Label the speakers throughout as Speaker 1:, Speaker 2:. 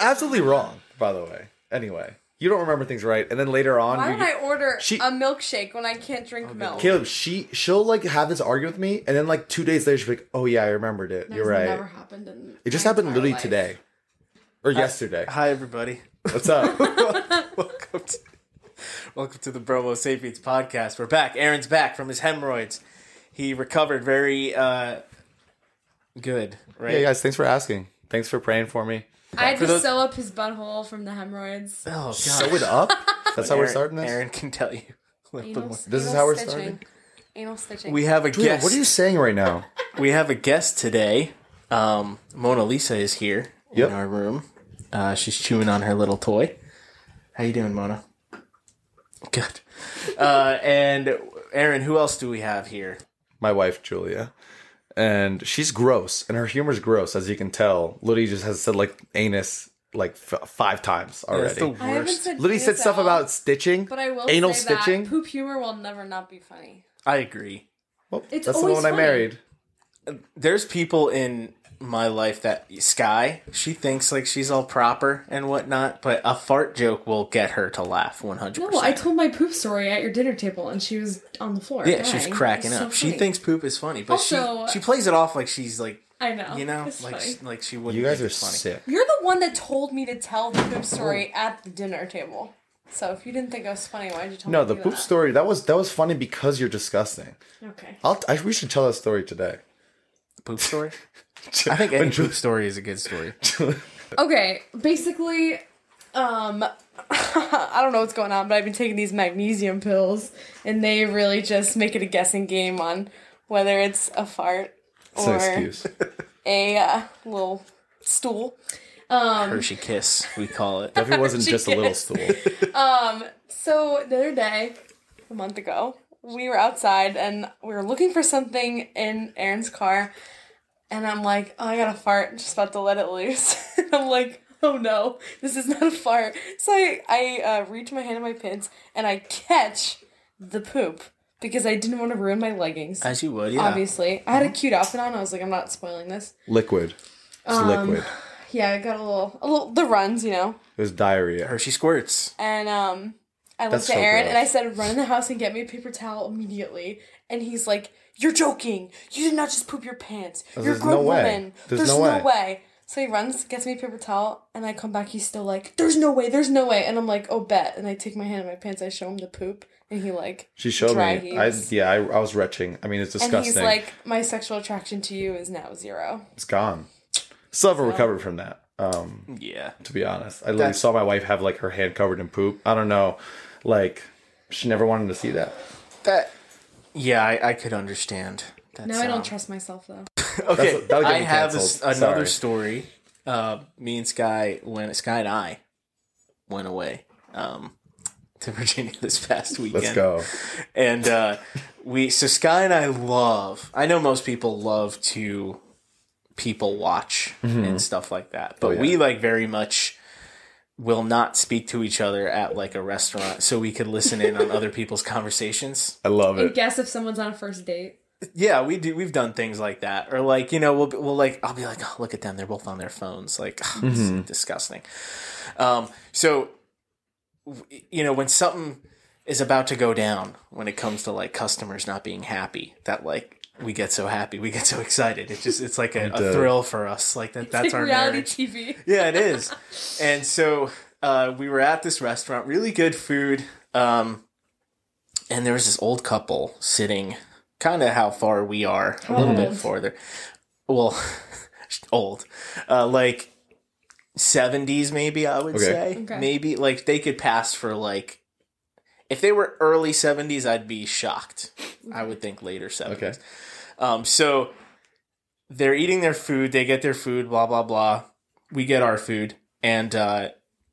Speaker 1: absolutely wrong, by the way. Anyway, you don't remember things right, and then later on,
Speaker 2: Why
Speaker 1: you
Speaker 2: would I order
Speaker 1: She-
Speaker 2: a milkshake when I can't drink milk?
Speaker 1: Caleb, she she'll like have this argument with me, and then like two days later, she'll be like, "Oh yeah, I remembered it. You're right.
Speaker 2: Never happened in
Speaker 1: it just
Speaker 2: my
Speaker 1: happened
Speaker 2: entire
Speaker 1: literally
Speaker 2: life.
Speaker 1: today, or yesterday.
Speaker 3: Hi, everybody.
Speaker 1: What's up?
Speaker 3: welcome, to, welcome to the Bromo Sapiens podcast. We're back. Aaron's back from his hemorrhoids. He recovered very uh, good, right?
Speaker 1: hey guys, thanks for asking. Thanks for praying for me.
Speaker 2: I had to
Speaker 3: those-
Speaker 2: sew up his butthole from the hemorrhoids.
Speaker 3: Oh, God.
Speaker 1: Sew it up. That's how we're starting this.
Speaker 3: Aaron can tell you. a little
Speaker 2: Anal,
Speaker 3: more.
Speaker 1: This is
Speaker 2: anal
Speaker 1: how we're
Speaker 2: stitching.
Speaker 1: starting?
Speaker 2: Anal stitching.
Speaker 3: We have a
Speaker 1: Dude,
Speaker 3: guest.
Speaker 1: what are you saying right now?
Speaker 3: we have a guest today. Um, Mona Lisa is here
Speaker 1: Yep.
Speaker 3: in our room. Uh, she's chewing on her little toy. How you doing, Mona? Good. Uh, and Aaron, who else do we have here?
Speaker 1: My wife Julia, and she's gross, and her humor's gross, as you can tell. Lily just has said like anus like f- five times
Speaker 3: That's
Speaker 1: already.
Speaker 3: the
Speaker 2: I haven't
Speaker 3: worst.
Speaker 2: said
Speaker 1: Lily said
Speaker 2: anus
Speaker 1: stuff
Speaker 2: at all,
Speaker 1: about stitching,
Speaker 2: But I will
Speaker 1: anal
Speaker 2: say that
Speaker 1: stitching.
Speaker 2: poop humor will never not be funny.
Speaker 3: I agree.
Speaker 1: Well,
Speaker 2: It's
Speaker 1: that's the
Speaker 2: always
Speaker 1: one I
Speaker 2: funny.
Speaker 1: married.
Speaker 3: There's people in my life that Sky, she thinks like she's all proper and whatnot, but a fart joke will get her to laugh 100%.
Speaker 2: No, I told my poop story at your dinner table, and she was on the floor.
Speaker 3: yeah, she's cracking up. she thinks poop is funny, but
Speaker 2: Also-
Speaker 3: she she plays it off like she's like
Speaker 2: I know.
Speaker 3: you know
Speaker 2: It's
Speaker 3: like
Speaker 2: funny.
Speaker 3: she, like she wouldn't.
Speaker 1: You guys
Speaker 3: think
Speaker 1: are
Speaker 3: it's funny.
Speaker 1: sick.
Speaker 2: You're the one that told me to tell the poop story at the dinner table. So if you didn't think it was funny, why did you tell
Speaker 1: No,
Speaker 2: me?
Speaker 1: the
Speaker 2: to do
Speaker 1: poop
Speaker 2: that?
Speaker 1: story that was that was funny because you're disgusting.
Speaker 2: Okay.
Speaker 1: I'll t- I, we should tell that story today.
Speaker 3: poop story. I think any poop story is a good story.
Speaker 2: Okay. Basically, um, I don't know what's going on, but I've been taking these magnesium pills, and they really just make it a guessing game on whether it's a fart
Speaker 1: It's an
Speaker 2: or
Speaker 1: excuse.
Speaker 2: a uh, little stool.
Speaker 3: Hershey kiss, we call it.
Speaker 1: If it wasn't
Speaker 2: She
Speaker 1: just a little
Speaker 2: is.
Speaker 1: stool,
Speaker 2: So the other day, a month ago, we were outside and we were looking for something in Aaron's car, and I'm like, oh, I got a fart, just about to let it loose. and I'm like, oh no, this is not a fart. So I, I uh, reach my hand in my pants and I catch the poop because I didn't want to ruin my leggings.
Speaker 3: As you would, yeah.
Speaker 2: Obviously, I had a cute outfit on. I was like, I'm not spoiling this.
Speaker 1: liquid. It's
Speaker 2: Um,
Speaker 1: liquid.
Speaker 2: Yeah, I got a little, a little the runs, you know.
Speaker 1: It was diarrhea.
Speaker 3: Hershey squirts.
Speaker 2: And um, I looked
Speaker 1: That's so
Speaker 2: at Aaron
Speaker 1: gross.
Speaker 2: and I said, "Run in the house and get me a paper towel immediately." And he's like, "You're joking! You did not just poop your pants. You're a
Speaker 1: there's
Speaker 2: grown
Speaker 1: no way.
Speaker 2: woman. There's, no, way. So he runs, gets me a paper towel, and I come back. He's still like, "There's no way! There's no way!" And I'm like, "Oh, bet!" And I take my hand in my pants. I show him the poop, and he like,
Speaker 1: She showed
Speaker 2: Dry
Speaker 1: me. I,
Speaker 2: heaves.
Speaker 1: yeah, I, I was retching. I mean, it's
Speaker 2: and
Speaker 1: disgusting.
Speaker 2: he's like, "My sexual attraction to you is now zero.
Speaker 1: it's gone. Still
Speaker 2: "Oh."
Speaker 1: haven't recovered from that. Um,
Speaker 3: Yeah.
Speaker 1: to be honest, I literally saw my wife have like her hand covered in poop. I don't know, like she never wanted to see that.
Speaker 3: That. Yeah, I, I could understand. That
Speaker 2: Now I don't
Speaker 3: sound.
Speaker 2: trust myself though."
Speaker 3: Okay,
Speaker 1: That's- that'll get
Speaker 3: I
Speaker 1: me
Speaker 3: have a s-
Speaker 1: canceled.
Speaker 3: another
Speaker 1: Sorry.
Speaker 3: story. Uh, me and Sky went. Sky and I went away um, to Virginia this past weekend.
Speaker 1: Let's go.
Speaker 3: and uh, we so Sky and I love. I know most people love to people watch
Speaker 1: Mm-hmm.
Speaker 3: and stuff like that,
Speaker 1: Oh,
Speaker 3: but we like very much will not speak to each other at like a restaurant, so we could listen in on other people's conversations.
Speaker 1: I love it.
Speaker 2: Guess if someone's on a first date.
Speaker 3: Yeah, we do. We've done things like that, or like you know, we'll we'll like I'll be like, oh, look at them, they're both on their phones, like oh, this is disgusting. Um, so w- you know, when something is about to go down, when it comes to like customers not being happy, that like we get so happy, we get so excited. It's just it's like a, a
Speaker 1: dead.
Speaker 3: thrill for us. Like that, that's
Speaker 2: Like
Speaker 3: our
Speaker 2: reality
Speaker 3: marriage.
Speaker 2: TV.
Speaker 3: Yeah, it is. and so uh, we were at this restaurant, really good food. Um, and there was this old couple sitting kind of how far we are, a little bit
Speaker 2: old?
Speaker 3: farther. Well, old. Uh, like 70s, maybe, I would
Speaker 1: Okay.
Speaker 3: say.
Speaker 2: Okay.
Speaker 3: Maybe. Like they could pass for like. If they were early 70s, I'd be shocked. I would think later 70s.
Speaker 1: Okay.
Speaker 3: Um, so they're eating their food. They get their food. Blah blah blah. We get our food, and uh,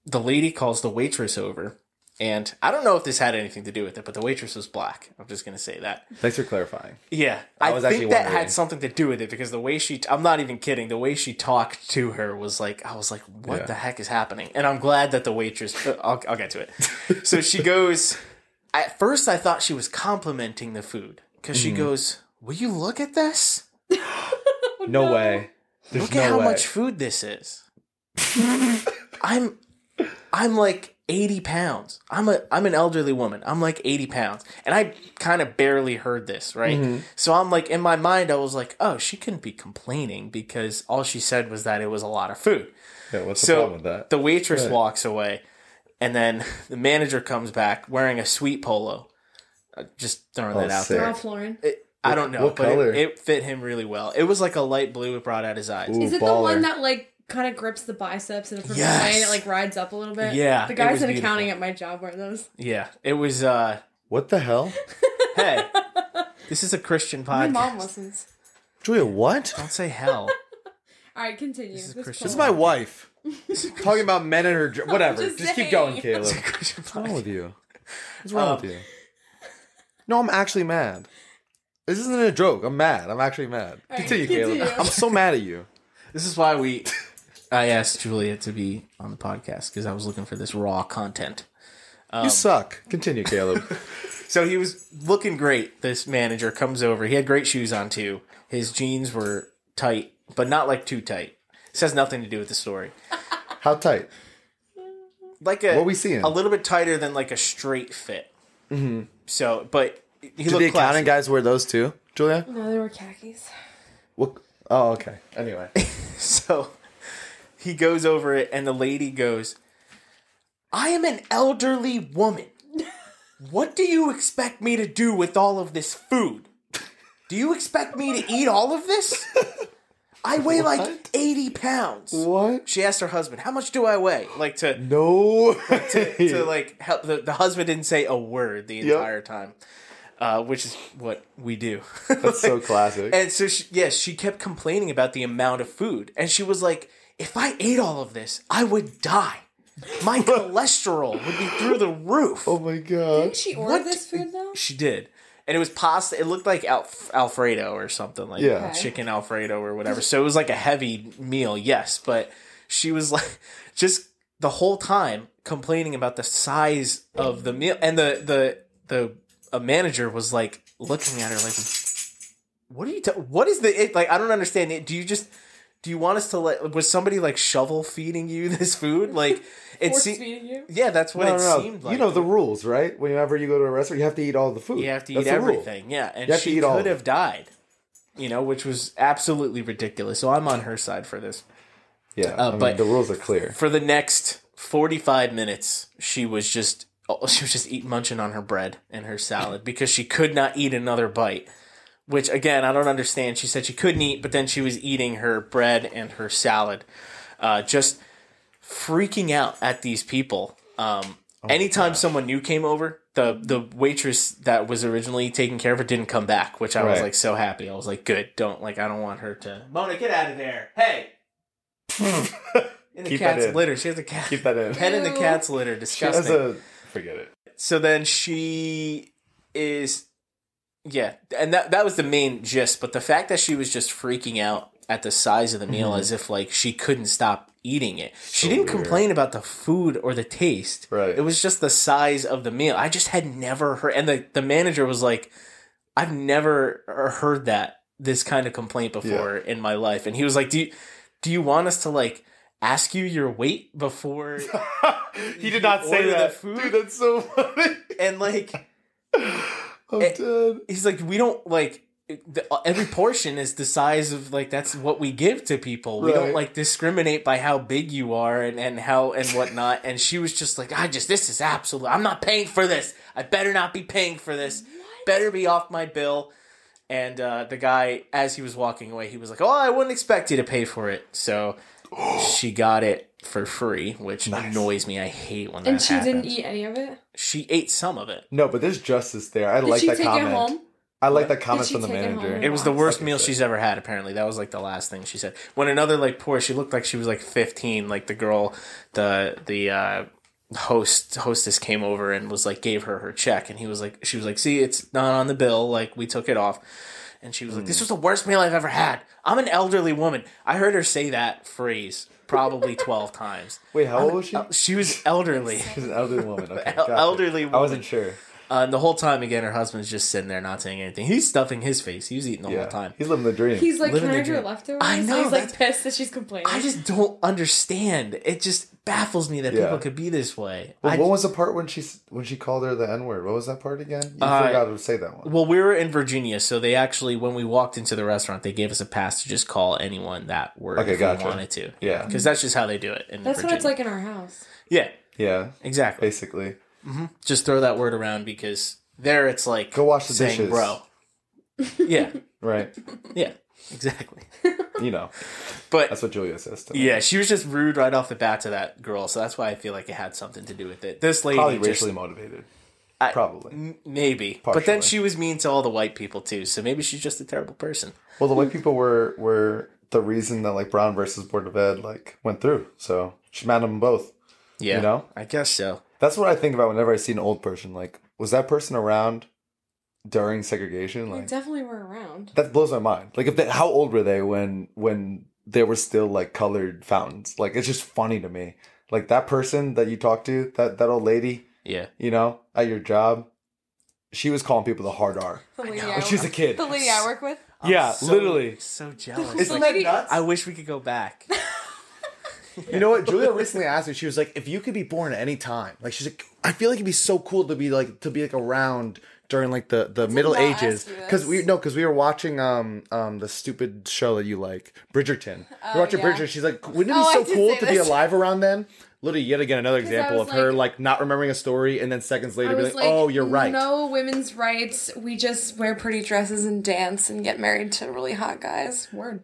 Speaker 3: the lady calls the waitress over. And I don't know if this had anything to do with it, but the waitress was black. I'm just gonna say that.
Speaker 1: Thanks for clarifying.
Speaker 3: Yeah,
Speaker 1: I
Speaker 3: I,
Speaker 1: was actually
Speaker 3: think that
Speaker 1: wondering.
Speaker 3: had something to do with it because the way she, i I'm not even kidding, the way she talked to her was like, I was like, what
Speaker 1: Yeah.
Speaker 3: the heck is happening? And I'm glad that the waitress, uh, I'll, I'll get to it. so she goes, at first I thought she was complimenting the food because
Speaker 1: Mm.
Speaker 3: she goes, Will you look at this?
Speaker 2: Oh,
Speaker 1: No, way. There's
Speaker 3: Look
Speaker 1: no
Speaker 3: at how
Speaker 1: way.
Speaker 3: much food this is. I'm I'm like 80 pounds. I'm a I'm an elderly woman. I'm like 80 pounds. And I kind of barely heard this, right?
Speaker 1: Mm-hmm.
Speaker 3: So I'm like in my mind I was like, "Oh, she couldn't be complaining because all she said was that it was a lot of food."
Speaker 1: Yeah, what's the
Speaker 3: So
Speaker 1: problem with that?
Speaker 3: the waitress walks away and then the manager comes back wearing a sweet polo. Uh, Just throwing that out
Speaker 1: Oh, sick.
Speaker 3: there.
Speaker 2: Ralph Lauren.
Speaker 3: It, I don't know,
Speaker 1: what
Speaker 3: but it-
Speaker 1: color?
Speaker 3: It, fit him really well. It was like a light blue. It brought out his eyes.
Speaker 1: Ooh,
Speaker 2: Is it the
Speaker 1: baller.
Speaker 2: one that like kind of grips the biceps in a perfect
Speaker 3: Yes.
Speaker 2: way and it like rides up a little bit?
Speaker 3: Yeah,
Speaker 2: The
Speaker 3: it
Speaker 2: guys
Speaker 3: was
Speaker 2: in
Speaker 3: beautiful.
Speaker 2: accounting at my job wear those.
Speaker 3: Yeah, it was. uh
Speaker 1: What the hell,
Speaker 3: Hey, this is a Christian
Speaker 2: My
Speaker 3: podcast.
Speaker 2: mom listens.
Speaker 1: Julia? What?
Speaker 3: Don't say hell.
Speaker 2: All right, continue. This
Speaker 3: is
Speaker 2: is
Speaker 3: Christian.
Speaker 1: This is my wife talking about men and her. dr- Whatever.
Speaker 2: just
Speaker 1: Just, keep
Speaker 2: saying.
Speaker 1: going, Caleb.
Speaker 3: It's a Christian
Speaker 1: What's wrong
Speaker 3: podcast.
Speaker 1: with you? What's wrong with you? No, I'm actually mad. This isn't a joke. I'm mad. I'm actually mad.
Speaker 2: right,
Speaker 1: continue, Caleb.
Speaker 2: continue.
Speaker 1: I'm so mad at you.
Speaker 3: This is why we. I asked Julia to be on the podcast because I was looking for this raw content.
Speaker 1: you suck. Um, Continue, Caleb.
Speaker 3: So he was looking great. This manager comes over. He had great shoes on too. His jeans were tight, but not like too tight. This has nothing to do with the story.
Speaker 1: How tight?
Speaker 3: Like a
Speaker 1: What we seeing?
Speaker 3: a little bit tighter than like a straight fit. Mm-hmm. So, but he
Speaker 1: Do
Speaker 3: looked
Speaker 1: the accounting
Speaker 3: classy.
Speaker 1: guys wear those too, Julia?
Speaker 2: No, they were khakis.
Speaker 1: What? Oh, okay. Anyway,
Speaker 3: So he goes over it, and the lady goes, I am an elderly woman. What do you expect me to do with all of this food? Do you expect me to eat all of this? I weigh like 80 pounds.
Speaker 1: what?
Speaker 3: She asked her husband, How much do I weigh? Like to
Speaker 1: No.
Speaker 3: to like help the, the husband didn't say a word the entire time uh, which is what we do
Speaker 1: That's so classic.
Speaker 3: and so she, yes she kept complaining about the amount of food and she was like if i ate all of this i would die my cholesterol would be through the roof
Speaker 1: oh my god.
Speaker 2: Didn't she order
Speaker 3: What?
Speaker 2: this food though?
Speaker 3: she did and it was pasta it looked like Alf- alfredo or something like
Speaker 1: Yeah.
Speaker 2: Okay.
Speaker 3: chicken alfredo or whatever so it was like a heavy meal yes but she was like just the whole time complaining about the size of the meal and the the the a manager was like looking at her like what are you ta- what is the it like i don't understand it do you just do you want us to let was somebody like shovel feeding you this food like it
Speaker 2: Force
Speaker 3: se-
Speaker 2: feeding you?
Speaker 3: yeah that's what
Speaker 1: No,
Speaker 3: it
Speaker 1: no, no.
Speaker 3: seemed like
Speaker 1: you know the rules, right? Whenever you go to a restaurant, you have to eat all the food.
Speaker 3: you have to eat
Speaker 1: That's the rule.
Speaker 3: everything. Yeah, and
Speaker 1: You have to
Speaker 3: she
Speaker 1: eat all
Speaker 3: could
Speaker 1: of
Speaker 3: have died. You know, which was absolutely ridiculous. So I'm on her side for this.
Speaker 1: Yeah, I mean,
Speaker 3: but-
Speaker 1: the rules are clear.
Speaker 3: For the next 45 minutes, she was just oh, she was just eat munching on her bread and her salad because she could not eat another bite. Which again, I don't understand. She said she couldn't eat, but then she was eating her bread and her salad, uh, just freaking out at these people. Um,
Speaker 1: Oh
Speaker 3: anytime someone new came over, the the waitress that was originally taking care of her didn't come back, which I was
Speaker 1: Right.
Speaker 3: like so happy. I was like, good, don't like I don't want her to. Mona, get out of there! Hey, in the
Speaker 1: Keep that
Speaker 3: cat's
Speaker 1: in.
Speaker 3: litter. She has a cat.
Speaker 1: Keep that in.
Speaker 3: Head in the
Speaker 2: Ew.
Speaker 3: cat's litter. Disgusting
Speaker 1: As a forget it.
Speaker 3: so then she is yeah and that that was the main gist but the fact that she was just freaking out at the size of the meal as if like she couldn't stop eating it she didn't
Speaker 1: Mm-hmm. weird.
Speaker 3: complain about the food or the taste
Speaker 1: Right.
Speaker 3: it was just the size of the meal i just had never heard and the, the manager was like i've never heard that this kind of complaint before in my life and he was like do you do you want us to like ask you your weight before
Speaker 1: he
Speaker 3: did not say Order the that. food? Dude,
Speaker 1: that's so funny.
Speaker 3: and like
Speaker 1: I'm
Speaker 3: Eh.
Speaker 1: dead.
Speaker 3: he's like we don't like the, every portion is the size of like that's what we give to people we don't
Speaker 1: Right.
Speaker 3: like discriminate by how big you are and, and how and whatnot and she was just like i just this is absolute i'm not paying for this i better not be paying for this better be off my bill and uh, the guy as he was walking away he was like oh i wouldn't expect you to pay for it so she got it for free which annoys me i hate when that
Speaker 2: And she
Speaker 3: happens.
Speaker 2: didn't eat any of it.
Speaker 3: she ate some of it
Speaker 1: No, but there's justice there. I
Speaker 2: Did
Speaker 1: like
Speaker 2: she
Speaker 1: that
Speaker 2: take
Speaker 1: comment.
Speaker 2: it home?
Speaker 1: I like that comment
Speaker 2: she
Speaker 1: from the
Speaker 2: take it home?
Speaker 1: manager.
Speaker 3: It was the worst
Speaker 1: Fucking
Speaker 3: meal
Speaker 1: sick.
Speaker 3: she's ever had. Apparently, that was like the last thing she said. When another like poor, she looked like she was like fifteen. Like the girl, the the uh, host hostess came over and was like gave her her check, and he was like, she was like, see, it's not on the bill. Like we took it off, and she was like, this was the worst meal I've ever had. I'm an elderly woman. I heard her say that phrase probably twelve times.
Speaker 1: Wait, how old was she?
Speaker 3: She was elderly.
Speaker 1: She's an elderly woman. Okay,
Speaker 3: elderly
Speaker 1: I wasn't sure.
Speaker 3: Uh, and the whole time, again, her husband's just sitting there not saying anything. He's stuffing his face. He was eating the
Speaker 4: Yeah.
Speaker 3: whole time.
Speaker 4: He's living the dream.
Speaker 2: He's like,
Speaker 3: Living
Speaker 2: can I
Speaker 3: the
Speaker 2: have your
Speaker 3: dream.
Speaker 2: leftovers?
Speaker 3: I
Speaker 2: And
Speaker 3: know,
Speaker 2: He's
Speaker 3: that's-
Speaker 2: like pissed that she's complaining.
Speaker 3: I just don't understand. It just baffles me that
Speaker 4: Yeah.
Speaker 3: people could be this way.
Speaker 4: Well,
Speaker 3: I-
Speaker 4: what was the part when she s- when she called her the N word? What was that part again? You
Speaker 3: Uh,
Speaker 4: forgot to say that one.
Speaker 3: Well, we were in Virginia, so they actually, when we walked into the restaurant, they gave us a pass to just call anyone that word
Speaker 4: Okay,
Speaker 3: if
Speaker 4: gotcha.
Speaker 3: we wanted to.
Speaker 4: Yeah,
Speaker 3: Because that's just how they do it in
Speaker 2: That's
Speaker 3: Virginia.
Speaker 2: what it's like in our house.
Speaker 3: Yeah,
Speaker 4: yeah,
Speaker 3: exactly.
Speaker 4: basically.
Speaker 3: Just throw that word around because there it's like
Speaker 4: Go wash the
Speaker 3: saying,
Speaker 4: dishes.
Speaker 3: bro. Yeah,
Speaker 4: Right,
Speaker 3: yeah, exactly.
Speaker 4: you know
Speaker 3: But
Speaker 4: that's what Julia says. To me.
Speaker 3: yeah, she was just rude right off the bat to that girl, so that's why I feel like it had something to do with it. This lady
Speaker 4: probably
Speaker 3: just
Speaker 4: racially motivated.
Speaker 3: I-
Speaker 4: probably.
Speaker 3: m- maybe, but
Speaker 4: Partially.
Speaker 3: then she was mean to all the white people too, so maybe she's just a terrible person.
Speaker 4: Well, the white people were were the reason that like Brown versus Board of Ed like went through. So she mad at them both.
Speaker 3: Yeah,
Speaker 4: You know?
Speaker 3: I guess so.
Speaker 4: That's what I think about whenever I see an old person. Like, was that person around during segregation?
Speaker 2: We
Speaker 4: Like,
Speaker 2: definitely were around.
Speaker 4: that blows my mind. Like, if they, how old were they when when there were still like colored fountains? Like, it's just funny to me. Like that person that you talked to, that that old lady,
Speaker 3: Yeah,
Speaker 4: you know, at your job, she was calling people the hard R.
Speaker 2: The lady
Speaker 3: know.
Speaker 2: I,
Speaker 4: She's a
Speaker 2: work-
Speaker 4: kid.
Speaker 2: the lady I work with.
Speaker 3: I'm
Speaker 4: Yeah,
Speaker 3: so-
Speaker 4: literally.
Speaker 3: So jealous.
Speaker 4: Isn't
Speaker 2: The
Speaker 3: Like,
Speaker 4: that
Speaker 2: lady-
Speaker 4: nuts?
Speaker 3: I wish we could go back.
Speaker 1: You know what? Julia recently asked me. She was like, "If you could be born at any time, like she's like, I feel like it'd be so cool to be like to be like around during like the the Middle
Speaker 2: not ask
Speaker 1: Ages
Speaker 2: you this.
Speaker 1: because we no because we were watching um um the stupid show that you like Bridgerton. we're watching
Speaker 2: yeah.
Speaker 1: Bridgerton. She's like, wouldn't
Speaker 2: Oh,
Speaker 1: it
Speaker 2: I
Speaker 1: be
Speaker 2: did
Speaker 1: so cool
Speaker 2: say
Speaker 1: to be
Speaker 2: this.
Speaker 1: alive around then? Literally, yet again another
Speaker 2: I
Speaker 1: example of
Speaker 2: was
Speaker 1: her
Speaker 2: like-
Speaker 1: like not remembering a story and then seconds later
Speaker 2: I
Speaker 1: be
Speaker 2: was
Speaker 1: like, oh,
Speaker 2: like,
Speaker 1: you're right.
Speaker 2: No women's rights. We just wear pretty dresses and dance and get married to really hot guys. Word.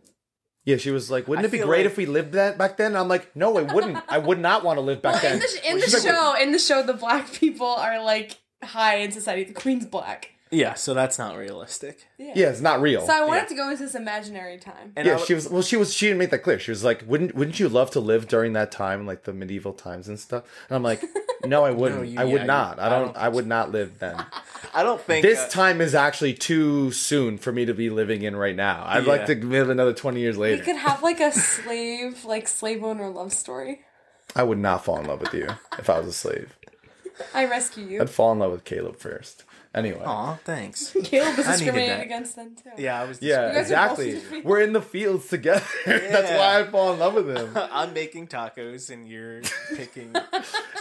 Speaker 1: Yeah, she was like, wouldn't
Speaker 3: I
Speaker 1: it be
Speaker 3: feel
Speaker 1: great
Speaker 3: like-
Speaker 1: if we lived that back then? And I'm like, no, I wouldn't. I would not want to live back
Speaker 2: In
Speaker 1: then.
Speaker 2: the, sh- in the
Speaker 1: She's like,
Speaker 2: show, in the show, the black people are like high in society. The queen's black.
Speaker 3: yeah, so that's not realistic.
Speaker 1: yeah, it's not real.
Speaker 2: So I wanted to go into this imaginary time.
Speaker 3: And
Speaker 1: yeah,
Speaker 3: I would-
Speaker 1: she was. Well, she was. She didn't make that clear. She was like, "Wouldn't Wouldn't you love to live during that time, like the medieval times and stuff?" And I'm like, "No, I wouldn't.
Speaker 3: you-
Speaker 1: I
Speaker 3: yeah,
Speaker 1: would
Speaker 3: you-
Speaker 1: not. I
Speaker 3: I
Speaker 1: don't.
Speaker 3: don't-
Speaker 1: I would not live then.
Speaker 3: I don't think
Speaker 1: this
Speaker 3: uh,
Speaker 1: time is actually too soon for me to be living in right now. I'd like to
Speaker 3: Yeah.
Speaker 1: live another twenty years
Speaker 2: We
Speaker 1: later.
Speaker 2: could have like a slave, like slave owner love story.
Speaker 1: I would not fall in love with you if I was a slave.
Speaker 2: I rescue you.
Speaker 1: I'd fall in love with Caleb first. Anyway,
Speaker 3: Aw, thanks.
Speaker 2: Caleb was
Speaker 3: I needed
Speaker 2: discriminated
Speaker 3: that.
Speaker 2: against then too.
Speaker 3: Yeah, I was.
Speaker 1: yeah,
Speaker 2: guys are both
Speaker 1: exactly.
Speaker 2: stupid.
Speaker 1: We're in the fields together. That's
Speaker 3: Yeah.
Speaker 1: why I fall in love with him.
Speaker 3: I'm making tacos and you're picking.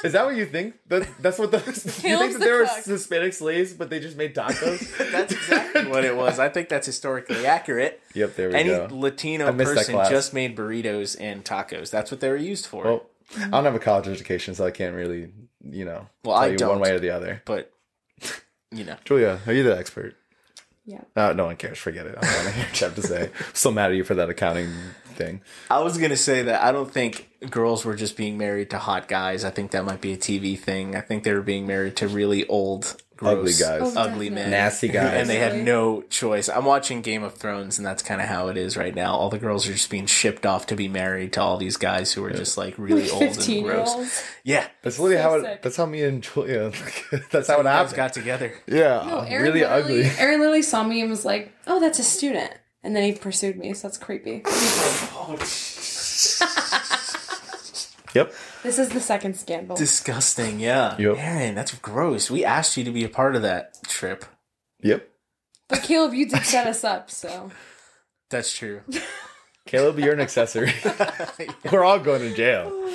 Speaker 1: Is that what you think? That that's what the you think
Speaker 2: Caleb's
Speaker 1: that
Speaker 2: the
Speaker 1: there were
Speaker 2: cook.
Speaker 1: Hispanic slaves, but they just made tacos.
Speaker 3: that's exactly what it was. I think that's historically accurate.
Speaker 1: Yep, there we
Speaker 3: Any
Speaker 1: go.
Speaker 3: Latino
Speaker 1: I missed that
Speaker 3: person
Speaker 1: class.
Speaker 3: just made burritos and tacos. That's what they were used for.
Speaker 1: well, I don't have a college education, so I can't really, you know,
Speaker 3: Well,
Speaker 1: tell
Speaker 3: I
Speaker 1: you one
Speaker 3: don't.
Speaker 1: way or the other.
Speaker 3: but you know,
Speaker 1: Julia, are you the expert?
Speaker 2: Yeah.
Speaker 1: Uh, no one cares. Forget it. I don't want to hear what you have to say. I'm so mad at you for that accounting thing.
Speaker 3: I was gonna say that I don't think girls were just being married to hot guys. I think that might be a TV thing. I think they were being married to really old,
Speaker 1: Ugly
Speaker 3: gross,
Speaker 1: guys.
Speaker 2: Oh,
Speaker 3: ugly men,
Speaker 1: Nasty guys.
Speaker 3: and they had
Speaker 2: Right.
Speaker 3: no choice. I'm watching Game of Thrones, and that's kind of how it is right now. All the girls are just being shipped off to be married to all these guys who are just like really old and
Speaker 2: Fifteen year
Speaker 3: gross.
Speaker 2: olds.
Speaker 3: Yeah,
Speaker 1: That's literally how it.
Speaker 2: sick.
Speaker 1: That's how me and Julia. that's how it
Speaker 3: guys
Speaker 1: happened.
Speaker 3: got together.
Speaker 1: yeah, Oh,
Speaker 2: No, Aaron
Speaker 1: really
Speaker 2: literally,
Speaker 1: ugly.
Speaker 2: Aaron literally saw me and was like, "Oh, that's a student," and then he pursued me. So that's creepy.
Speaker 1: Yep.
Speaker 2: This is the second scandal.
Speaker 3: Disgusting. Yeah,
Speaker 1: Yep.
Speaker 3: Aaron, that's gross. We asked you to be a part of that trip.
Speaker 1: Yep.
Speaker 2: But Caleb, you did set us up, so
Speaker 3: That's true.
Speaker 1: Caleb, you're an accessory. We're all going to jail.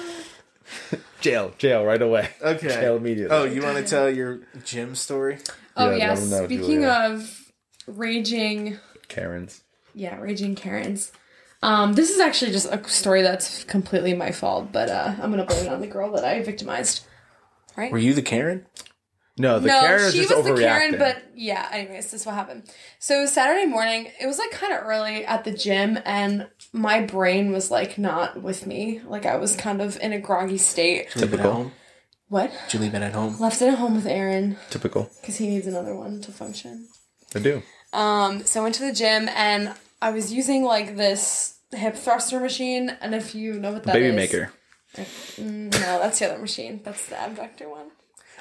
Speaker 1: jail, jail, right away.
Speaker 3: Okay.
Speaker 1: Jail immediately.
Speaker 3: Oh, you want to tell your gym story?
Speaker 2: Oh
Speaker 1: Yeah,
Speaker 2: yeah.
Speaker 1: let 'em know,
Speaker 2: Speaking
Speaker 1: Julia.
Speaker 2: of raging,
Speaker 1: Karens.
Speaker 2: yeah, raging Karens. Um, this is actually just a story that's completely my fault, but uh, I'm gonna blame it on the girl that I victimized.
Speaker 3: Were you the Karen?
Speaker 1: No, the
Speaker 2: no,
Speaker 1: Karen is
Speaker 2: she
Speaker 1: just
Speaker 2: was
Speaker 1: overreacting.
Speaker 2: the Karen, but yeah. Anyways, this is what happened. So Saturday morning, it was like kind of early at the gym, and my brain was like not with me. Like I was kind of in a groggy state.
Speaker 3: Did you leave it at
Speaker 1: Typical.
Speaker 3: home?
Speaker 2: What?
Speaker 3: Did you leave it at home?
Speaker 2: Left it at home with Aaron
Speaker 1: Typical.
Speaker 2: because he needs another one to function.
Speaker 1: I do.
Speaker 2: Um, so I went to the gym and I was using like this hip thruster machine, and if you know what that is,
Speaker 1: Baby maker.
Speaker 2: Mm, No, that's the other machine. That's the abductor one.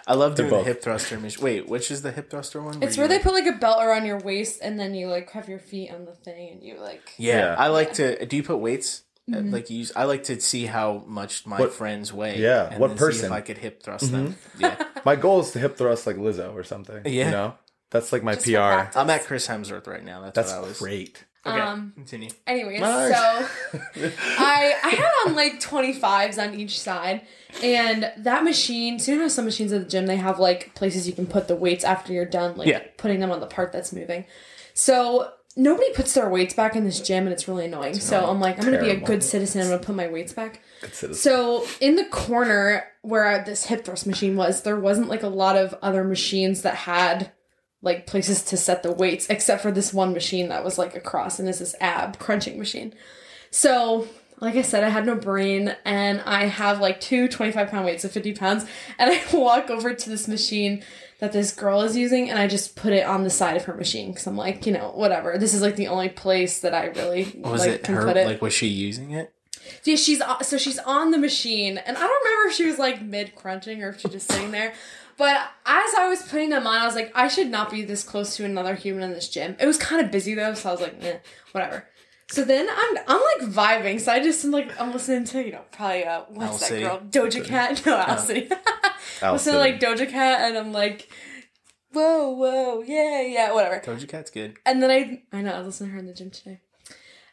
Speaker 3: I love doing the
Speaker 1: both.
Speaker 3: hip thruster machine. Wait, which is the hip thruster one?
Speaker 2: It's
Speaker 3: you
Speaker 2: where they
Speaker 3: like-
Speaker 2: put like a belt around your waist, and then you like have your feet on the thing, and you like.
Speaker 3: Yeah,
Speaker 1: Yeah.
Speaker 3: I like to. Do you put weights? Uh,
Speaker 2: Mm-hmm.
Speaker 3: Like you use, I like to see how much my friends weigh.
Speaker 1: yeah, what
Speaker 3: then see
Speaker 1: person? Mm-hmm.
Speaker 3: if I could hip thrust them. Yeah,
Speaker 1: My goal is to hip thrust like Lizzo or something.
Speaker 3: Yeah.
Speaker 1: You know? That's like my
Speaker 2: Just for
Speaker 1: PR.
Speaker 2: practice.
Speaker 3: I'm at Chris Hemsworth right now. That's,
Speaker 1: That's
Speaker 3: what I was.
Speaker 1: great.
Speaker 3: Okay,
Speaker 2: Um,
Speaker 3: continue.
Speaker 2: Anyways,
Speaker 1: Nice.
Speaker 2: so I I had on like 25s on each side, and that machine. So you know, some machines at the gym they have like places you can put the weights after you're done, like
Speaker 3: Yeah.
Speaker 2: putting them on the part that's moving. So nobody puts their weights back in this gym, and it's really annoying. so I'm like, I'm gonna be a
Speaker 1: terrible.
Speaker 2: good citizen. I'm gonna put my weights back.
Speaker 1: Good citizen.
Speaker 2: So in the corner where this hip thrust machine was, there wasn't like a lot of other machines that had like places to set the weights, except for this one machine that was like across, and it's this ab crunching machine. So like I said, I had no brain, and I have like two 25 pound weights of 50 pounds, and I walk over to this machine that this girl is using, and I just put it on the side of her machine because I'm like, you know, whatever. This is like the only place that I really
Speaker 3: Was
Speaker 2: like
Speaker 3: Oh, it
Speaker 2: can
Speaker 3: her?
Speaker 2: put it.
Speaker 3: Like, was she using it?
Speaker 2: Yeah, she's o- so she's on the machine, and I don't remember if she was like mid crunching or if she just sitting there. But as I was putting them on, I was like, I should not be this close to another human in this gym. It was kind of busy though, so I was like, eh, whatever. So then I'm I'm like vibing, so I just am like I'm listening to you know probably uh what's
Speaker 3: Owl
Speaker 2: that
Speaker 3: City.
Speaker 2: girl Doja Cat no Owl City.
Speaker 1: Owl
Speaker 2: listening to like Doja Cat, and I'm like, whoa whoa yeah yeah whatever.
Speaker 3: Doja Cat's good.
Speaker 2: And then I I know I was listening to her in the gym today.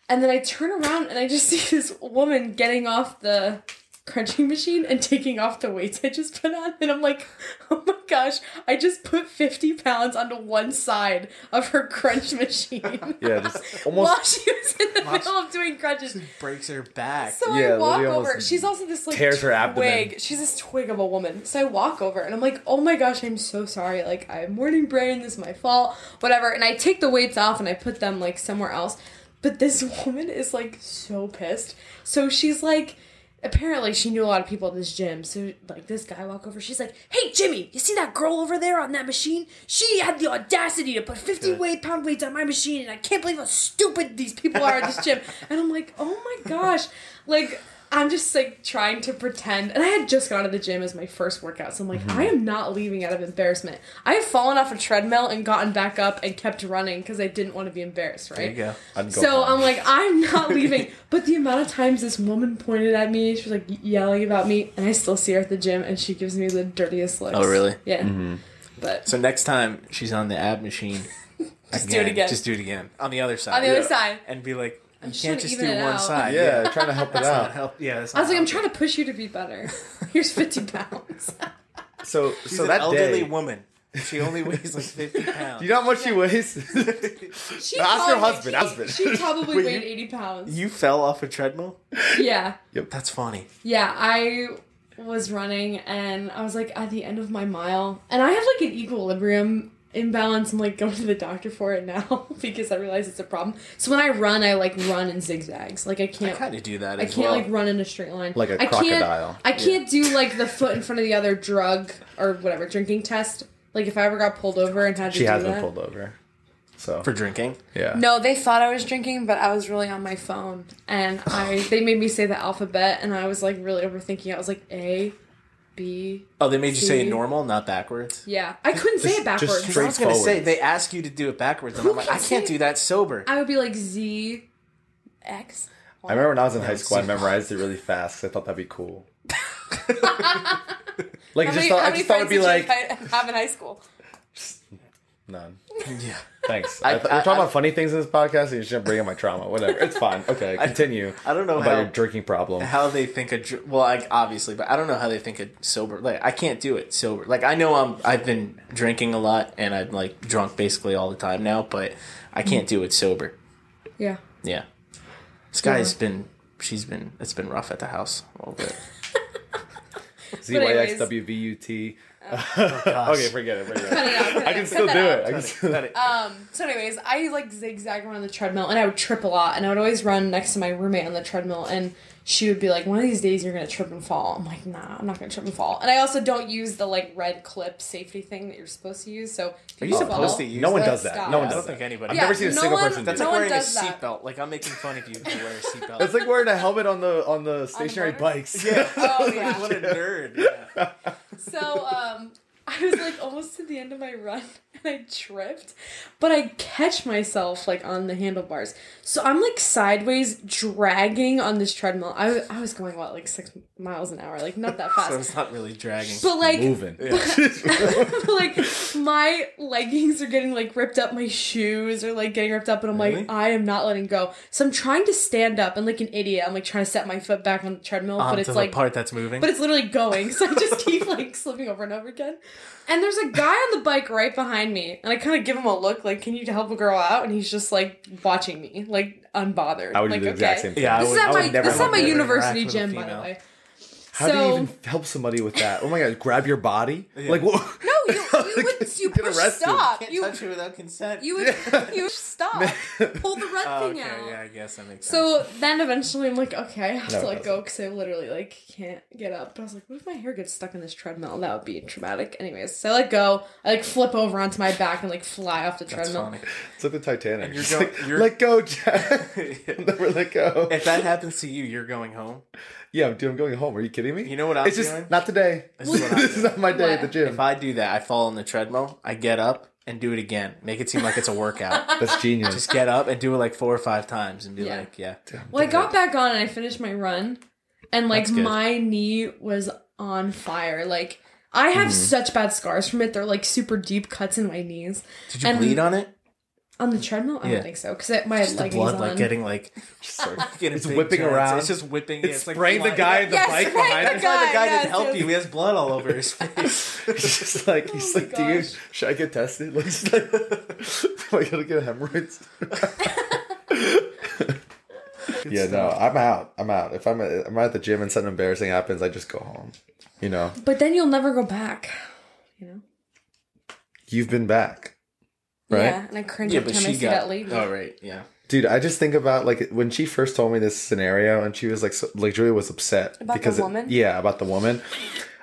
Speaker 2: And then I turn around and I just see this woman getting off the crunching machine and taking off the weights I just put on. And I'm like, oh my gosh, I just put 50 pounds onto one side of her crunch machine.
Speaker 1: Yeah, just almost
Speaker 2: While she was in the middle of doing crunches.
Speaker 3: Breaks her back.
Speaker 2: So
Speaker 1: Yeah,
Speaker 2: I walk
Speaker 1: Lily
Speaker 2: over.
Speaker 1: almost
Speaker 2: She's also this like
Speaker 1: tears her abdomen.
Speaker 2: twig. She's this twig of a woman. So I walk over and I'm like, oh my gosh, I'm so sorry. Like I have morning brain. This is my fault. Whatever. And I take the weights off and I put them like somewhere else. But this woman is like so pissed. So she's like. Apparently, she knew a lot of people at this gym. So, like, this guy walk over. She's like, "Hey, Jimmy, you see that girl over there on that machine? She had the audacity to put fifty weight pound weights on my machine, and I can't believe how stupid these people are at this gym." And I'm like, "Oh my gosh!" Like, I'm just like trying to pretend. And I had just gone to the gym as my first workout, so I'm like,
Speaker 3: Mm-hmm.
Speaker 2: I am not leaving out of embarrassment. I have fallen off a treadmill and gotten back up and kept running because I didn't want to be embarrassed, right?
Speaker 3: There you go.
Speaker 1: I'd go
Speaker 2: so
Speaker 1: home.
Speaker 2: I'm like, I'm not leaving. but the amount of times this woman pointed at me, she was like yelling about me, and I still see her at the gym, and she gives me the dirtiest looks.
Speaker 3: Oh, really?
Speaker 2: Yeah. But
Speaker 3: So next time she's on the ab machine,
Speaker 2: just do it again.
Speaker 3: Just do it again on the other side.
Speaker 2: on the other side.
Speaker 3: and be like, you
Speaker 2: just trying
Speaker 3: can't
Speaker 2: to
Speaker 3: just do
Speaker 2: even
Speaker 3: one
Speaker 2: it out.
Speaker 3: side.
Speaker 1: yeah, trying to help it
Speaker 3: Not
Speaker 1: out.
Speaker 3: help. Yeah, that's
Speaker 2: I was
Speaker 3: not
Speaker 2: like, I'm
Speaker 3: helpful.
Speaker 2: trying to push you to be better. Here's 50 pounds.
Speaker 1: So
Speaker 3: She's
Speaker 1: so
Speaker 3: an
Speaker 1: that
Speaker 3: elderly
Speaker 1: day,
Speaker 3: woman. She only weighs like 50 pounds.
Speaker 1: you know how much she weighs?
Speaker 2: She
Speaker 1: Ask her
Speaker 2: probably-
Speaker 1: husband, husband.
Speaker 2: She probably
Speaker 3: Wait,
Speaker 2: weighed
Speaker 3: you-
Speaker 2: 80 pounds.
Speaker 3: you fell off a treadmill?
Speaker 2: Yeah.
Speaker 3: That's funny.
Speaker 2: Yeah, I was running and I was like at the end of my mile, and I have like an equilibrium imbalance. I'm like going to the doctor for it now because I realize it's a problem. So when I run, I like run in zigzags. Like I
Speaker 3: I
Speaker 2: can't. I
Speaker 3: kind of do that as
Speaker 2: can't
Speaker 3: well.
Speaker 2: like run in a straight line.
Speaker 1: Like a
Speaker 2: I can't-
Speaker 1: crocodile.
Speaker 2: I can't do like the foot in front of the other drug or whatever drinking test. Like if I ever got pulled over and had to
Speaker 1: she
Speaker 2: do
Speaker 1: has been
Speaker 2: that.
Speaker 1: pulled over. So
Speaker 3: for drinking.
Speaker 1: yeah.
Speaker 2: No, they thought I was drinking, but I was really on my phone, and I they made me say the alphabet, and I was like really overthinking. it. I was like A, B.
Speaker 3: Oh, they made you say
Speaker 2: See?
Speaker 3: it normal, not backwards.
Speaker 2: Yeah, I couldn't say it
Speaker 1: just
Speaker 2: backwards.
Speaker 1: straight-
Speaker 3: I was gonna say
Speaker 1: Straightforward.
Speaker 3: they ask you to do it backwards, and
Speaker 2: Who
Speaker 3: I'm like,
Speaker 2: can
Speaker 3: I can't
Speaker 2: say-
Speaker 3: do that sober.
Speaker 2: I would be like Z, X.
Speaker 1: I remember when I was in high
Speaker 3: it's
Speaker 1: school, I
Speaker 3: so-
Speaker 1: memorized it really fast. 'cause I thought that'd be cool. like I
Speaker 2: How
Speaker 1: just
Speaker 2: many-
Speaker 1: thought,
Speaker 2: how
Speaker 1: I
Speaker 2: many
Speaker 1: just thought it'd be
Speaker 2: friends
Speaker 1: like
Speaker 2: did you hi- have in high school.
Speaker 1: none.
Speaker 3: yeah,
Speaker 1: Thanks. I, th-
Speaker 3: I-
Speaker 1: we're talking
Speaker 3: I-
Speaker 1: about funny things in this podcast, and you shouldn't bring up my trauma. Whatever, it's fine. Okay, continue.
Speaker 3: I don't know
Speaker 1: about
Speaker 3: how-
Speaker 1: your drinking problem.
Speaker 3: how they think a dr- well, like obviously, but I don't know how they think a sober. Like I can't do it sober. Like I know I'm I've been drinking a lot and I'm like drunk basically all the time now, but I can't
Speaker 2: Mm.
Speaker 3: do it sober.
Speaker 2: Yeah.
Speaker 3: Yeah, this guy's been she's been it's been rough at the house a little bit.
Speaker 2: anyways.
Speaker 1: ZYXWVUT. okay, forget it. Forget it.
Speaker 2: I
Speaker 1: I can still do it. I can still do it.
Speaker 2: Um, so, anyways, I like zigzag around the treadmill, and I would trip a lot, and I would always run next to my roommate on the treadmill, and she would be like, "One of these days, you're gonna trip and fall." I'm like, "Nah, I'm not gonna trip and fall." And I also don't use the like red clip safety thing that you're supposed to use. So, if
Speaker 3: Are you
Speaker 2: fall-
Speaker 3: supposed to use?
Speaker 1: No one
Speaker 3: that?
Speaker 1: does that. No one
Speaker 3: I
Speaker 1: does
Speaker 3: don't
Speaker 1: that.
Speaker 3: think anybody.
Speaker 1: I've
Speaker 2: Yeah,
Speaker 1: never seen a
Speaker 2: no
Speaker 1: single
Speaker 2: one-
Speaker 1: person
Speaker 3: Um, That's
Speaker 1: do
Speaker 2: no
Speaker 3: like
Speaker 1: that.
Speaker 2: one
Speaker 3: wearing a
Speaker 2: does that.
Speaker 3: seatbelt. Like I'm making fun of you if you wear a seatbelt.
Speaker 1: It's like wearing a helmet on the on the stationary
Speaker 2: motor-
Speaker 1: bikes.
Speaker 3: Yeah.
Speaker 2: Oh yeah.
Speaker 3: what a nerd. Yeah.
Speaker 2: So um, I was like almost to the end of my run and I tripped, but I catch myself like on the handlebars. So I'm like sideways dragging on this treadmill. I, I was going what like six miles an hour, like not that
Speaker 3: So
Speaker 2: fast.
Speaker 3: it's not really dragging.
Speaker 2: but like
Speaker 1: moving.
Speaker 2: but, like my leggings are getting like ripped up my shoes are like getting ripped up and i'm
Speaker 3: Really?
Speaker 2: like i am not letting go so i'm trying to stand up and like an idiot i'm like trying to set my foot back on the treadmill
Speaker 3: Onto
Speaker 2: but it's
Speaker 3: the
Speaker 2: like
Speaker 3: part that's moving.
Speaker 2: but it's literally going so i just keep like slipping over and over again and there's a guy on the bike right behind me and i kind of give him a look like can you help a girl out and he's just like watching me like unbothered
Speaker 1: I would
Speaker 2: like
Speaker 1: do the exact same thing.
Speaker 3: yeah,
Speaker 2: this
Speaker 3: I
Speaker 2: is
Speaker 3: would,
Speaker 2: at
Speaker 3: I would
Speaker 2: my,
Speaker 3: never
Speaker 2: this is at
Speaker 3: would
Speaker 2: my
Speaker 3: never
Speaker 2: university
Speaker 3: interact with
Speaker 2: gym
Speaker 3: a
Speaker 2: by the
Speaker 3: female.
Speaker 2: way
Speaker 5: How do you
Speaker 2: so
Speaker 5: even help somebody with that? Oh my god, grab your body? Like what?
Speaker 2: no you, you would you
Speaker 5: Get
Speaker 2: push
Speaker 5: arrested.
Speaker 2: stop
Speaker 3: Can't
Speaker 2: you
Speaker 3: touch her without consent.
Speaker 2: You would you would stop. Pull the red
Speaker 3: Oh,
Speaker 2: thing
Speaker 3: okay,
Speaker 2: out.
Speaker 3: yeah, I guess that makes sense.
Speaker 2: So then eventually I'm like, okay, I have
Speaker 1: No, it
Speaker 2: to let go because I literally like can't get up. But I was like, what if my hair gets stuck in this treadmill? That would be traumatic. Anyways, so I let go. I like flip over onto my back and like fly off the
Speaker 3: That's
Speaker 2: treadmill.
Speaker 3: funny.
Speaker 1: It's like the Titanic.
Speaker 3: And you're
Speaker 1: It's
Speaker 3: going-
Speaker 1: like,
Speaker 3: you're-
Speaker 1: let go, Jack. Never let go.
Speaker 3: If that happens to you, you're going home.
Speaker 1: Yeah, dude, I'm going home. Are you kidding me?
Speaker 3: You know what I'm
Speaker 1: It's just
Speaker 3: doing?
Speaker 1: not today.
Speaker 3: This is what I
Speaker 1: this is
Speaker 3: do.
Speaker 1: not my day at the
Speaker 2: What?
Speaker 1: gym.
Speaker 3: If I do that, I fall on the treadmill, I get up and do it again. Make it seem like it's a workout.
Speaker 1: That's genius.
Speaker 3: Just get up and do it like four or five times and be
Speaker 2: Yeah.
Speaker 3: like, yeah.
Speaker 2: Well, I got back on and I finished my run, and like
Speaker 3: That's good.
Speaker 2: my knee was on fire. Like I
Speaker 3: Mm-hmm.
Speaker 2: have such bad scars from it. They're like super deep cuts in my knees.
Speaker 3: Did you
Speaker 2: And-
Speaker 3: bleed on it?
Speaker 2: On the treadmill, I
Speaker 3: Yeah.
Speaker 2: don't think so because my
Speaker 3: Just the
Speaker 2: leggings
Speaker 3: blood
Speaker 2: on.
Speaker 3: like getting like getting
Speaker 1: It's
Speaker 3: big
Speaker 1: whipping
Speaker 3: joints.
Speaker 1: around.
Speaker 3: It's just whipping.
Speaker 1: It's
Speaker 3: like
Speaker 1: spraying the
Speaker 3: blood.
Speaker 1: guy in the
Speaker 2: Yes,
Speaker 1: bike
Speaker 2: right,
Speaker 1: behind
Speaker 2: the
Speaker 1: him.
Speaker 3: That's why the guy
Speaker 2: Yes,
Speaker 3: didn't help
Speaker 2: yes.
Speaker 3: you. He has blood all over his face.
Speaker 1: It's just like he's
Speaker 2: Oh my
Speaker 1: like, dude,
Speaker 2: gosh.
Speaker 1: should I get tested? Like, just like am I gonna get hemorrhoids? yeah, no, I'm out. I'm out. If I'm at, I'm at the gym and something embarrassing happens, I just go home. You know,
Speaker 2: But then you'll never go back. You know?
Speaker 1: you've been back, right?
Speaker 2: Yeah, and I cringe every time I see that lady.
Speaker 3: Oh right, yeah.
Speaker 1: Dude, I just think about like when she first told me this scenario, and she was like, so, like Julia was upset
Speaker 2: About the
Speaker 1: because it-
Speaker 2: woman?
Speaker 1: yeah, about the woman.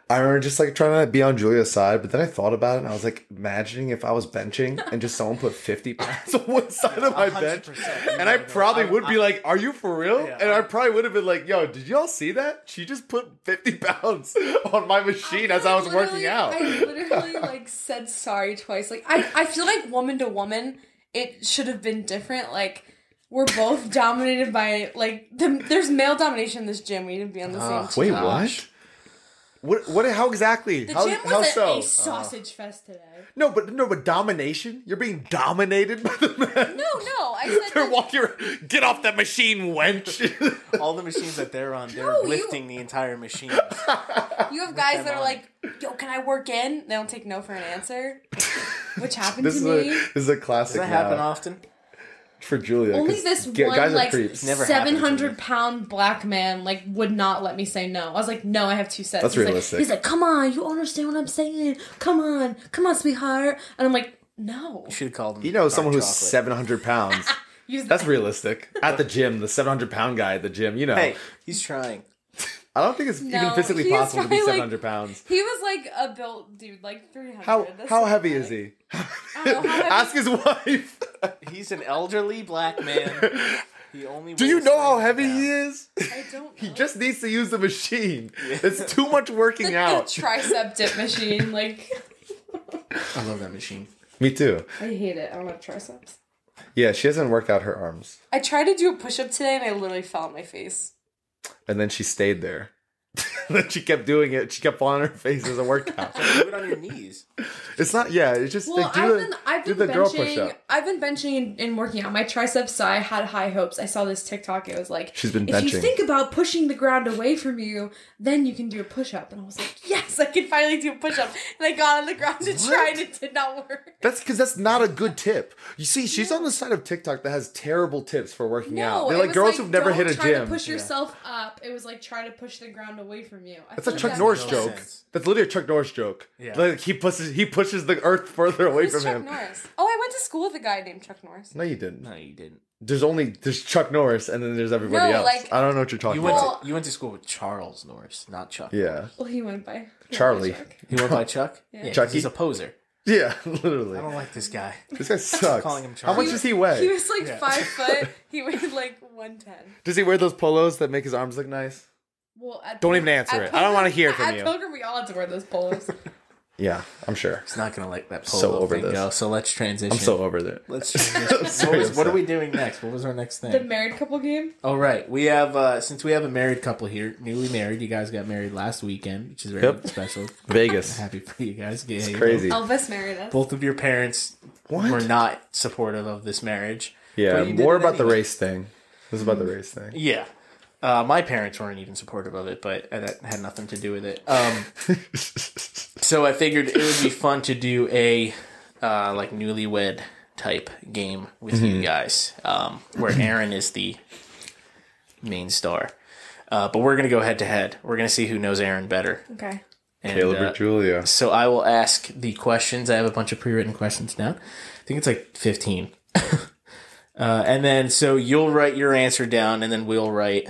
Speaker 1: I remember just like trying to be on Julia's side, but then I thought about it and I was like imagining if I was benching and just someone put fifty pounds on one side of my bench,
Speaker 3: 100%.
Speaker 1: and I probably would be like, "Are you for real?"
Speaker 3: Yeah,
Speaker 1: and I
Speaker 3: I'm-
Speaker 1: probably would have been like, "Yo, did y'all see that? She just put fifty pounds on my machine as I was working
Speaker 2: literally-
Speaker 1: out."
Speaker 2: I literally like said sorry twice. Like I, I feel like woman to woman, it should have been different. Like we're both dominated by like the, there's male domination in this gym. We need to be on the same.
Speaker 3: Ugh.
Speaker 2: team.
Speaker 1: Ah, Wait,
Speaker 3: Gosh.
Speaker 1: what? What? What? How exactly?
Speaker 2: The
Speaker 1: how?
Speaker 2: gym
Speaker 1: how
Speaker 2: was a,
Speaker 1: so? Ah.
Speaker 2: a sausage fest today.
Speaker 1: No, but no, but domination. You're being dominated by the men.
Speaker 2: No, no, I said
Speaker 1: They're
Speaker 2: that-
Speaker 1: walking. around, Get off that machine, wench.
Speaker 3: All the machines that they're on, they're
Speaker 2: No, you-
Speaker 3: lifting the entire machine.
Speaker 2: you have guys that
Speaker 3: on.
Speaker 2: are like, yo, can I work in? They don't take no for an answer, which happened
Speaker 1: this
Speaker 2: to
Speaker 1: is
Speaker 2: me.
Speaker 1: a this is a classic.
Speaker 3: Does that happen
Speaker 1: now
Speaker 3: often?
Speaker 1: for Julia?
Speaker 2: Only
Speaker 1: 'cause
Speaker 2: this
Speaker 1: ga-
Speaker 2: one
Speaker 1: guys are
Speaker 2: like
Speaker 1: creeps.
Speaker 3: Never
Speaker 2: seven
Speaker 3: happened to me.
Speaker 2: hundred pound black man like would not let me say no. I was like, no, I have two sets.
Speaker 1: That's
Speaker 2: he's
Speaker 1: realistic.
Speaker 2: Like, he's like, come on, you understand what I'm saying? Come on, come on, sweetheart. And I'm like, no.
Speaker 3: Should have called them.
Speaker 1: You know,
Speaker 3: dark
Speaker 1: someone who's
Speaker 3: chocolate.
Speaker 1: seven hundred pounds.
Speaker 2: Use
Speaker 1: That's
Speaker 2: that.
Speaker 1: realistic. At the gym, the seven hundred pound guy at the gym. You know,
Speaker 3: Hey, he's trying.
Speaker 1: I don't think it's even
Speaker 2: No,
Speaker 1: physically
Speaker 2: he is
Speaker 1: possible to be
Speaker 2: probably, like-
Speaker 1: seven hundred pounds.
Speaker 2: He was like a built dude, like three hundred.
Speaker 1: How how heavy is he?
Speaker 2: don't know, Oh, how heavy-
Speaker 1: Ask his wife.
Speaker 3: He's an elderly black man. He only.
Speaker 1: Do you
Speaker 3: weighs
Speaker 1: know how
Speaker 3: 300
Speaker 1: heavy he
Speaker 3: pounds.
Speaker 1: is?
Speaker 2: I don't.
Speaker 1: He
Speaker 2: know.
Speaker 1: just needs to use the machine. It's too much working
Speaker 2: the
Speaker 1: out.
Speaker 2: tricep dip machine. Like
Speaker 3: I love that machine.
Speaker 1: Me too.
Speaker 2: I hate it. I don't have triceps.
Speaker 1: Yeah, she hasn't worked out her arms.
Speaker 2: I tried to do a push up today and I literally fell on my face.
Speaker 1: and then she stayed there. then she kept doing it. She kept falling on her face as a workout.
Speaker 3: Do it on your knees.
Speaker 1: it's not. Yeah, it's just
Speaker 2: Well,
Speaker 1: like do
Speaker 2: I've
Speaker 1: the,
Speaker 2: been I've
Speaker 1: do
Speaker 2: been
Speaker 1: the
Speaker 2: benching.
Speaker 1: girl push up.
Speaker 2: I've been benching and, and working out my triceps. So I had high hopes. I saw this TikTok. It was like,
Speaker 1: She's been
Speaker 2: if you
Speaker 1: benching.
Speaker 2: think about pushing the ground away from you, then you can do a push up. And I was like, yes, I can finally do a push up. And I got on the ground to try, and it did not work.
Speaker 1: That's because that's not a good tip. You see, she's on the side of TikTok that has terrible tips for working out. They're
Speaker 2: it
Speaker 1: like
Speaker 2: was
Speaker 1: girls who've never
Speaker 2: don't
Speaker 1: hit a
Speaker 2: try
Speaker 1: gym.
Speaker 2: To push yourself up. It was like try to push the ground away from you. I
Speaker 1: That's a
Speaker 2: feel like
Speaker 1: Chuck
Speaker 2: that
Speaker 1: Norris
Speaker 2: makes
Speaker 3: no
Speaker 1: joke.
Speaker 3: sense.
Speaker 1: That's literally a Chuck Norris joke.
Speaker 3: Yeah.
Speaker 1: Like he pushes he pushes the earth further away
Speaker 2: Who's
Speaker 1: from
Speaker 2: Chuck
Speaker 1: him.
Speaker 2: Norris? Oh, I went to school with a guy named Chuck Norris.
Speaker 1: No, you didn't.
Speaker 3: No, you didn't.
Speaker 1: There's only there's Chuck Norris and then there's everybody
Speaker 2: No,
Speaker 1: else.
Speaker 2: like-
Speaker 1: I don't know what you're talking
Speaker 3: You went.
Speaker 1: about.
Speaker 2: Well-
Speaker 3: to, you went to school with Charles Norris, not Chuck.
Speaker 1: Yeah.
Speaker 2: Well, he went by he went by
Speaker 1: Charlie.
Speaker 2: Chuck.
Speaker 3: He went by Chuck. Yeah, 'cause
Speaker 1: Chucky?
Speaker 3: He's a poser.
Speaker 1: Yeah, literally.
Speaker 3: I don't like this guy.
Speaker 1: This guy sucks.
Speaker 3: calling him
Speaker 1: How
Speaker 3: Charlie.
Speaker 1: much does he weigh?
Speaker 2: He was like
Speaker 3: Yeah.
Speaker 2: five foot. He weighed like one ten.
Speaker 1: Does he wear those polos that make his arms look nice?
Speaker 2: Well, at
Speaker 1: Don't even answer
Speaker 2: at
Speaker 1: it. I don't wanna hear
Speaker 2: at
Speaker 1: from you.
Speaker 2: Pilgrim, we all had to wear those polos.
Speaker 5: Yeah, I'm sure.
Speaker 3: He's not gonna let that polo
Speaker 5: So over
Speaker 3: thing
Speaker 5: this.
Speaker 3: go. So let's transition.
Speaker 5: I'm so over there.
Speaker 3: let's. Transition. what, was- what are we doing next? What was our next
Speaker 2: The
Speaker 3: thing?
Speaker 2: married couple game.
Speaker 3: All right, we have uh since we have a married couple here, newly married. You guys got married last weekend, which is very
Speaker 5: Yep.
Speaker 3: special.
Speaker 5: Vegas.
Speaker 3: Happy for you guys. Yeah, you know,
Speaker 5: Crazy.
Speaker 2: Elvis married us.
Speaker 3: Both of your parents
Speaker 5: What?
Speaker 3: were not supportive of this marriage.
Speaker 5: Yeah,
Speaker 3: But you did
Speaker 5: more
Speaker 3: it
Speaker 5: about the
Speaker 3: anyway.
Speaker 5: race thing. This is about the race thing.
Speaker 3: Yeah. Uh, my parents weren't even supportive of it, but that had nothing to do with it. Um, so I figured it would be fun to do a uh, like newlywed type game with
Speaker 5: Mm-hmm.
Speaker 3: you guys, um, where Aaron is the main star. Uh, but we're gonna go head to head. We're gonna see who knows Aaron better.
Speaker 2: Okay.
Speaker 3: And,
Speaker 5: Caleb
Speaker 3: uh,
Speaker 5: or Julia.
Speaker 3: so I will ask the questions. I have a bunch of pre-written questions now. I think it's like 15. uh, and then so you'll write your answer down and then we'll write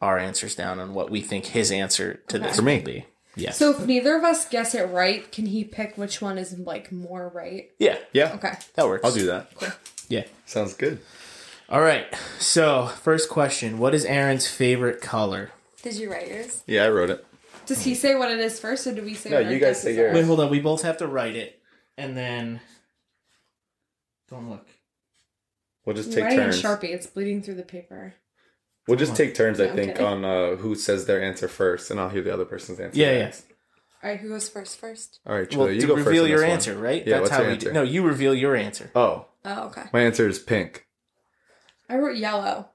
Speaker 3: our answers down on what we think his answer to this
Speaker 5: For me.
Speaker 3: will be. Yeah.
Speaker 2: So if neither of us guess it right, can he pick which one is like more right?
Speaker 3: yeah.
Speaker 5: Yeah.
Speaker 2: Okay.
Speaker 3: That works.
Speaker 5: I'll do that.
Speaker 3: Yeah.
Speaker 1: Sounds good.
Speaker 3: All right. So, first question, what is Aaron's favorite color?
Speaker 2: Did you write yours?
Speaker 5: Yeah, I wrote it.
Speaker 2: Does he say what it is first, or do we say?
Speaker 1: No,
Speaker 2: what our
Speaker 1: you guys say
Speaker 2: guesses
Speaker 1: yours.
Speaker 2: are?
Speaker 3: Wait, hold on. We both have to write it and then don't look.
Speaker 1: We'll just
Speaker 2: You're
Speaker 1: take
Speaker 2: writing on
Speaker 1: turns.
Speaker 2: Sharpie. It's bleeding through the paper.
Speaker 1: We'll just take turns, I
Speaker 2: Yeah,
Speaker 1: think,
Speaker 2: okay.
Speaker 1: on uh, who says their answer first, and I'll hear the other person's answer.
Speaker 3: Yeah, yeah.
Speaker 1: next.
Speaker 2: All right, who goes first? First.
Speaker 1: All right, Julia,
Speaker 3: Well,
Speaker 1: you
Speaker 3: to
Speaker 1: go first.
Speaker 3: reveal
Speaker 1: on
Speaker 3: your
Speaker 1: this one.
Speaker 3: answer, right?
Speaker 1: Yeah,
Speaker 3: That's
Speaker 1: what's
Speaker 3: how
Speaker 1: your
Speaker 3: we
Speaker 1: answer?
Speaker 3: do. No, you reveal your answer.
Speaker 1: Oh,
Speaker 2: Oh, okay.
Speaker 1: my answer is pink.
Speaker 2: I wrote yellow.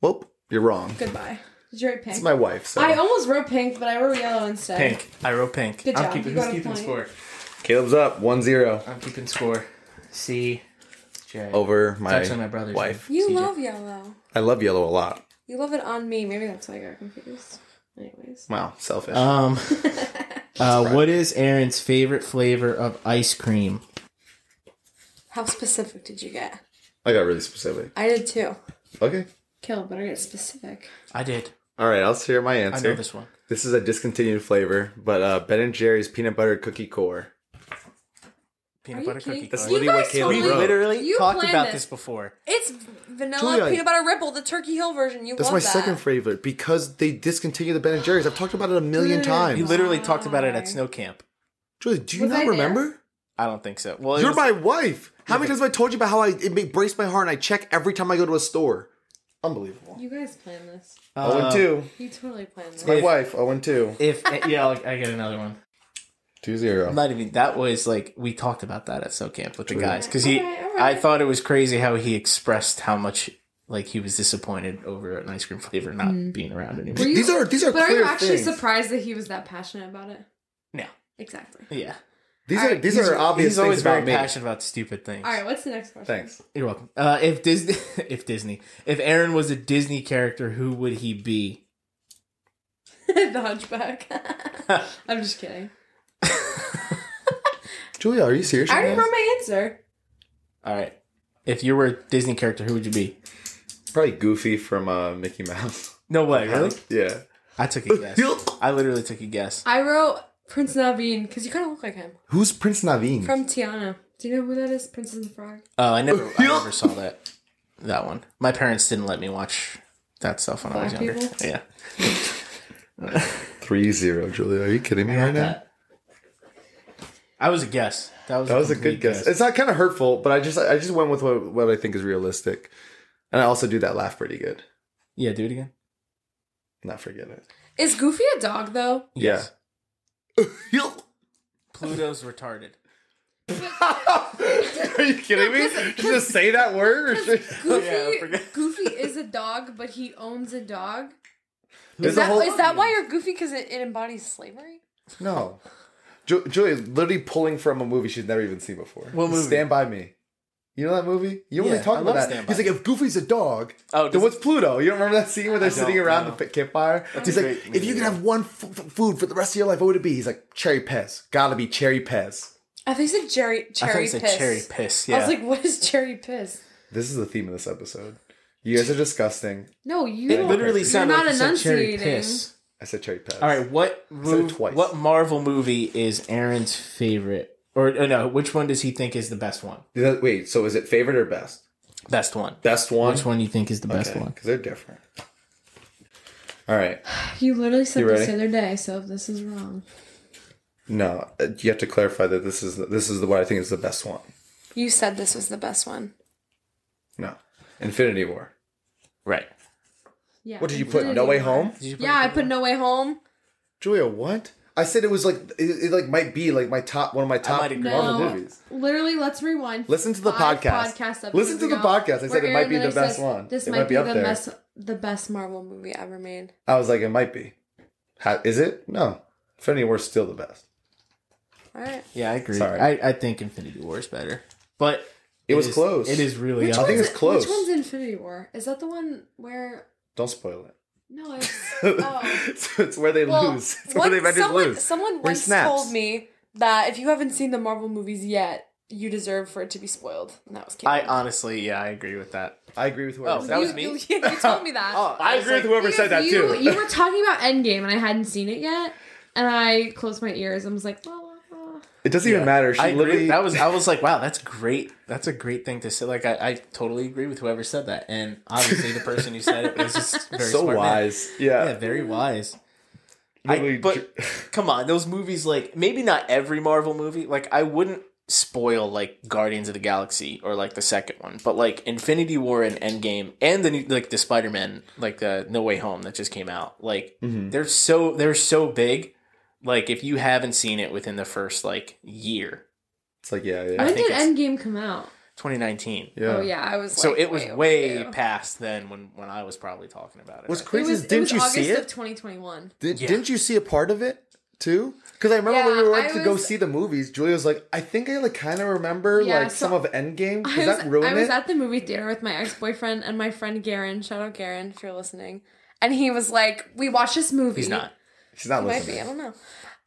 Speaker 1: Well, you're wrong.
Speaker 2: Goodbye. Did you write pink?
Speaker 1: It's my wife. So
Speaker 2: I almost wrote pink, but I wrote yellow instead.
Speaker 3: Pink. I wrote pink.
Speaker 2: Good
Speaker 3: I'm
Speaker 2: job.
Speaker 3: keeping,
Speaker 2: You got
Speaker 3: who's
Speaker 2: a
Speaker 3: keeping
Speaker 2: point.
Speaker 3: score?
Speaker 1: Caleb's up one zero
Speaker 3: I'm keeping score. C. J.
Speaker 1: over
Speaker 3: It's actually my
Speaker 1: Oh, my.
Speaker 3: brother's
Speaker 1: wife.
Speaker 3: name.
Speaker 2: You
Speaker 3: CJ.
Speaker 2: love yellow.
Speaker 1: I love yellow a lot.
Speaker 2: You love it on me. Maybe that's why I got confused. Anyways.
Speaker 1: Wow, selfish.
Speaker 3: Um. uh, what is Aaron's favorite flavor of ice cream?
Speaker 2: How specific did you get?
Speaker 1: I got really specific.
Speaker 2: I did too.
Speaker 1: Okay.
Speaker 2: Kill, better get specific.
Speaker 3: I did.
Speaker 1: All right, I'll share my
Speaker 3: I
Speaker 1: answer.
Speaker 3: know
Speaker 1: this.
Speaker 3: this one.
Speaker 1: is a discontinued flavor, but uh, Ben and Jerry's peanut butter cookie core.
Speaker 3: Peanut
Speaker 2: you
Speaker 3: butter
Speaker 2: kidding?
Speaker 3: cookie.
Speaker 1: That's
Speaker 3: crust.
Speaker 2: You
Speaker 1: literally what
Speaker 2: guys
Speaker 1: Caleb
Speaker 3: we
Speaker 2: totally-
Speaker 1: wrote.
Speaker 3: literally
Speaker 2: You
Speaker 3: talked
Speaker 2: planned
Speaker 3: about
Speaker 2: this.
Speaker 3: this before.
Speaker 2: It's vanilla
Speaker 1: Julia,
Speaker 2: peanut butter ripple, the Turkey Hill version. You
Speaker 1: That's
Speaker 2: love
Speaker 1: my
Speaker 2: that.
Speaker 1: second favorite because they discontinued the Ben and Jerry's. I've talked about it a million
Speaker 2: Dude.
Speaker 3: We
Speaker 1: times.
Speaker 3: literally talked about it
Speaker 2: Why?
Speaker 3: at snow camp.
Speaker 1: Julie, do you
Speaker 2: Was I
Speaker 1: not
Speaker 2: there?
Speaker 1: remember?
Speaker 3: I don't think so. Well, it
Speaker 1: You're
Speaker 3: was-
Speaker 1: my wife. How many times have I told you about how I it ma- braced my heart and I check every time I go to a store? Unbelievable.
Speaker 2: You guys planned this.
Speaker 1: Oh and
Speaker 3: Uh,
Speaker 1: two.
Speaker 2: You totally planned this.
Speaker 1: My wife. Oh and two.
Speaker 3: If eh, yeah, I'll- I get another one.
Speaker 1: Two zero.
Speaker 3: I'm not even. That was like we talked about that at so camp with the guys because he.
Speaker 2: Okay, all
Speaker 3: I
Speaker 2: right.
Speaker 3: thought it was crazy how he expressed how much like he was disappointed over an ice cream flavor not
Speaker 2: Mm.
Speaker 3: being around anymore.
Speaker 2: Were you-
Speaker 1: These are these are
Speaker 2: But are you
Speaker 1: clear
Speaker 2: actually
Speaker 1: things.
Speaker 2: surprised that he was that passionate about it?
Speaker 3: No.
Speaker 2: Exactly.
Speaker 3: Yeah,
Speaker 1: These
Speaker 2: All
Speaker 1: are
Speaker 2: right,
Speaker 1: these
Speaker 2: he's-
Speaker 1: are obvious
Speaker 3: he's always
Speaker 1: things
Speaker 3: very
Speaker 1: about me.
Speaker 3: passionate about stupid things.
Speaker 2: All right, what's the next question?
Speaker 1: Thanks.
Speaker 3: You're welcome. Uh, if Disney, if Disney, if Aaron was a Disney character, who would he be?
Speaker 2: the Hunchback. I'm just kidding.
Speaker 1: Julia, are you serious?
Speaker 2: I already
Speaker 1: right
Speaker 2: wrote
Speaker 1: now?
Speaker 2: my answer.
Speaker 3: All right, if you were a Disney character, who would you be?
Speaker 1: Probably Goofy from uh, Mickey Mouse.
Speaker 3: No way, really?
Speaker 1: Yeah.
Speaker 3: I took a guess. I literally took a guess.
Speaker 2: I wrote Prince Naveen because you kind of look like him
Speaker 1: Who's Prince Naveen?
Speaker 2: from Tiana. Do you know who that is? Princess and the Frog.
Speaker 3: Oh, I never, I never saw that. That one. My parents didn't let me watch that stuff when I was
Speaker 2: Black
Speaker 3: younger.
Speaker 2: people?
Speaker 3: Yeah.
Speaker 1: Three zero. Julia, are you kidding me right now?
Speaker 3: I was a guess. That was
Speaker 1: That was a
Speaker 3: complete
Speaker 1: good guess. It's not kind of hurtful, but I just I just went with what, what I think is realistic, and I also do that laugh pretty good.
Speaker 3: Yeah, do it again.
Speaker 1: Not forget it.
Speaker 2: Is Goofy a dog though?
Speaker 1: Yeah.
Speaker 3: Pluto's retarded.
Speaker 1: Are you kidding me? Did you just say that word? Or should-
Speaker 2: Goofy,
Speaker 3: I forgot.
Speaker 2: Goofy is a dog, but he owns a dog.
Speaker 1: There's
Speaker 2: Is
Speaker 1: a
Speaker 2: that,
Speaker 1: whole-
Speaker 2: is that why you're Goofy? Because it, it embodies slavery.
Speaker 1: no. Ju- Julia literally pulling from a movie she's never even seen before.
Speaker 3: What movie?
Speaker 1: Stand by me. You know that movie? You
Speaker 3: Yeah,
Speaker 1: only talk
Speaker 3: I
Speaker 1: about
Speaker 3: love
Speaker 1: that.
Speaker 3: Stand By
Speaker 1: He's like,
Speaker 3: Me.
Speaker 1: if Goofy's a dog,
Speaker 3: Oh,
Speaker 1: then
Speaker 3: does-
Speaker 1: what's Pluto? You don't remember that scene where they're
Speaker 3: I don't,
Speaker 1: sitting around
Speaker 3: no.
Speaker 1: the f- campfire? He's
Speaker 3: a
Speaker 1: like,
Speaker 3: great
Speaker 1: if you
Speaker 3: movie,
Speaker 1: could have one f- f- food for the rest of your life, what would it be? He's like, cherry pez. Gotta be cherry pez.
Speaker 2: I think it's a cherry
Speaker 3: I thought
Speaker 2: cherry
Speaker 3: you said
Speaker 2: piss.
Speaker 3: cherry piss.
Speaker 2: I
Speaker 3: Yeah.
Speaker 2: was like, what is cherry piss?
Speaker 1: This is the theme of this episode. You guys are disgusting.
Speaker 2: No, you
Speaker 3: it literally
Speaker 2: you're
Speaker 3: sounded
Speaker 2: not
Speaker 3: like you said cherry
Speaker 2: enunciating.
Speaker 3: piss.
Speaker 1: I said cherry pez.
Speaker 3: All right, what mov-
Speaker 1: twice.
Speaker 3: What Marvel movie is Aaron's favorite? Or uh, no, which one does he think is the best one?
Speaker 1: Wait, so is it favorite or best?
Speaker 3: Best one.
Speaker 1: Best one?
Speaker 3: Which one do you think is the best one?
Speaker 1: Because they're different. All right.
Speaker 2: You literally said
Speaker 1: You
Speaker 2: this
Speaker 1: ready?
Speaker 2: the other day, so if this is wrong.
Speaker 1: No, uh, you have to clarify that this is this is the what I think is the best one.
Speaker 6: You said this was the best one.
Speaker 1: No, Infinity War.
Speaker 3: Right.
Speaker 6: Yeah.
Speaker 7: What did you put? No Way Home?
Speaker 6: Yeah, I put No Way Home.
Speaker 7: Julia, what?
Speaker 1: I said it was like it, it like might be like my top one of my top
Speaker 3: might agree.
Speaker 1: Marvel
Speaker 2: No.
Speaker 1: movies.
Speaker 2: Literally, let's rewind.
Speaker 7: Listen to the
Speaker 2: five
Speaker 7: podcast.
Speaker 2: podcast
Speaker 7: Listen to the
Speaker 2: episodes ago,
Speaker 7: podcast. I
Speaker 2: where
Speaker 1: said it might
Speaker 2: Aaron
Speaker 1: be the
Speaker 2: literally
Speaker 1: best
Speaker 2: says,
Speaker 1: one.
Speaker 2: This
Speaker 1: It
Speaker 2: might,
Speaker 1: might
Speaker 2: be,
Speaker 1: be up
Speaker 2: the
Speaker 1: there."
Speaker 2: best, the best Marvel movie ever made.
Speaker 1: I was like, it might be. Ha is it? No, Infinity War's still the best.
Speaker 6: All right.
Speaker 3: Yeah, I agree.
Speaker 1: Sorry.
Speaker 3: I, I think Infinity War is better, but
Speaker 1: It was
Speaker 3: is-
Speaker 1: close.
Speaker 3: It is really.
Speaker 1: I
Speaker 3: up
Speaker 1: think
Speaker 3: there.
Speaker 1: it's close.
Speaker 2: Which one's Infinity War? Is that the one where?
Speaker 1: Don't spoil it.
Speaker 2: No, it's oh.
Speaker 1: so it's where they
Speaker 6: Well,
Speaker 1: lose. It's
Speaker 6: one-
Speaker 1: where they managed to
Speaker 6: someone,
Speaker 1: lose.
Speaker 6: someone
Speaker 7: he
Speaker 6: once
Speaker 7: snaps.
Speaker 6: told me that if you haven't seen the Marvel movies yet, you deserve for it to be spoiled. And that was Caitlin.
Speaker 3: I
Speaker 1: uh,
Speaker 3: honestly, yeah, I agree with that.
Speaker 1: I agree with whoever.
Speaker 3: Oh,
Speaker 1: said
Speaker 3: that
Speaker 6: you,
Speaker 1: it.
Speaker 3: was me?
Speaker 6: You, you told me that.
Speaker 1: Oh, I agree with whoever said that
Speaker 2: you,
Speaker 1: too.
Speaker 2: You were talking about Endgame, and I hadn't seen it yet, and I closed my ears. I was like, uh, blah, blah, blah.
Speaker 1: It doesn't even matter. She
Speaker 3: I agree.
Speaker 1: literally
Speaker 3: That was I was like, wow, that's great. That's a great thing to say. Like I, I totally agree with whoever said that, and obviously the person who said it was just very
Speaker 1: so
Speaker 3: smart man.
Speaker 1: wise. Yeah.
Speaker 3: Yeah, very wise. I-
Speaker 1: Literally
Speaker 3: but come on, those movies like maybe not every Marvel movie. Like I wouldn't spoil like Guardians of the Galaxy or like the second one, but like Infinity War and Endgame and the new, like the Spider Man like the No Way Home that just came out. Like
Speaker 1: Mm-hmm.
Speaker 3: they're so they're so big. Like if you haven't seen it within the first like year,
Speaker 1: it's like yeah, yeah.
Speaker 2: When
Speaker 3: think
Speaker 2: did
Speaker 3: it's-
Speaker 2: Endgame come out?
Speaker 3: 2019.
Speaker 1: yeah.
Speaker 2: Oh yeah, I was.
Speaker 3: So
Speaker 2: like,
Speaker 3: it was way,
Speaker 2: overdue.
Speaker 3: past then when when I was probably talking about it.
Speaker 7: What's
Speaker 3: I
Speaker 2: It
Speaker 7: crazy
Speaker 2: was.
Speaker 7: is
Speaker 2: it
Speaker 7: didn't
Speaker 2: was
Speaker 7: you
Speaker 2: August
Speaker 7: see
Speaker 2: of
Speaker 7: it?
Speaker 2: 2021.
Speaker 7: Did,
Speaker 3: Yeah.
Speaker 7: Didn't you see a part of it too? Because I remember when we
Speaker 2: Yeah,
Speaker 7: went
Speaker 2: I
Speaker 7: to go
Speaker 2: was-
Speaker 7: see the movies, Julia was like, "I think I like kind of remember
Speaker 2: Yeah,
Speaker 7: like
Speaker 2: so-
Speaker 7: some of Endgame." Does
Speaker 2: I was,
Speaker 7: that ruin
Speaker 2: I was
Speaker 7: it?
Speaker 2: at the movie theater with my ex boyfriend and my friend Garen. Shout out Garen if you're listening. And he was like, "We watched this movie."
Speaker 3: He's not.
Speaker 1: She's not
Speaker 6: It might be.
Speaker 1: listening.
Speaker 6: I don't know.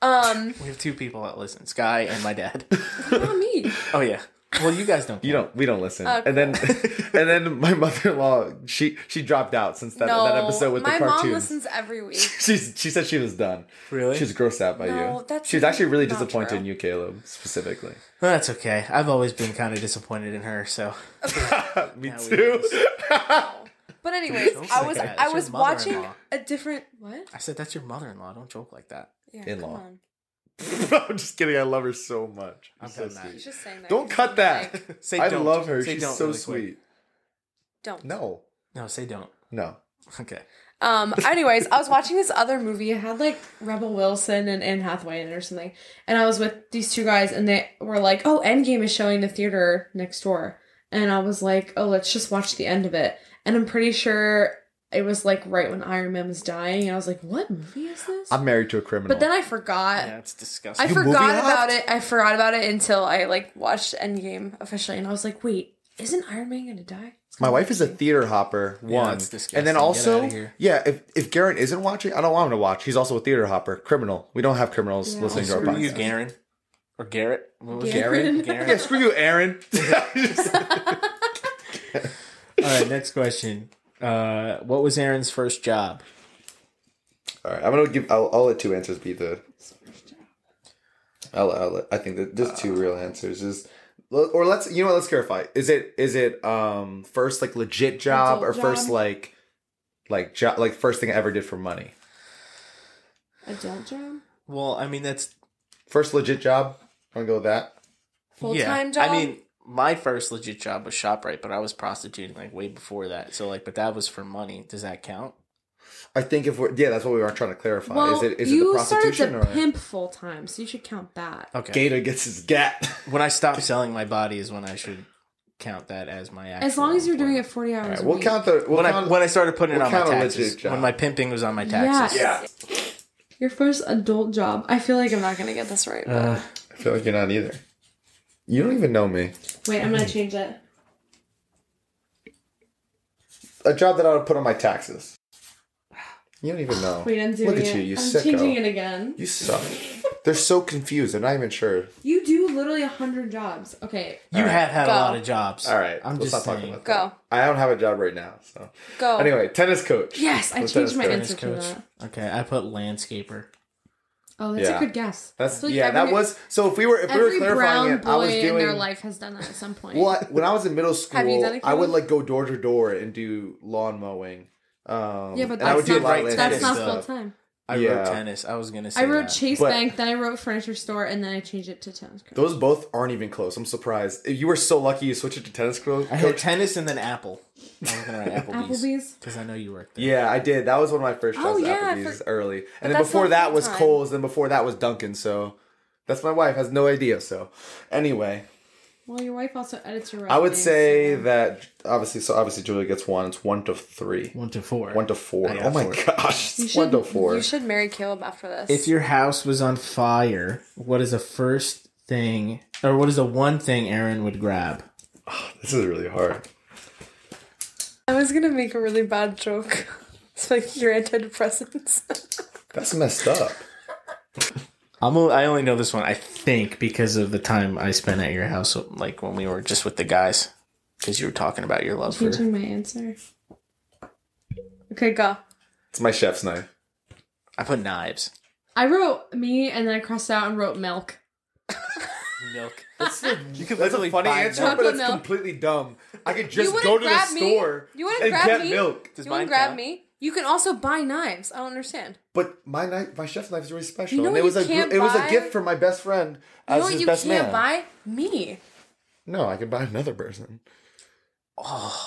Speaker 6: Um,
Speaker 3: We have two people that listen: Sky and my dad.
Speaker 2: Not me.
Speaker 3: oh yeah. Well, you guys don't.
Speaker 1: You don't. We don't listen. And then, and then my mother-in-law she she dropped out since that,
Speaker 6: no.
Speaker 1: that episode with
Speaker 6: my
Speaker 1: the
Speaker 6: mom
Speaker 1: cartoons.
Speaker 6: listens every week.
Speaker 1: She's she said she was done.
Speaker 3: Really?
Speaker 1: She was grossed out by
Speaker 6: No,
Speaker 1: you.
Speaker 6: that's
Speaker 1: she was actually really
Speaker 6: not
Speaker 1: disappointed
Speaker 6: true.
Speaker 1: in you, Caleb, specifically.
Speaker 3: Well, that's okay. I've always been kind of disappointed in her, so
Speaker 1: Me
Speaker 3: we
Speaker 1: too.
Speaker 6: But anyways,
Speaker 3: Don't
Speaker 6: I
Speaker 3: say
Speaker 6: was
Speaker 3: that.
Speaker 6: I
Speaker 3: It's your
Speaker 6: was watching
Speaker 3: mother-in-law.
Speaker 6: a different
Speaker 2: What?
Speaker 3: I said, "That's your mother-in-law. Don't joke like that."
Speaker 6: yeah,
Speaker 1: In-law.
Speaker 6: come on.
Speaker 1: I'm just kidding. I love her so much.
Speaker 3: I'm
Speaker 1: so
Speaker 3: done that.
Speaker 6: He's
Speaker 1: sweet.
Speaker 6: just saying that.
Speaker 1: Don't
Speaker 6: He's
Speaker 1: cut that.
Speaker 6: like,
Speaker 3: Say
Speaker 1: I
Speaker 3: don't.
Speaker 1: love her.
Speaker 3: Say
Speaker 1: She's
Speaker 3: don't
Speaker 1: so
Speaker 3: really quick.
Speaker 1: sweet.
Speaker 6: don't.
Speaker 1: No,
Speaker 3: No, say don't.
Speaker 1: no.
Speaker 3: Okay.
Speaker 6: Um. Anyways, I was watching this other movie.
Speaker 2: Movie it had like Rebel Wilson and Anne Hathaway in it or something, and I was with these two guys, and they were like, "Oh, Endgame is showing in the theater next door," and I was like, "Oh, let's just watch the end of it," and I'm pretty sure it was like right when Iron Man was dying, and I was like, "What movie is this?"
Speaker 1: I'm married to a criminal.
Speaker 2: but then I forgot.
Speaker 3: Yeah, it's disgusting.
Speaker 2: I
Speaker 1: You
Speaker 2: forgot
Speaker 1: movie
Speaker 2: about
Speaker 1: hopped?
Speaker 2: it. I forgot about it until I like watched Endgame officially, and I was like, "Wait, isn't Iron Man gonna die?"
Speaker 1: My wife is a theater hopper. One,
Speaker 3: that's disgusting.
Speaker 1: and then
Speaker 3: Get
Speaker 1: also,
Speaker 3: outta here.
Speaker 1: yeah. If if Garrett isn't watching, I don't want him to watch. He's also a theater hopper, criminal. We don't have criminals
Speaker 2: Yeah.
Speaker 1: listening to our
Speaker 3: Screw you,
Speaker 1: podcast.
Speaker 3: Garen, or Garrett. What was
Speaker 2: Garen.
Speaker 3: Garen? Garen.
Speaker 1: Yeah, screw you, Aaron.
Speaker 3: All right. Next question. Uh, what was Aaron's first job?
Speaker 1: All right, I'm gonna give. I'll, I'll let two answers be the. I'll, I'll let, I think that there's
Speaker 3: Uh.
Speaker 1: two real answers. Is or let's you know what? Let's clarify. Is it is it um first like legit job
Speaker 2: Adult
Speaker 1: or first
Speaker 2: job.
Speaker 1: like like job like first thing I ever did for money?
Speaker 2: Adult job,
Speaker 3: Well, I mean, that's
Speaker 1: First legit job. I'm gonna go with that.
Speaker 6: full time job.
Speaker 3: I mean, my first legit job was Shoprite, but I was prostituting like way before that. So like, but that was for money. Does that count?
Speaker 1: I think if we're yeah, that's what we were trying to clarify.
Speaker 2: Well,
Speaker 1: Uh, is it is it the
Speaker 2: you
Speaker 1: prostitution
Speaker 2: started to
Speaker 1: or
Speaker 2: pimp full time, so you should count that.
Speaker 3: Okay.
Speaker 1: Gator gets his gat?
Speaker 3: When I stop selling my body is when I should count that as my. Actual
Speaker 2: As long as you're doing it forty hours.
Speaker 1: All right,
Speaker 2: a
Speaker 1: we'll
Speaker 2: week.
Speaker 1: count the we'll
Speaker 3: when
Speaker 1: count,
Speaker 3: I when I started putting it
Speaker 1: what
Speaker 3: on my
Speaker 1: kind of
Speaker 3: taxes,
Speaker 1: legit job?
Speaker 3: when my pimping was on my taxes.
Speaker 2: Yes. Your first adult job. I feel like I'm not gonna get this right.
Speaker 3: Uh,
Speaker 1: I feel like you're not either. You don't even know me.
Speaker 2: Wait, I'm
Speaker 1: hmm.
Speaker 2: gonna change it.
Speaker 1: A job that I would put on my taxes. You don't even know.
Speaker 2: Wait, I'm doing
Speaker 1: Look
Speaker 2: it.
Speaker 1: at you, you
Speaker 2: I'm
Speaker 1: sicko.
Speaker 2: changing it again.
Speaker 1: You suck. They're so confused. They're not even sure.
Speaker 2: You do literally a hundred jobs. Okay.
Speaker 3: you have had
Speaker 6: Go.
Speaker 3: a lot of jobs.
Speaker 1: All right,
Speaker 3: I'm
Speaker 1: let's
Speaker 3: just
Speaker 1: not talk
Speaker 3: saying.
Speaker 1: about
Speaker 6: go
Speaker 1: I don't have a job right now, so.
Speaker 2: Oh.
Speaker 6: go.
Speaker 1: Anyway, tennis coach.
Speaker 2: Yes, I
Speaker 1: Let's
Speaker 2: changed
Speaker 1: tennis
Speaker 2: my
Speaker 1: coach.
Speaker 2: answer
Speaker 3: Tennis
Speaker 2: for
Speaker 3: coach.
Speaker 2: that.
Speaker 3: Okay, I put landscaper.
Speaker 2: Oh, that's
Speaker 1: Yeah.
Speaker 2: a good guess. I
Speaker 1: That's
Speaker 2: feel like
Speaker 1: yeah. that
Speaker 2: every-
Speaker 1: was so. If we were if we were
Speaker 2: every brown
Speaker 1: clarifying it,
Speaker 2: boy
Speaker 1: I was
Speaker 2: in their
Speaker 1: doing
Speaker 2: life has done that at some point.
Speaker 1: Well, I- when I was in middle
Speaker 6: Have you
Speaker 1: school,
Speaker 6: done it,
Speaker 1: I would
Speaker 6: Caleb?
Speaker 1: like go door to door and do lawn mowing. Um,
Speaker 2: Yeah, but
Speaker 1: and I would
Speaker 2: that's
Speaker 1: do a lot of
Speaker 2: not
Speaker 3: right-
Speaker 1: landscaping
Speaker 2: That's not
Speaker 3: Tennis,
Speaker 1: stuff.
Speaker 2: full time.
Speaker 3: I
Speaker 1: Yeah.
Speaker 3: wrote tennis. I was gonna say
Speaker 8: I wrote
Speaker 3: that.
Speaker 8: Chase
Speaker 1: But-
Speaker 8: Bank, then I wrote furniture store, and then I changed it to tennis court.
Speaker 1: Those both aren't even close. I'm surprised. You were so lucky you switched it to tennis coach.
Speaker 3: I had tennis and then Apple. I was gonna write Applebee's.
Speaker 8: Applebee's.
Speaker 3: Because I know you worked there.
Speaker 1: Yeah, I did. That was one of my first
Speaker 2: Oh,
Speaker 1: jobs at
Speaker 2: yeah, I
Speaker 1: Applebee's
Speaker 2: for-
Speaker 1: early. And then
Speaker 2: that's
Speaker 1: before
Speaker 2: not
Speaker 1: that was
Speaker 2: full-time.
Speaker 1: Cole's, and before that was Duncan, so that's my wife has no idea, so anyway.
Speaker 8: Well, your wife also edits your.
Speaker 1: I would
Speaker 8: resume,
Speaker 1: say
Speaker 8: so-
Speaker 1: that obviously so obviously Julia gets one. It's one to three.
Speaker 3: One to four.
Speaker 1: One to four.
Speaker 3: I got
Speaker 1: Oh my
Speaker 3: four.
Speaker 1: gosh.
Speaker 8: You
Speaker 1: It's one to
Speaker 8: should-
Speaker 1: four.
Speaker 2: You should marry Caleb after this.
Speaker 3: If your house was on fire, what is the first thing, or what is the one thing Aaron would grab?
Speaker 1: This is really hard.
Speaker 2: I was gonna make a really bad joke. It's like your antidepressants.
Speaker 1: That's messed up.
Speaker 3: I'm o- I only know this one, I think, because of the time I spent at your house, like when we were just with the guys, because you were talking about your love for.
Speaker 8: Changing my answer.
Speaker 2: okay, go.
Speaker 1: It's my chef's knife.
Speaker 3: I put knives,
Speaker 8: I wrote me, and then I crossed out and wrote milk.
Speaker 3: milk.
Speaker 1: You could
Speaker 3: That's a literally funny buy answer, milk.
Speaker 8: but it's Chocolate milk.
Speaker 1: completely dumb. I could
Speaker 2: just wouldn't go to the grab me? store You wouldn't and grab get me? milk.
Speaker 3: Does
Speaker 2: you want
Speaker 3: mine
Speaker 2: to grab
Speaker 3: count?
Speaker 2: me? You can also buy knives. I don't understand.
Speaker 1: But my knife, my chef's knife is really special,
Speaker 2: You know
Speaker 1: and it
Speaker 2: what
Speaker 1: was
Speaker 2: you
Speaker 1: a gr-
Speaker 2: can't
Speaker 1: it was a
Speaker 2: buy?
Speaker 1: gift from my best friend
Speaker 2: You
Speaker 1: as
Speaker 2: know what
Speaker 1: his
Speaker 2: you
Speaker 1: best man.
Speaker 2: can't buy? Me.
Speaker 1: No, I could buy another person.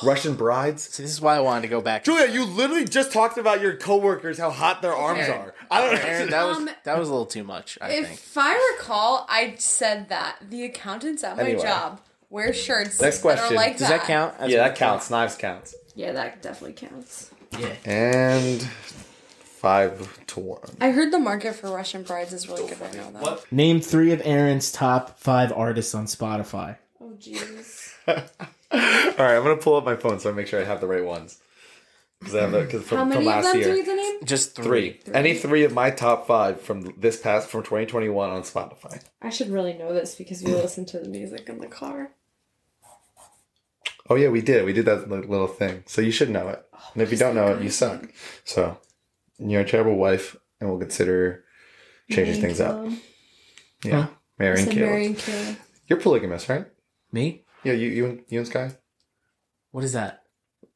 Speaker 1: Russian brides.
Speaker 3: See, this is why I wanted to go back.
Speaker 5: Julia, you literally just talked about your coworkers how hot their arms
Speaker 8: Okay.
Speaker 5: are. I don't know.
Speaker 3: Aaron, that was
Speaker 8: Um,
Speaker 3: that was a little too much. I think.
Speaker 2: If I recall, I said that the accountants at my
Speaker 1: Anyway.
Speaker 2: job wear shirts
Speaker 1: Next
Speaker 2: that
Speaker 1: question.
Speaker 2: are like
Speaker 3: Does that count? as
Speaker 1: yeah,
Speaker 3: one
Speaker 1: that counts. Knives counts.
Speaker 8: Yeah, that definitely counts.
Speaker 1: And five to one.
Speaker 2: I heard the market for Russian brides is really good right now. Though.
Speaker 3: count? Name three of Aaron's top five artists on Spotify.
Speaker 8: Oh jeez.
Speaker 1: All right, I'm gonna pull up my phone so I make sure I have the right ones. Because I have the, cause
Speaker 8: How
Speaker 1: from,
Speaker 8: many
Speaker 1: from
Speaker 8: of
Speaker 1: last
Speaker 8: them do
Speaker 1: year.
Speaker 8: we have to name?
Speaker 3: Just three.
Speaker 1: Three. Any three of my top five from this past from 2021 on Spotify.
Speaker 8: I should really know this because we listen to the music in the car.
Speaker 1: Oh yeah, we did. We did that li- little thing. So you should know it. And if you don't know it, you suck. So you're a terrible wife, and we'll consider changing things up. Yeah,
Speaker 3: Huh?
Speaker 1: marrying
Speaker 8: Said
Speaker 1: Caleb.
Speaker 8: Mary and Caleb.
Speaker 1: You're polygamous, right?
Speaker 3: Me?
Speaker 1: Yeah, you you and, you and Sky.
Speaker 3: What is that?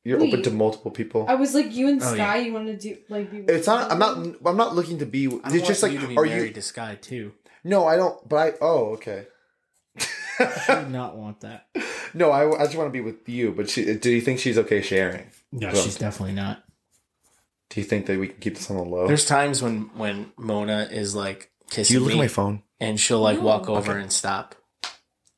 Speaker 1: You're open
Speaker 8: Wait.
Speaker 1: to multiple people.
Speaker 8: I was like, you and
Speaker 3: Oh,
Speaker 8: Sky, you want to do like be.
Speaker 1: it's not. I'm not. I'm not looking to be.
Speaker 3: I
Speaker 1: It's
Speaker 3: want
Speaker 1: just like,
Speaker 3: you to be
Speaker 1: are
Speaker 3: married
Speaker 1: you?
Speaker 3: to Sky too.
Speaker 1: No, I don't. But I. Oh, okay.
Speaker 3: I do not want that.
Speaker 1: No, I, I just want to be with you. But she, do you think she's okay sharing?
Speaker 3: No,
Speaker 1: Well.
Speaker 3: she's definitely not.
Speaker 1: Do you think that we can keep this on the low?
Speaker 3: There's times when when Mona is like
Speaker 1: do
Speaker 3: kissing
Speaker 1: you look
Speaker 3: me,
Speaker 1: at my phone?
Speaker 3: and she'll like
Speaker 8: No.
Speaker 3: walk over and stop.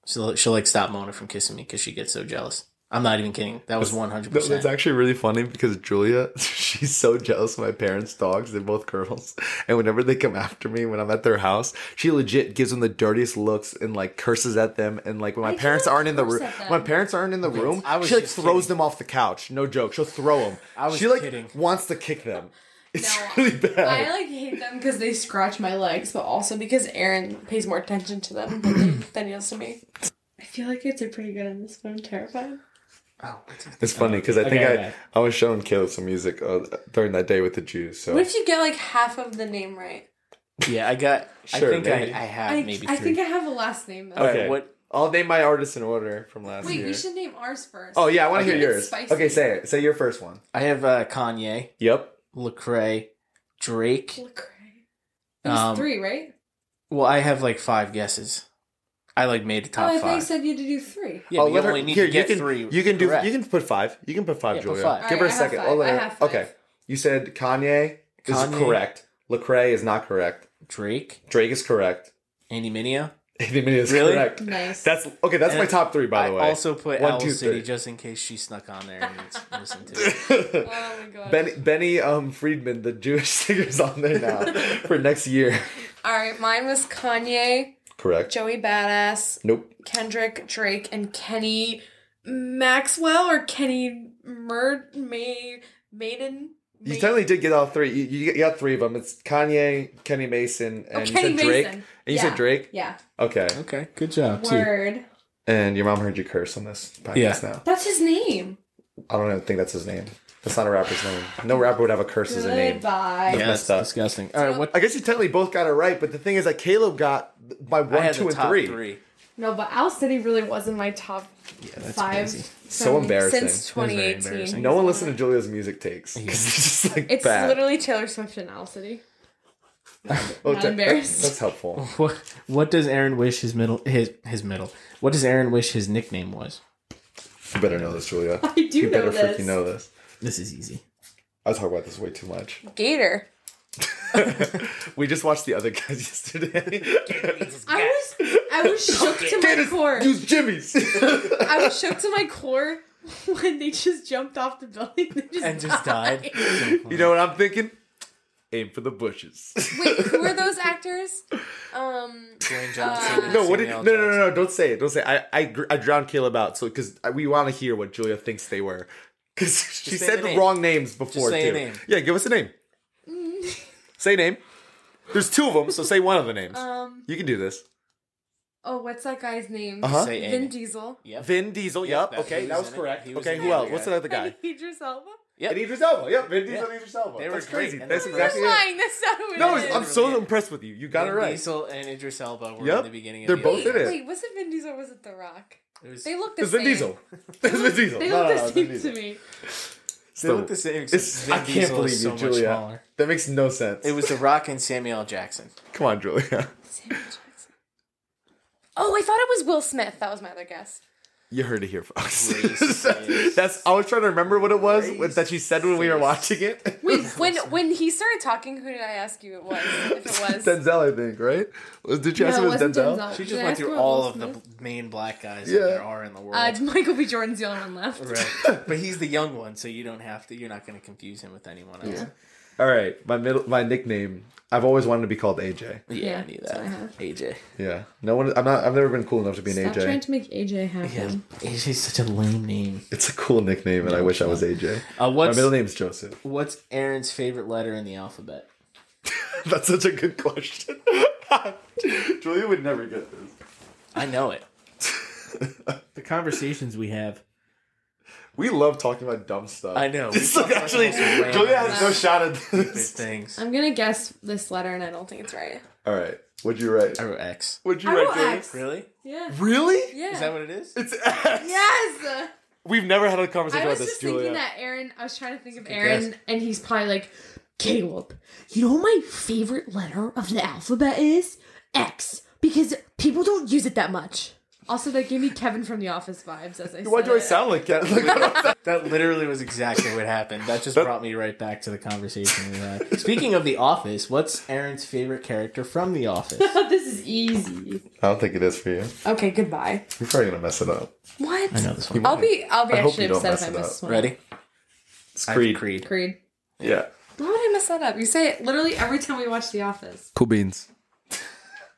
Speaker 3: So she'll like stop Mona from kissing me because she gets so jealous. I'm not even kidding. That was 100.
Speaker 1: No, that's
Speaker 3: percent
Speaker 1: actually really funny because Julia, she's so jealous of my parents' dogs. They're both girls. And whenever they come after me when I'm at their house, she legit gives them the dirtiest looks and like curses at them. And like when my
Speaker 8: I
Speaker 1: parents
Speaker 8: cannot
Speaker 1: aren't in the
Speaker 8: curse
Speaker 1: room,
Speaker 8: at them.
Speaker 1: my parents aren't in the room,
Speaker 3: I was
Speaker 1: she like
Speaker 3: just
Speaker 1: throws
Speaker 3: kidding.
Speaker 1: them off the couch. No joke. She'll throw them.
Speaker 3: I was
Speaker 1: she like
Speaker 3: kidding.
Speaker 1: wants to kick them. It's
Speaker 8: No,
Speaker 1: really bad.
Speaker 8: I like hate them because they scratch my legs, but also because Aaron pays more attention to them than he does to me. I feel like it's a pretty good on this, but I'm terrified.
Speaker 3: Oh,
Speaker 1: It's funny because I think
Speaker 3: Okay,
Speaker 1: I,
Speaker 3: okay.
Speaker 1: I was showing Caleb some music uh, during that day with the Jews. So
Speaker 2: What if you get like half of the name right?
Speaker 3: yeah, I got.
Speaker 1: Sure,
Speaker 3: I think
Speaker 1: maybe.
Speaker 3: I, I have
Speaker 8: I,
Speaker 3: maybe.
Speaker 8: I
Speaker 3: three.
Speaker 8: think I have a last name though.
Speaker 3: All right,
Speaker 1: Okay.
Speaker 3: what?
Speaker 1: I'll name my artist in order from last
Speaker 8: Wait,
Speaker 1: year.
Speaker 8: we should name ours first.
Speaker 1: oh yeah, I want to
Speaker 8: Okay.
Speaker 1: hear
Speaker 8: It's
Speaker 1: yours.
Speaker 8: spicy.
Speaker 1: Okay, say it. Say your first one.
Speaker 3: I have uh, Kanye,
Speaker 1: Yep.
Speaker 3: Lecrae, Drake.
Speaker 8: Lecrae. There's
Speaker 3: Um,
Speaker 8: three, right?
Speaker 3: Well, I have like five guesses. I like made the
Speaker 8: Oh,
Speaker 3: top
Speaker 8: I
Speaker 3: five.
Speaker 8: thought you said you had to do three.
Speaker 3: Yeah,
Speaker 1: I'll Oh,
Speaker 3: but you
Speaker 1: let her-
Speaker 3: only need
Speaker 1: here,
Speaker 3: to get
Speaker 1: you can,
Speaker 3: three.
Speaker 1: You can do.
Speaker 3: correct.
Speaker 1: You can put five. You can put five,
Speaker 3: Yeah, put
Speaker 1: Julia.
Speaker 3: five.
Speaker 8: All
Speaker 1: Give
Speaker 8: right,
Speaker 1: her a
Speaker 8: I have
Speaker 1: second.
Speaker 8: five.
Speaker 1: I'll let
Speaker 8: I
Speaker 1: her-
Speaker 8: have five.
Speaker 1: Okay. You said Kanye, is
Speaker 3: Kanye.
Speaker 1: correct. Lecrae is not correct.
Speaker 3: Drake,
Speaker 1: Drake is correct.
Speaker 3: Andy Mineo.
Speaker 1: Anthony Mineo is
Speaker 3: Really?
Speaker 1: correct.
Speaker 8: Nice.
Speaker 1: That's okay. That's
Speaker 3: And
Speaker 1: my top three, by
Speaker 3: I
Speaker 1: the way.
Speaker 3: also put
Speaker 1: One,
Speaker 3: Owl
Speaker 1: two,
Speaker 3: City
Speaker 1: three.
Speaker 3: just in case she snuck on there and it's- listened to it.
Speaker 8: oh my god.
Speaker 1: Benny, Benny um, Friedman, the Jewish singer's on there now for next year.
Speaker 2: All right, mine was Kanye,
Speaker 1: Correct.
Speaker 2: Joey Badass,
Speaker 1: Nope.
Speaker 2: Kendrick, Drake, and Kenny Maxwell or Kenny Merd May Maiden.
Speaker 1: You
Speaker 2: Maid-
Speaker 1: totally did get all three. You, you you got three of them. It's Kanye, Kenny Mason, and
Speaker 2: Oh,
Speaker 1: you
Speaker 2: Kenny
Speaker 1: said Drake.
Speaker 2: Mason.
Speaker 1: And you
Speaker 2: Yeah.
Speaker 1: said Drake.
Speaker 8: yeah.
Speaker 1: Okay.
Speaker 3: Okay, good job.
Speaker 8: Word.
Speaker 1: And your mom heard you curse on this podcast
Speaker 3: Yeah.
Speaker 1: now.
Speaker 2: That's his name.
Speaker 1: I don't even think that's his name. That's not a rapper's name. No rapper would have a curse as a name.
Speaker 8: Goodbye.
Speaker 3: Yeah, that's
Speaker 1: messed up.
Speaker 3: disgusting. All right, what?
Speaker 1: I guess you technically both got it right, but the thing is that Caleb got by
Speaker 3: I
Speaker 1: one,
Speaker 3: had
Speaker 1: two,
Speaker 3: the
Speaker 1: and
Speaker 3: top
Speaker 1: three.
Speaker 8: No, but Owl City really wasn't my top
Speaker 3: Yeah, that's
Speaker 8: five.
Speaker 3: crazy.
Speaker 1: So
Speaker 8: from-
Speaker 1: embarrassing.
Speaker 2: Since
Speaker 3: very
Speaker 2: 2018.
Speaker 3: embarrassing.
Speaker 1: No one listened to Julia's music takes because it's just like
Speaker 8: It's
Speaker 1: bad.
Speaker 8: literally Taylor Swift and Owl City.
Speaker 1: Oh,
Speaker 8: Not
Speaker 1: that-
Speaker 8: embarrassed.
Speaker 1: That's helpful.
Speaker 3: What, what does Aaron wish his middle his his middle? What does Aaron wish his nickname was?
Speaker 1: You better know this, Julia.
Speaker 8: I do
Speaker 1: You
Speaker 8: know
Speaker 1: better
Speaker 8: this.
Speaker 1: freaking know this.
Speaker 3: This is easy.
Speaker 1: I talk about this way too much.
Speaker 2: Gator.
Speaker 1: We just watched the other guys yesterday.
Speaker 8: I was I was shook to my core.
Speaker 1: Use jimmies.
Speaker 8: I was shook to my core when they just jumped off the building and just,
Speaker 3: And just died.
Speaker 1: you know what I'm thinking? Aim for the bushes.
Speaker 2: Wait, who are those actors? Um,
Speaker 3: Dwayne Johnson.
Speaker 1: No, what did, no,
Speaker 3: Samuel
Speaker 1: no, no,
Speaker 3: Jackson.
Speaker 1: no, don't say it. Don't say it. I, I, gr- I drowned Caleb out, so because we want to hear what Julia thinks they were. Because she
Speaker 3: say
Speaker 1: said
Speaker 3: the
Speaker 1: the
Speaker 3: name.
Speaker 1: wrong names before,
Speaker 3: say a
Speaker 1: too.
Speaker 3: name.
Speaker 1: Yeah, give us a name. say a name. There's two of them, so say one of the names.
Speaker 8: um
Speaker 1: you can do this.
Speaker 8: oh what's that guy's name?
Speaker 1: Uh-huh.
Speaker 3: Say
Speaker 2: Vin
Speaker 3: Amy.
Speaker 2: Diesel.
Speaker 3: Yep.
Speaker 1: Vin Diesel,
Speaker 3: Yeah,
Speaker 1: yep.
Speaker 3: that-
Speaker 1: okay,
Speaker 3: he
Speaker 1: that
Speaker 3: was
Speaker 1: was
Speaker 3: in it.
Speaker 1: correct.
Speaker 3: He was
Speaker 1: Okay,
Speaker 3: in
Speaker 1: who
Speaker 3: it.
Speaker 1: else? What's
Speaker 3: Yeah.
Speaker 1: another guy?
Speaker 8: Idris Elba?
Speaker 3: Yep.
Speaker 1: And Idris Elba. Yep, Vin Diesel
Speaker 3: Yeah.
Speaker 1: and Idris Elba.
Speaker 3: They were
Speaker 1: That's
Speaker 3: great,
Speaker 1: crazy.
Speaker 3: and
Speaker 1: That's
Speaker 3: they were great.
Speaker 1: exactly
Speaker 2: I'm
Speaker 1: it.
Speaker 2: lying. That's not who it
Speaker 1: No,
Speaker 2: is.
Speaker 1: I'm
Speaker 3: Really?
Speaker 1: so impressed with you. You got it
Speaker 3: Vin
Speaker 1: right.
Speaker 3: Diesel and Idris Elba were
Speaker 1: Yep.
Speaker 3: in the beginning.
Speaker 1: They're
Speaker 3: of the
Speaker 1: both
Speaker 3: episode.
Speaker 1: in it.
Speaker 2: Wait, was it Vin Diesel or was it The Rock?
Speaker 3: It was-
Speaker 2: They look the
Speaker 1: It's
Speaker 2: same.
Speaker 1: Vin Diesel. It's Vin Diesel.
Speaker 8: They
Speaker 1: No,
Speaker 8: look
Speaker 1: no, no,
Speaker 8: the
Speaker 1: it's Vin Diesel.
Speaker 8: same to me.
Speaker 3: They
Speaker 1: So-
Speaker 3: look the same. Except
Speaker 1: It's,
Speaker 3: Vin
Speaker 1: I can't
Speaker 3: Diesel
Speaker 1: believe
Speaker 3: is
Speaker 1: you,
Speaker 3: so
Speaker 1: Julia.
Speaker 3: Much smaller.
Speaker 1: That makes no sense.
Speaker 3: It was The Rock and Samuel L. Jackson.
Speaker 1: Come on, Julia.
Speaker 2: Samuel Jackson. Oh, I thought it was Will Smith. That was my other guess.
Speaker 1: You heard it here, folks.
Speaker 3: Racist.
Speaker 1: That's I was trying to remember what it was what- that she said when we were watching it.
Speaker 2: Wait, when when he started talking, who did I ask you it was? If it was
Speaker 1: Denzel, I think, right? Was- Did you ask
Speaker 8: No,
Speaker 1: if
Speaker 8: it
Speaker 1: it was
Speaker 8: wasn't
Speaker 1: Denzel?
Speaker 8: Denzel.
Speaker 3: She
Speaker 8: Did
Speaker 3: just
Speaker 8: I
Speaker 3: went
Speaker 8: ask
Speaker 3: through
Speaker 8: who it
Speaker 3: all
Speaker 8: was?
Speaker 3: of the b- main black guys
Speaker 1: Yeah.
Speaker 3: that there are in the world.
Speaker 8: Uh, Michael B. Jordan's the only one left.
Speaker 3: Right. but he's the young one, so you don't have to. You're not going to confuse him with anyone else.
Speaker 1: All right, my middle, my nickname. I've always wanted to be called AJ.
Speaker 3: Yeah, I
Speaker 8: Yeah,
Speaker 3: knew
Speaker 8: that's what I
Speaker 3: that.
Speaker 8: have.
Speaker 3: AJ.
Speaker 1: Yeah, no one. I'm not. I've never been cool enough to be an
Speaker 8: Stop
Speaker 1: AJ.
Speaker 8: trying to make AJ happy.
Speaker 3: Yeah, AJ's such a lame name.
Speaker 1: It's a cool nickname, and I wish I was AJ.
Speaker 3: Uh,
Speaker 1: my
Speaker 3: what's
Speaker 1: middle name's Joseph.
Speaker 3: what's Aaron's favorite letter in the alphabet?
Speaker 1: That's such a good question. Julia would never get this.
Speaker 3: I know it. the conversations we have.
Speaker 1: We love talking about dumb stuff.
Speaker 3: I know.
Speaker 1: It's like actually, Julia has no shot at this.
Speaker 3: things.
Speaker 8: I'm gonna guess this letter and I don't think it's
Speaker 2: That's right.
Speaker 1: All right, what'd you write?
Speaker 3: I wrote X.
Speaker 1: What'd you
Speaker 8: I
Speaker 1: write,
Speaker 8: wrote
Speaker 1: Julia?
Speaker 8: X.
Speaker 3: Really?
Speaker 8: Yeah.
Speaker 1: Really?
Speaker 8: Yeah.
Speaker 3: Is that what it is?
Speaker 1: It's X.
Speaker 8: yes!
Speaker 1: We've never had a conversation
Speaker 8: I
Speaker 1: about
Speaker 8: was
Speaker 1: this,
Speaker 8: just
Speaker 1: Julia.
Speaker 8: thinking that Aaron. I was trying to think of Aaron, and he's probably like, Caleb, you know what my favorite letter of the alphabet is X because people don't use it that much. Also, that gave me Kevin from The Office vibes as I
Speaker 1: Why
Speaker 8: said
Speaker 1: do I
Speaker 8: it.
Speaker 1: sound like that?
Speaker 3: That literally was exactly what happened. That just brought me right back to the conversation we had. Speaking of The Office, what's Aaron's favorite character from The Office?
Speaker 8: this is easy.
Speaker 1: I don't think it is for you.
Speaker 8: Okay, goodbye.
Speaker 1: You're probably gonna mess it up.
Speaker 2: What?
Speaker 3: I know this one.
Speaker 2: I'll be I'll be
Speaker 1: I hope
Speaker 2: actually
Speaker 1: you don't
Speaker 2: upset if
Speaker 1: mess
Speaker 2: I
Speaker 1: it
Speaker 2: miss
Speaker 1: up.
Speaker 2: this one.
Speaker 3: Ready?
Speaker 1: It's
Speaker 3: Creed.
Speaker 8: Creed.
Speaker 1: Yeah.
Speaker 2: Why would I mess that up? You say it literally.
Speaker 8: Literally every time we watch The Office,
Speaker 1: Cool beans.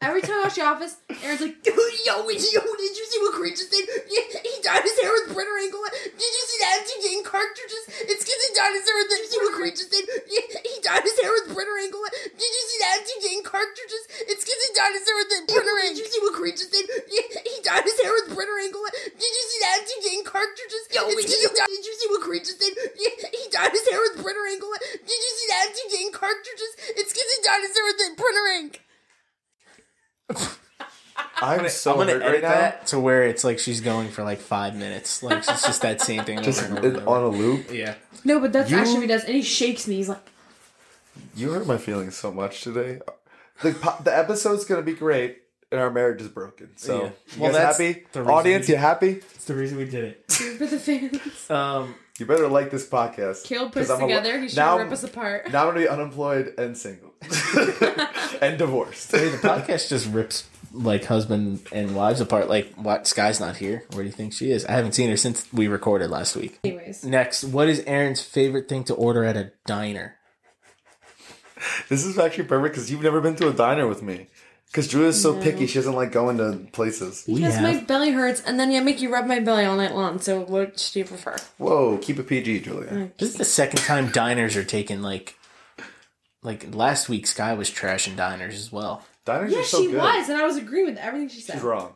Speaker 8: every time I watch The Office, Aaron's like, yo, yo, did you see what Creed just did? Yeah, he dyed his hair with Brenner Angle. Did you see that MTJ and cartridges? It's because he dyed his hair with. Did you see what Creed just did? Yeah, he dyed his hair with Brenner Angle. Did you see that MTJ and cartridges? It's because he dyed his hair with Brenner Angle. Did you see what Creed just did? Yeah, he dyed his hair with Brenner Angle. Did you see that MTJ and cartridges? Yo, it's 'cause he dyed- did you see what Creed just did? Yeah, he dyed his hair with Brenner Angle. Did you see that MTJ and cartridges? It's because he dyed his hair with Brenner Angle.
Speaker 1: I'm so
Speaker 3: I'm gonna
Speaker 1: hurt
Speaker 3: edit
Speaker 1: right now.
Speaker 3: that to where it's like she's going for like five minutes. Like it's just that same thing.
Speaker 1: Just
Speaker 3: over and over and
Speaker 1: it-
Speaker 3: over.
Speaker 1: on a loop.
Speaker 3: yeah.
Speaker 8: No, but that's
Speaker 1: You-
Speaker 8: actually what he does. And he shakes me. He's like,
Speaker 1: You hurt my feelings so much today. The po- the episode's gonna be great, and our marriage is broken. So,
Speaker 3: Yeah.
Speaker 1: you
Speaker 3: Well,
Speaker 1: guys
Speaker 3: that's
Speaker 1: happy?
Speaker 3: the reason
Speaker 1: Audience,
Speaker 3: we-
Speaker 1: you happy?
Speaker 3: It's the reason we did it.
Speaker 8: "Dude, for the fans.
Speaker 3: Um,
Speaker 1: You better like this podcast.
Speaker 8: Caleb
Speaker 1: 'cause
Speaker 8: puts
Speaker 1: I'm a-
Speaker 8: together. He's
Speaker 1: now
Speaker 8: trying to rip
Speaker 1: I'm-
Speaker 8: us apart.
Speaker 1: Now I'm gonna be unemployed and single and divorced.
Speaker 3: hey, the podcast just rips like husband and wives apart. Like, what? Sky's not here. Where do you think she is? I haven't seen her since we recorded last week.
Speaker 8: Anyways,
Speaker 3: Next, what is Aaron's favorite thing to order at a diner?
Speaker 1: This is actually perfect because you've never been to a diner with me. Because Julia's so picky, she doesn't like going to places.
Speaker 3: We
Speaker 8: yes, my belly hurts, and then you make you rub my belly all night long. So, which do you prefer?
Speaker 1: Whoa, keep it PG, Julia.
Speaker 3: This is the second time diners are taking like, like last week. Sky was trashing diners as well.
Speaker 1: Diners
Speaker 8: Yeah,
Speaker 1: are so
Speaker 8: she
Speaker 1: good.
Speaker 8: was, and I was agreeing with everything she said.
Speaker 1: She's wrong.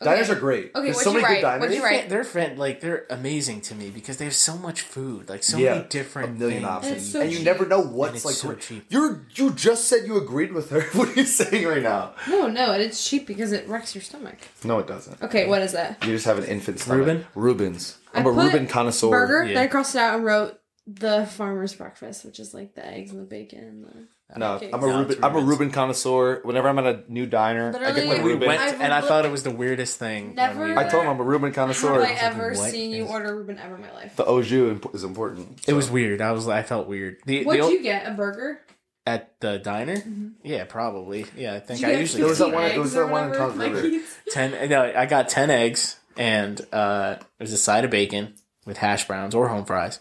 Speaker 1: Diners are great.
Speaker 8: Okay,
Speaker 1: There's
Speaker 8: what'd
Speaker 1: so many
Speaker 8: you
Speaker 1: good
Speaker 8: write?
Speaker 1: diners.
Speaker 8: What'd you
Speaker 3: They're
Speaker 8: Right.
Speaker 3: fan- They're fan, like they're amazing to me because they have so much food, like so
Speaker 1: Yeah,
Speaker 3: many different
Speaker 1: a million
Speaker 3: things.
Speaker 1: options.
Speaker 8: It's so
Speaker 1: and you
Speaker 8: cheap.
Speaker 1: never know what's
Speaker 3: it's
Speaker 1: like.
Speaker 3: so
Speaker 1: great.
Speaker 3: cheap.
Speaker 1: You're you just said you agreed with her. What are you saying right now?
Speaker 8: No, no, and it's cheap because it wrecks your stomach.
Speaker 1: No, it doesn't.
Speaker 8: Okay, what is that?
Speaker 1: You just have an infant stomach.
Speaker 3: Reuben?
Speaker 1: Rubens.
Speaker 8: I
Speaker 1: I'm a
Speaker 8: put
Speaker 1: Reuben connoisseur.
Speaker 8: Burger.
Speaker 3: Yeah.
Speaker 8: Then I crossed it out and wrote the farmer's breakfast, which is like the eggs and the bacon. And the...
Speaker 1: No,
Speaker 8: Okay.
Speaker 1: I'm a
Speaker 3: No, it's
Speaker 1: Reuben. I'm a
Speaker 3: Reubens.
Speaker 1: Reuben connoisseur. Whenever I'm at a new diner, I get
Speaker 8: Literally,
Speaker 1: my
Speaker 3: We
Speaker 1: Reuben.
Speaker 3: went,
Speaker 8: I've
Speaker 3: and I
Speaker 8: li-
Speaker 3: thought it was the weirdest thing. when
Speaker 8: Never-
Speaker 3: we
Speaker 1: I
Speaker 3: went.
Speaker 1: told him I'm a Reuben
Speaker 8: Have
Speaker 1: connoisseur.
Speaker 8: I ever
Speaker 3: what
Speaker 8: seen you
Speaker 3: is-
Speaker 8: order Reuben ever in my life?
Speaker 1: The au jus imp- is important.
Speaker 3: It
Speaker 1: so.
Speaker 3: was weird. I was. I felt weird. The, the
Speaker 8: What'd
Speaker 3: o-
Speaker 8: you get? A burger?
Speaker 3: at the diner. Yeah, probably. Yeah, I think
Speaker 8: Did
Speaker 3: I
Speaker 8: you get
Speaker 3: usually
Speaker 1: There was that
Speaker 8: 15
Speaker 1: one- there
Speaker 8: eggs
Speaker 1: was
Speaker 8: or
Speaker 1: that one in
Speaker 8: whatever?
Speaker 1: Concord River.
Speaker 8: Mikey's?
Speaker 3: ten. No, I got ten eggs, and uh, it was a side of bacon with hash browns or home fries,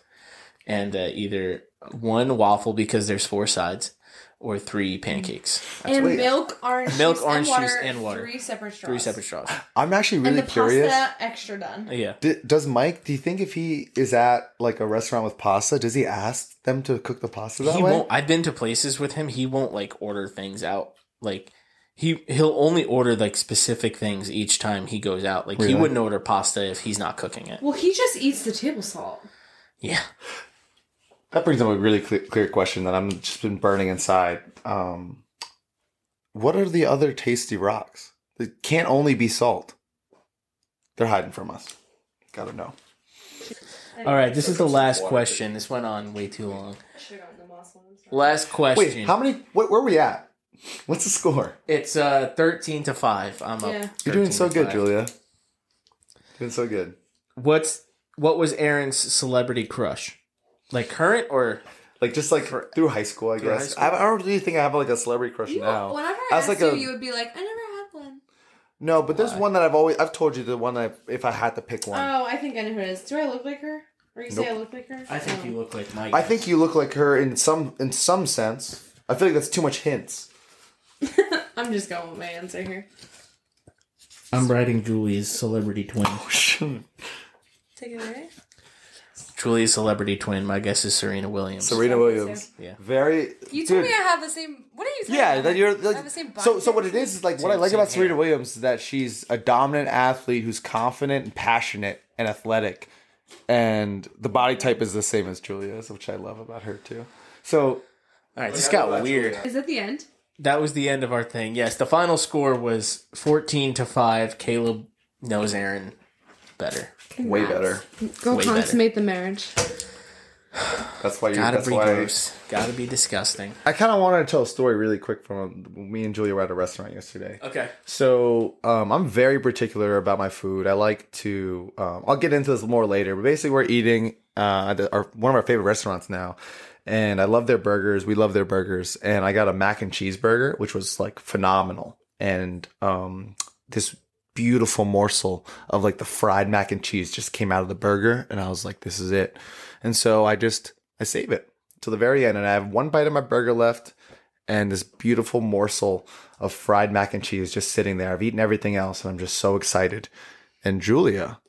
Speaker 3: and uh, either one waffle because there's four sides, or three pancakes. That's
Speaker 8: and
Speaker 1: weird.
Speaker 8: milk, orange
Speaker 3: Milk,
Speaker 8: juice,
Speaker 3: orange
Speaker 8: and water,
Speaker 3: juice, and water.
Speaker 8: Three separate straws.
Speaker 3: three separate straws.
Speaker 1: I'm actually
Speaker 8: And
Speaker 1: really
Speaker 8: the
Speaker 1: curious.
Speaker 8: pasta extra done.
Speaker 3: Yeah.
Speaker 1: D- does Mike? Do you think if he is at like a restaurant with pasta, does he ask them to cook the pasta that
Speaker 3: he
Speaker 1: way?
Speaker 3: won't i've been to places with him he won't like order things out like he he'll only order like specific things each time he goes out like
Speaker 1: Really?
Speaker 3: he wouldn't order pasta if he's not cooking it
Speaker 8: Well, he just eats the table salt.
Speaker 3: yeah
Speaker 1: That brings up a really clear, clear question that I'm just been burning inside. Um, what are the other tasty rocks? They can't only be salt. They're hiding from us. Gotta know.
Speaker 3: all right this is the last question this went on way too long last question
Speaker 1: Wait, how many? What? Where are we at? What's the score?
Speaker 3: it's uh 13 to 5 i'm up
Speaker 8: Yeah.
Speaker 1: You're doing
Speaker 3: 13
Speaker 1: so
Speaker 3: to
Speaker 1: good,
Speaker 3: five.
Speaker 1: Julia. Doing so good.
Speaker 3: what's what was aaron's celebrity crush like current or
Speaker 1: Like just like through high school, I
Speaker 3: Through high
Speaker 1: guess.
Speaker 3: school?
Speaker 1: I, I don't really think I have like a celebrity crush
Speaker 8: You,
Speaker 1: now.
Speaker 8: Whenever I
Speaker 1: I
Speaker 8: asked
Speaker 1: was like
Speaker 8: you,
Speaker 1: a-
Speaker 8: you would be like, I never had one.
Speaker 1: No, but there's
Speaker 3: Why?
Speaker 1: one that I've always I've told you the one that I, if I had to pick one.
Speaker 8: Oh, I think I know who it is. Do I look like her? Or you say I look like her? Oh. No.
Speaker 3: look like mike
Speaker 1: I think you look like her in some in some sense. I feel like that's too much hints.
Speaker 8: I'm just going with my answer here.
Speaker 3: i'm writing julie's celebrity twin
Speaker 8: Take it away.
Speaker 3: julie's celebrity twin my guess is serena williams
Speaker 1: Serena Williams.
Speaker 3: Yeah.
Speaker 1: Very
Speaker 2: You told
Speaker 1: dude.
Speaker 2: me I have the same. What are you saying?
Speaker 1: yeah, that you're
Speaker 2: I have
Speaker 1: like,
Speaker 2: the same
Speaker 1: so.
Speaker 2: body
Speaker 1: So what
Speaker 2: type.
Speaker 1: it is is like what I
Speaker 3: Same-
Speaker 1: like
Speaker 3: same
Speaker 1: about Serena
Speaker 3: hair.
Speaker 1: Williams is that she's a dominant athlete who's confident and passionate and athletic, and the body type is the same as Julia's, which I love about her too. So
Speaker 3: all right this got weird
Speaker 8: Is that the end?
Speaker 3: that was the end of our thing. Yes, the final score was 14 to 5. Caleb knows Aaron better.
Speaker 1: way better.
Speaker 8: Go
Speaker 3: Way
Speaker 8: consummate the marriage.
Speaker 1: That's why you.
Speaker 3: Gotta
Speaker 1: That's
Speaker 3: be
Speaker 1: why
Speaker 3: gross. Gotta be disgusting.
Speaker 1: I kind of wanted to tell a story really quick from me and Julia were at a restaurant yesterday.
Speaker 3: Okay.
Speaker 1: So um, I'm very particular about my food. I like to. Um, I'll get into this more later, but basically, we're eating uh, at the- our, one of our favorite restaurants now, and I love their burgers. We love their burgers, and I got a mac and cheese burger, which was like phenomenal, and um, this beautiful morsel of like the fried mac and cheese just came out of the burger, and I was like, this is it. And so I just I save it to the very end, and I have one bite of my burger left and this beautiful morsel of fried mac and cheese just sitting there. I've eaten everything else and I'm just so excited. And Julia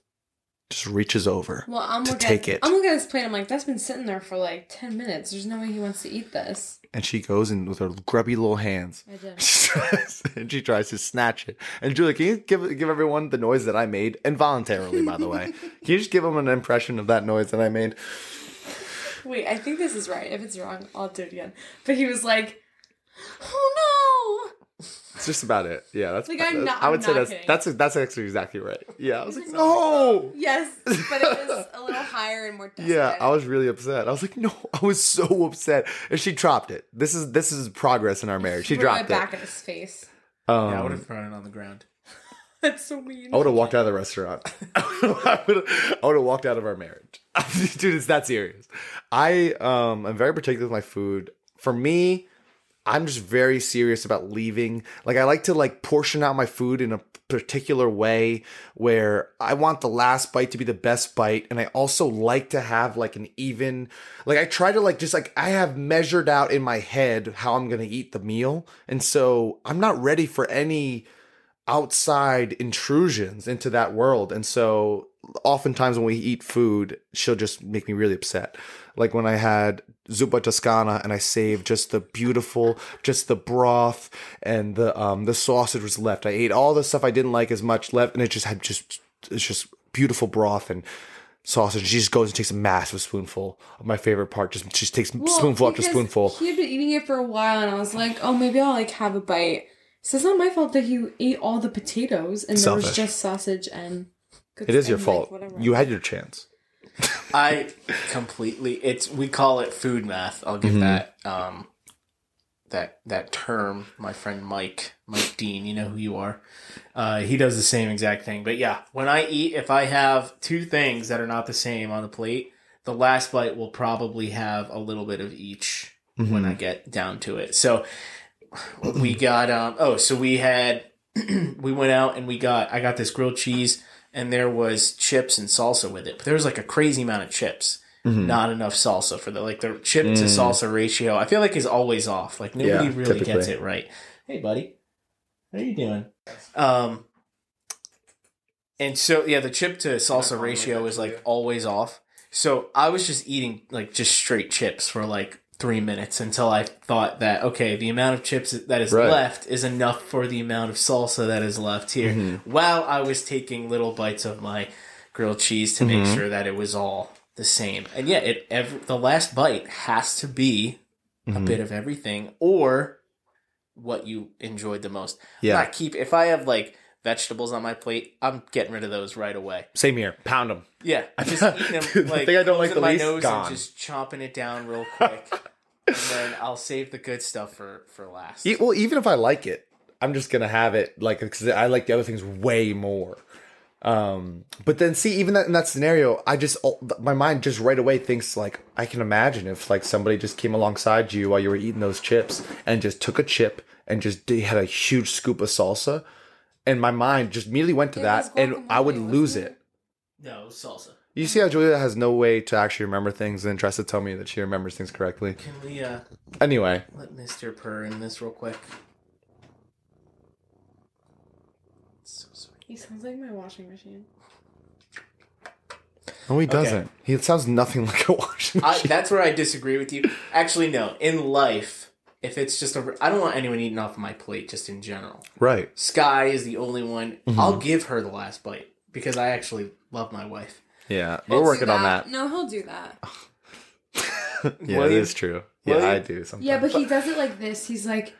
Speaker 1: just reaches over.
Speaker 8: Well, I'm
Speaker 1: To
Speaker 8: looking
Speaker 1: take
Speaker 8: at,
Speaker 1: it.
Speaker 8: I'm looking at this plate. I'm like, that's been sitting there for like ten minutes. There's no way he wants to eat this.
Speaker 1: and she goes in with her grubby little hands.
Speaker 8: I did.
Speaker 1: and she tries to snatch it. And Julia, can you give give everyone the noise that I made involuntarily, by the way? can you just give them an impression of that noise that I made?
Speaker 2: Wait, I think this is right. If it's wrong, I'll do it again. But he was like, "Oh no!"
Speaker 1: It's just about it. Yeah, that's.
Speaker 8: Like, I'm
Speaker 1: that's-
Speaker 8: not-
Speaker 1: I would
Speaker 8: I'm
Speaker 1: say
Speaker 8: not
Speaker 1: that's
Speaker 8: kidding.
Speaker 1: that's that's actually exactly right. Yeah, I was like, no.
Speaker 2: Yes, but it was a little higher and more. Desperate.
Speaker 1: Yeah, I was really upset. I was like, no, I was so upset. And she dropped it. This is this is progress in our marriage. She
Speaker 8: Threw it
Speaker 1: dropped it.
Speaker 8: back at his face.
Speaker 1: Um,
Speaker 3: Yeah, I would have thrown it on the ground.
Speaker 2: That's so mean.
Speaker 1: I would have walked out of the restaurant. I would have I would have walked out of our marriage. Dude, it's that serious. I um am very particular with my food. For me, I'm just very serious about leaving. Like I like to like portion out my food in a particular way where I want the last bite to be the best bite and I also like to have like an even like I try to like just like I have measured out in my head how I'm going to eat the meal and so I'm not ready for any outside intrusions into that world. And so oftentimes when we eat food, she'll just make me really upset. Like when I had zuppa toscana and I saved just the beautiful, just the broth and the um the sausage was left. I ate all the stuff I didn't like as much left and it just had just it's just beautiful broth and sausage. She just goes and takes a massive spoonful of my favorite part. Just she just takes spoonful after
Speaker 8: because
Speaker 1: spoonful.
Speaker 8: He had been eating it for a while, and I was like, oh, maybe I'll like have a bite. So it's not my fault that he ate all the potatoes, and there
Speaker 1: Selfish.
Speaker 8: was just sausage and. Good
Speaker 1: it is your
Speaker 8: and, like,
Speaker 1: fault.
Speaker 8: whatever.
Speaker 1: you had your chance.
Speaker 3: I completely it's we call it food math. I'll give that. Um that that term. My friend Mike, Mike Dean, you know who you are. Uh, he does the same exact thing. But yeah, when I eat, if I have two things that are not the same on the plate, the last bite will probably have a little bit of each when I get down to it. So we got um oh so we had we went out and we got I got this grilled cheese and there was chips and salsa with it. But there was like a crazy amount of chips.
Speaker 9: Mm.
Speaker 1: Mm-hmm.
Speaker 3: Not enough salsa for the like the chip to salsa ratio. I feel like is always off. Like nobody
Speaker 9: Yeah,
Speaker 3: really gets
Speaker 9: typically.
Speaker 3: it right. Hey buddy. How are you doing? Um and so yeah, the chip to salsa ratio is like always off. So I was just eating like just straight chips for like three minutes until I thought that okay, the amount of chips that is
Speaker 9: Right.
Speaker 3: left is enough for the amount of salsa that is left here.
Speaker 9: Mm-hmm.
Speaker 3: While I was taking little bites of my grilled cheese to
Speaker 1: Mm-hmm.
Speaker 3: make sure that it was all the same, and yeah, it every, the last bite has to be
Speaker 1: Mm-hmm.
Speaker 3: a bit of everything or what you enjoyed the most.
Speaker 9: Yeah.
Speaker 3: I keep if I have like vegetables on my plate, I'm getting rid of those right away.
Speaker 1: Same here. Pound them.
Speaker 3: Yeah, just eating them
Speaker 1: Dude, the
Speaker 3: like
Speaker 1: thing I don't like
Speaker 3: closing
Speaker 1: the
Speaker 3: my
Speaker 1: least,
Speaker 3: nose
Speaker 1: gone.
Speaker 3: and just chomping it down real quick, and then I'll save the good stuff for for last.
Speaker 1: E- well, even if I like it, I'm just gonna have it like because I like the other things way more. Um, but then see, even that, in that scenario, I just oh, th- my mind just right away thinks like I can imagine if like somebody just came alongside you while you were eating those chips and just took a chip and just did, had a huge scoop of salsa, and my mind just immediately went to
Speaker 10: It
Speaker 1: that,
Speaker 10: was
Speaker 1: and I would
Speaker 10: guacamole,
Speaker 1: lose
Speaker 10: wasn't
Speaker 1: it.
Speaker 3: no salsa.
Speaker 1: You see how Julia has no way to actually remember things, and tries to tell me that she remembers things correctly.
Speaker 3: Can we uh
Speaker 1: Anyway,
Speaker 3: let Mister purr in this real quick? So sweet.
Speaker 2: He sounds like my washing machine.
Speaker 1: no, he doesn't. He sounds nothing like a washing
Speaker 3: I,
Speaker 1: machine.
Speaker 3: that's where I disagree with you. Actually, no. In life, if it's just a, I don't want anyone eating off my plate. Just in general,
Speaker 1: right.
Speaker 3: Sky is the only one. I'll give her the last bite because I actually love my wife.
Speaker 1: Yeah, we're
Speaker 2: He'll do
Speaker 1: working on that. Oh,
Speaker 2: No, he'll do that.
Speaker 1: Yeah,
Speaker 3: Will
Speaker 1: it
Speaker 3: you?
Speaker 1: is true. Yeah,
Speaker 3: Will you?
Speaker 1: I do sometimes.
Speaker 2: Yeah, but he does it like this. He's like,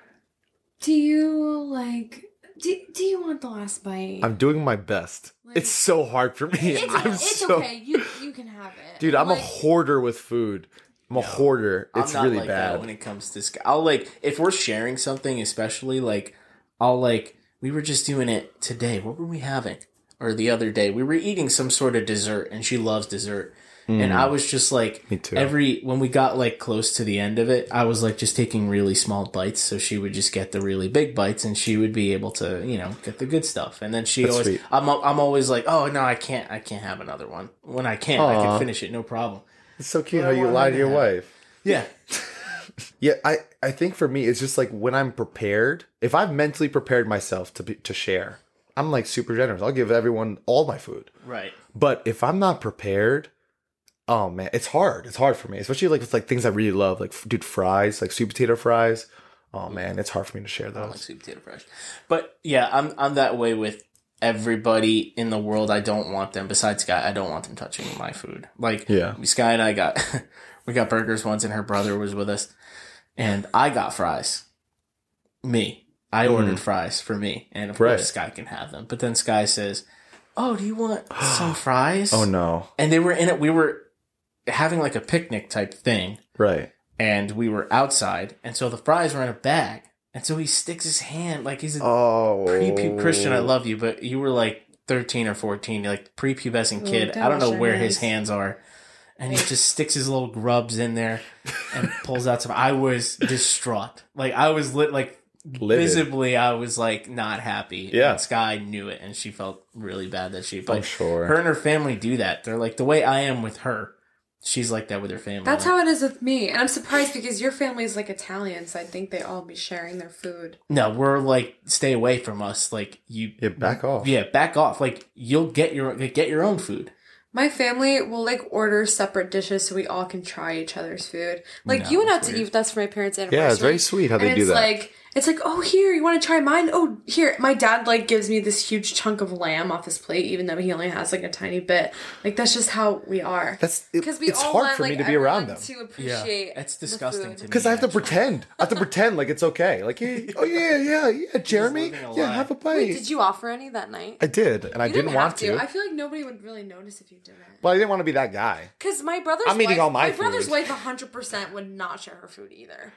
Speaker 2: "Do you like? Do, do you want the last bite?
Speaker 1: I'm doing my best.
Speaker 2: Like-
Speaker 1: it's so hard for me.
Speaker 2: it's
Speaker 1: I'm
Speaker 2: it's
Speaker 1: so
Speaker 2: okay. You you can have it,
Speaker 1: dude. I'm a
Speaker 2: Like,
Speaker 1: hoarder with food. I'm a hoarder.
Speaker 3: I'm
Speaker 1: It's
Speaker 3: not
Speaker 1: really
Speaker 3: like that when
Speaker 1: bad.
Speaker 3: it comes to Sky. I'll like if we're sharing something, especially like I'll like we were just doing it today. What were we having? Or the other day, we were eating some sort of dessert, and she loves dessert. And I was just like,
Speaker 1: Hmm. Me too.
Speaker 3: every when we got like close to the end of it, I was like just taking really small bites, so she would just get the really big bites, and she would be able to, you know, get the good stuff. And then she
Speaker 1: That's
Speaker 3: always,
Speaker 1: sweet.
Speaker 3: I'm, I'm always like, oh no, I can't, I can't have another one. When I can, I
Speaker 1: Aw.
Speaker 3: can finish it, no problem.
Speaker 1: It's so cute
Speaker 3: Well,
Speaker 1: how you
Speaker 3: well,
Speaker 1: lie to your
Speaker 3: yeah.
Speaker 1: wife.
Speaker 3: Yeah,
Speaker 1: Yeah, I, I think for me it's just like when I'm prepared. If I've mentally prepared myself to be, to share, I'm like super generous. I'll give everyone all my food.
Speaker 3: right.
Speaker 1: But if I'm not prepared, oh man, it's hard. It's hard for me, especially like with like things I really love, like f- dude, fries, like sweet potato fries. Oh man, it's hard for me to share
Speaker 3: I don't like
Speaker 1: those.
Speaker 3: sweet potato fries. But yeah, I'm I'm that way with everybody in the world. I don't want them. Besides Sky, I don't want them touching my food. Like
Speaker 1: Yeah.
Speaker 3: Sky and I got we got burgers once, and her brother was with us, and I got fries. Me, I ordered fries for me, and of
Speaker 1: Mm. Right.
Speaker 3: course Sky can have them. But then Sky says, "Oh, do you want some fries?"
Speaker 1: Oh no,
Speaker 3: And they were in it. We were having like a picnic type thing
Speaker 1: right.
Speaker 3: and we were outside, and so the fries were in a bag. And so he sticks his hand like he's a
Speaker 1: Oh,
Speaker 3: pre Christian. I love you, but you were like thirteen or fourteen, like prepubescent
Speaker 2: Oh,
Speaker 3: kid.
Speaker 2: don't
Speaker 3: I don't know
Speaker 2: wash your
Speaker 3: where his
Speaker 2: hands.
Speaker 3: hands are, and he just sticks his little grubs in there and pulls out some. I was distraught. Like I was lit. Like
Speaker 1: Livid.
Speaker 3: visibly, I was like not happy.
Speaker 1: Yeah.
Speaker 3: and Sky knew it, and she felt really bad that she. But
Speaker 1: I'm sure.
Speaker 3: her and her family do that. They're like the way I am with her. She's like that with her family.
Speaker 2: That's
Speaker 3: Like,
Speaker 2: how it is with me, and I'm surprised because your family is like Italian, so I think they all be sharing their food.
Speaker 3: No, we're like stay away from us. Like you,
Speaker 1: yeah, back off.
Speaker 3: yeah, back off. Like you'll get your get your own food.
Speaker 2: My family will like order separate dishes so we all can try each other's food. Like
Speaker 3: No,
Speaker 2: you went out
Speaker 3: that's
Speaker 2: to eat
Speaker 3: weird.
Speaker 2: with us for my parents' anniversary.
Speaker 1: yeah, it's very sweet how
Speaker 2: and
Speaker 1: they
Speaker 2: it's
Speaker 1: do that.
Speaker 2: like it's like oh here you want to try mine oh here my dad like gives me this huge chunk of lamb off his plate even though he only has like a tiny bit like that's just how we are
Speaker 1: That's it,
Speaker 2: because we
Speaker 1: it's
Speaker 2: all
Speaker 1: hard
Speaker 2: want,
Speaker 1: for me
Speaker 2: like,
Speaker 1: to be around them
Speaker 2: everyone to appreciate
Speaker 3: that's
Speaker 2: the
Speaker 3: disgusting
Speaker 2: food.
Speaker 3: to me.
Speaker 1: because I have to
Speaker 3: actually.
Speaker 1: pretend. I have to pretend like it's okay. Like, yeah, oh yeah, yeah, yeah, Jeremy,
Speaker 3: living a
Speaker 1: yeah,
Speaker 3: lie.
Speaker 1: have a bite.
Speaker 2: Wait, did you offer any that night
Speaker 1: I did, and I
Speaker 2: You
Speaker 1: didn't,
Speaker 2: have
Speaker 1: want to,
Speaker 2: I feel like nobody would really notice if you didn't.
Speaker 1: but I didn't want to be that guy.
Speaker 2: Because my brother's
Speaker 1: I'm eating
Speaker 2: wife,
Speaker 1: all my
Speaker 2: brother's
Speaker 1: food.
Speaker 2: wife 100% would not share her food either.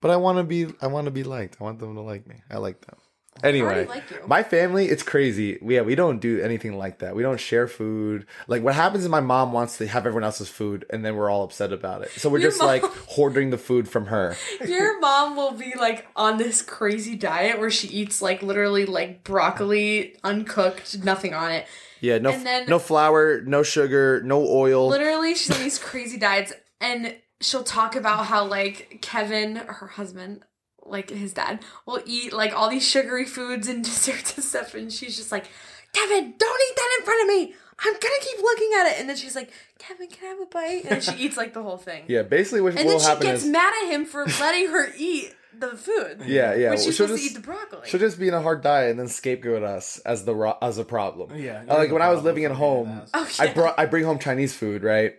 Speaker 1: But I want to be. I want to be liked. I want them to like me. I like them. Anyway,
Speaker 8: like you.
Speaker 1: my family, it's crazy. We- Yeah, we don't do anything like that. We don't share food. Like what happens is my mom wants to have everyone else's food, and then we're all upset about it. So we're
Speaker 2: Your
Speaker 1: just
Speaker 2: mom-
Speaker 1: like hoarding the food from her.
Speaker 2: Your mom will be like on this crazy diet where she eats like literally like broccoli uncooked, nothing on it.
Speaker 1: Yeah, no,
Speaker 2: And then-
Speaker 1: no flour, no sugar, no oil.
Speaker 2: Literally, she's on these crazy diets and she'll talk about how like Kevin, her husband, like his dad, will eat like all these sugary foods and desserts and stuff, and she's just like, Kevin, don't eat that in front of me. I'm gonna keep looking at it, and then she's like, Kevin, can I have a bite? And then she eats like the whole thing.
Speaker 1: Yeah, basically what
Speaker 2: And
Speaker 1: will
Speaker 2: then she
Speaker 1: happen
Speaker 2: gets
Speaker 1: is
Speaker 2: mad at him for letting her eat the food.
Speaker 1: yeah, yeah.
Speaker 2: When she's
Speaker 1: she'll
Speaker 2: supposed to
Speaker 1: just-
Speaker 2: eat the broccoli.
Speaker 1: She'll just be in a hard diet and then scapegoat us as the ro- as a problem.
Speaker 3: Yeah,
Speaker 1: Uh, like
Speaker 3: you're
Speaker 1: when
Speaker 3: the
Speaker 1: I was
Speaker 3: problem
Speaker 1: living
Speaker 3: for
Speaker 1: at
Speaker 3: being
Speaker 1: home,
Speaker 3: an
Speaker 2: Oh,
Speaker 1: I
Speaker 2: yeah.
Speaker 1: brought I bring home Chinese food, right?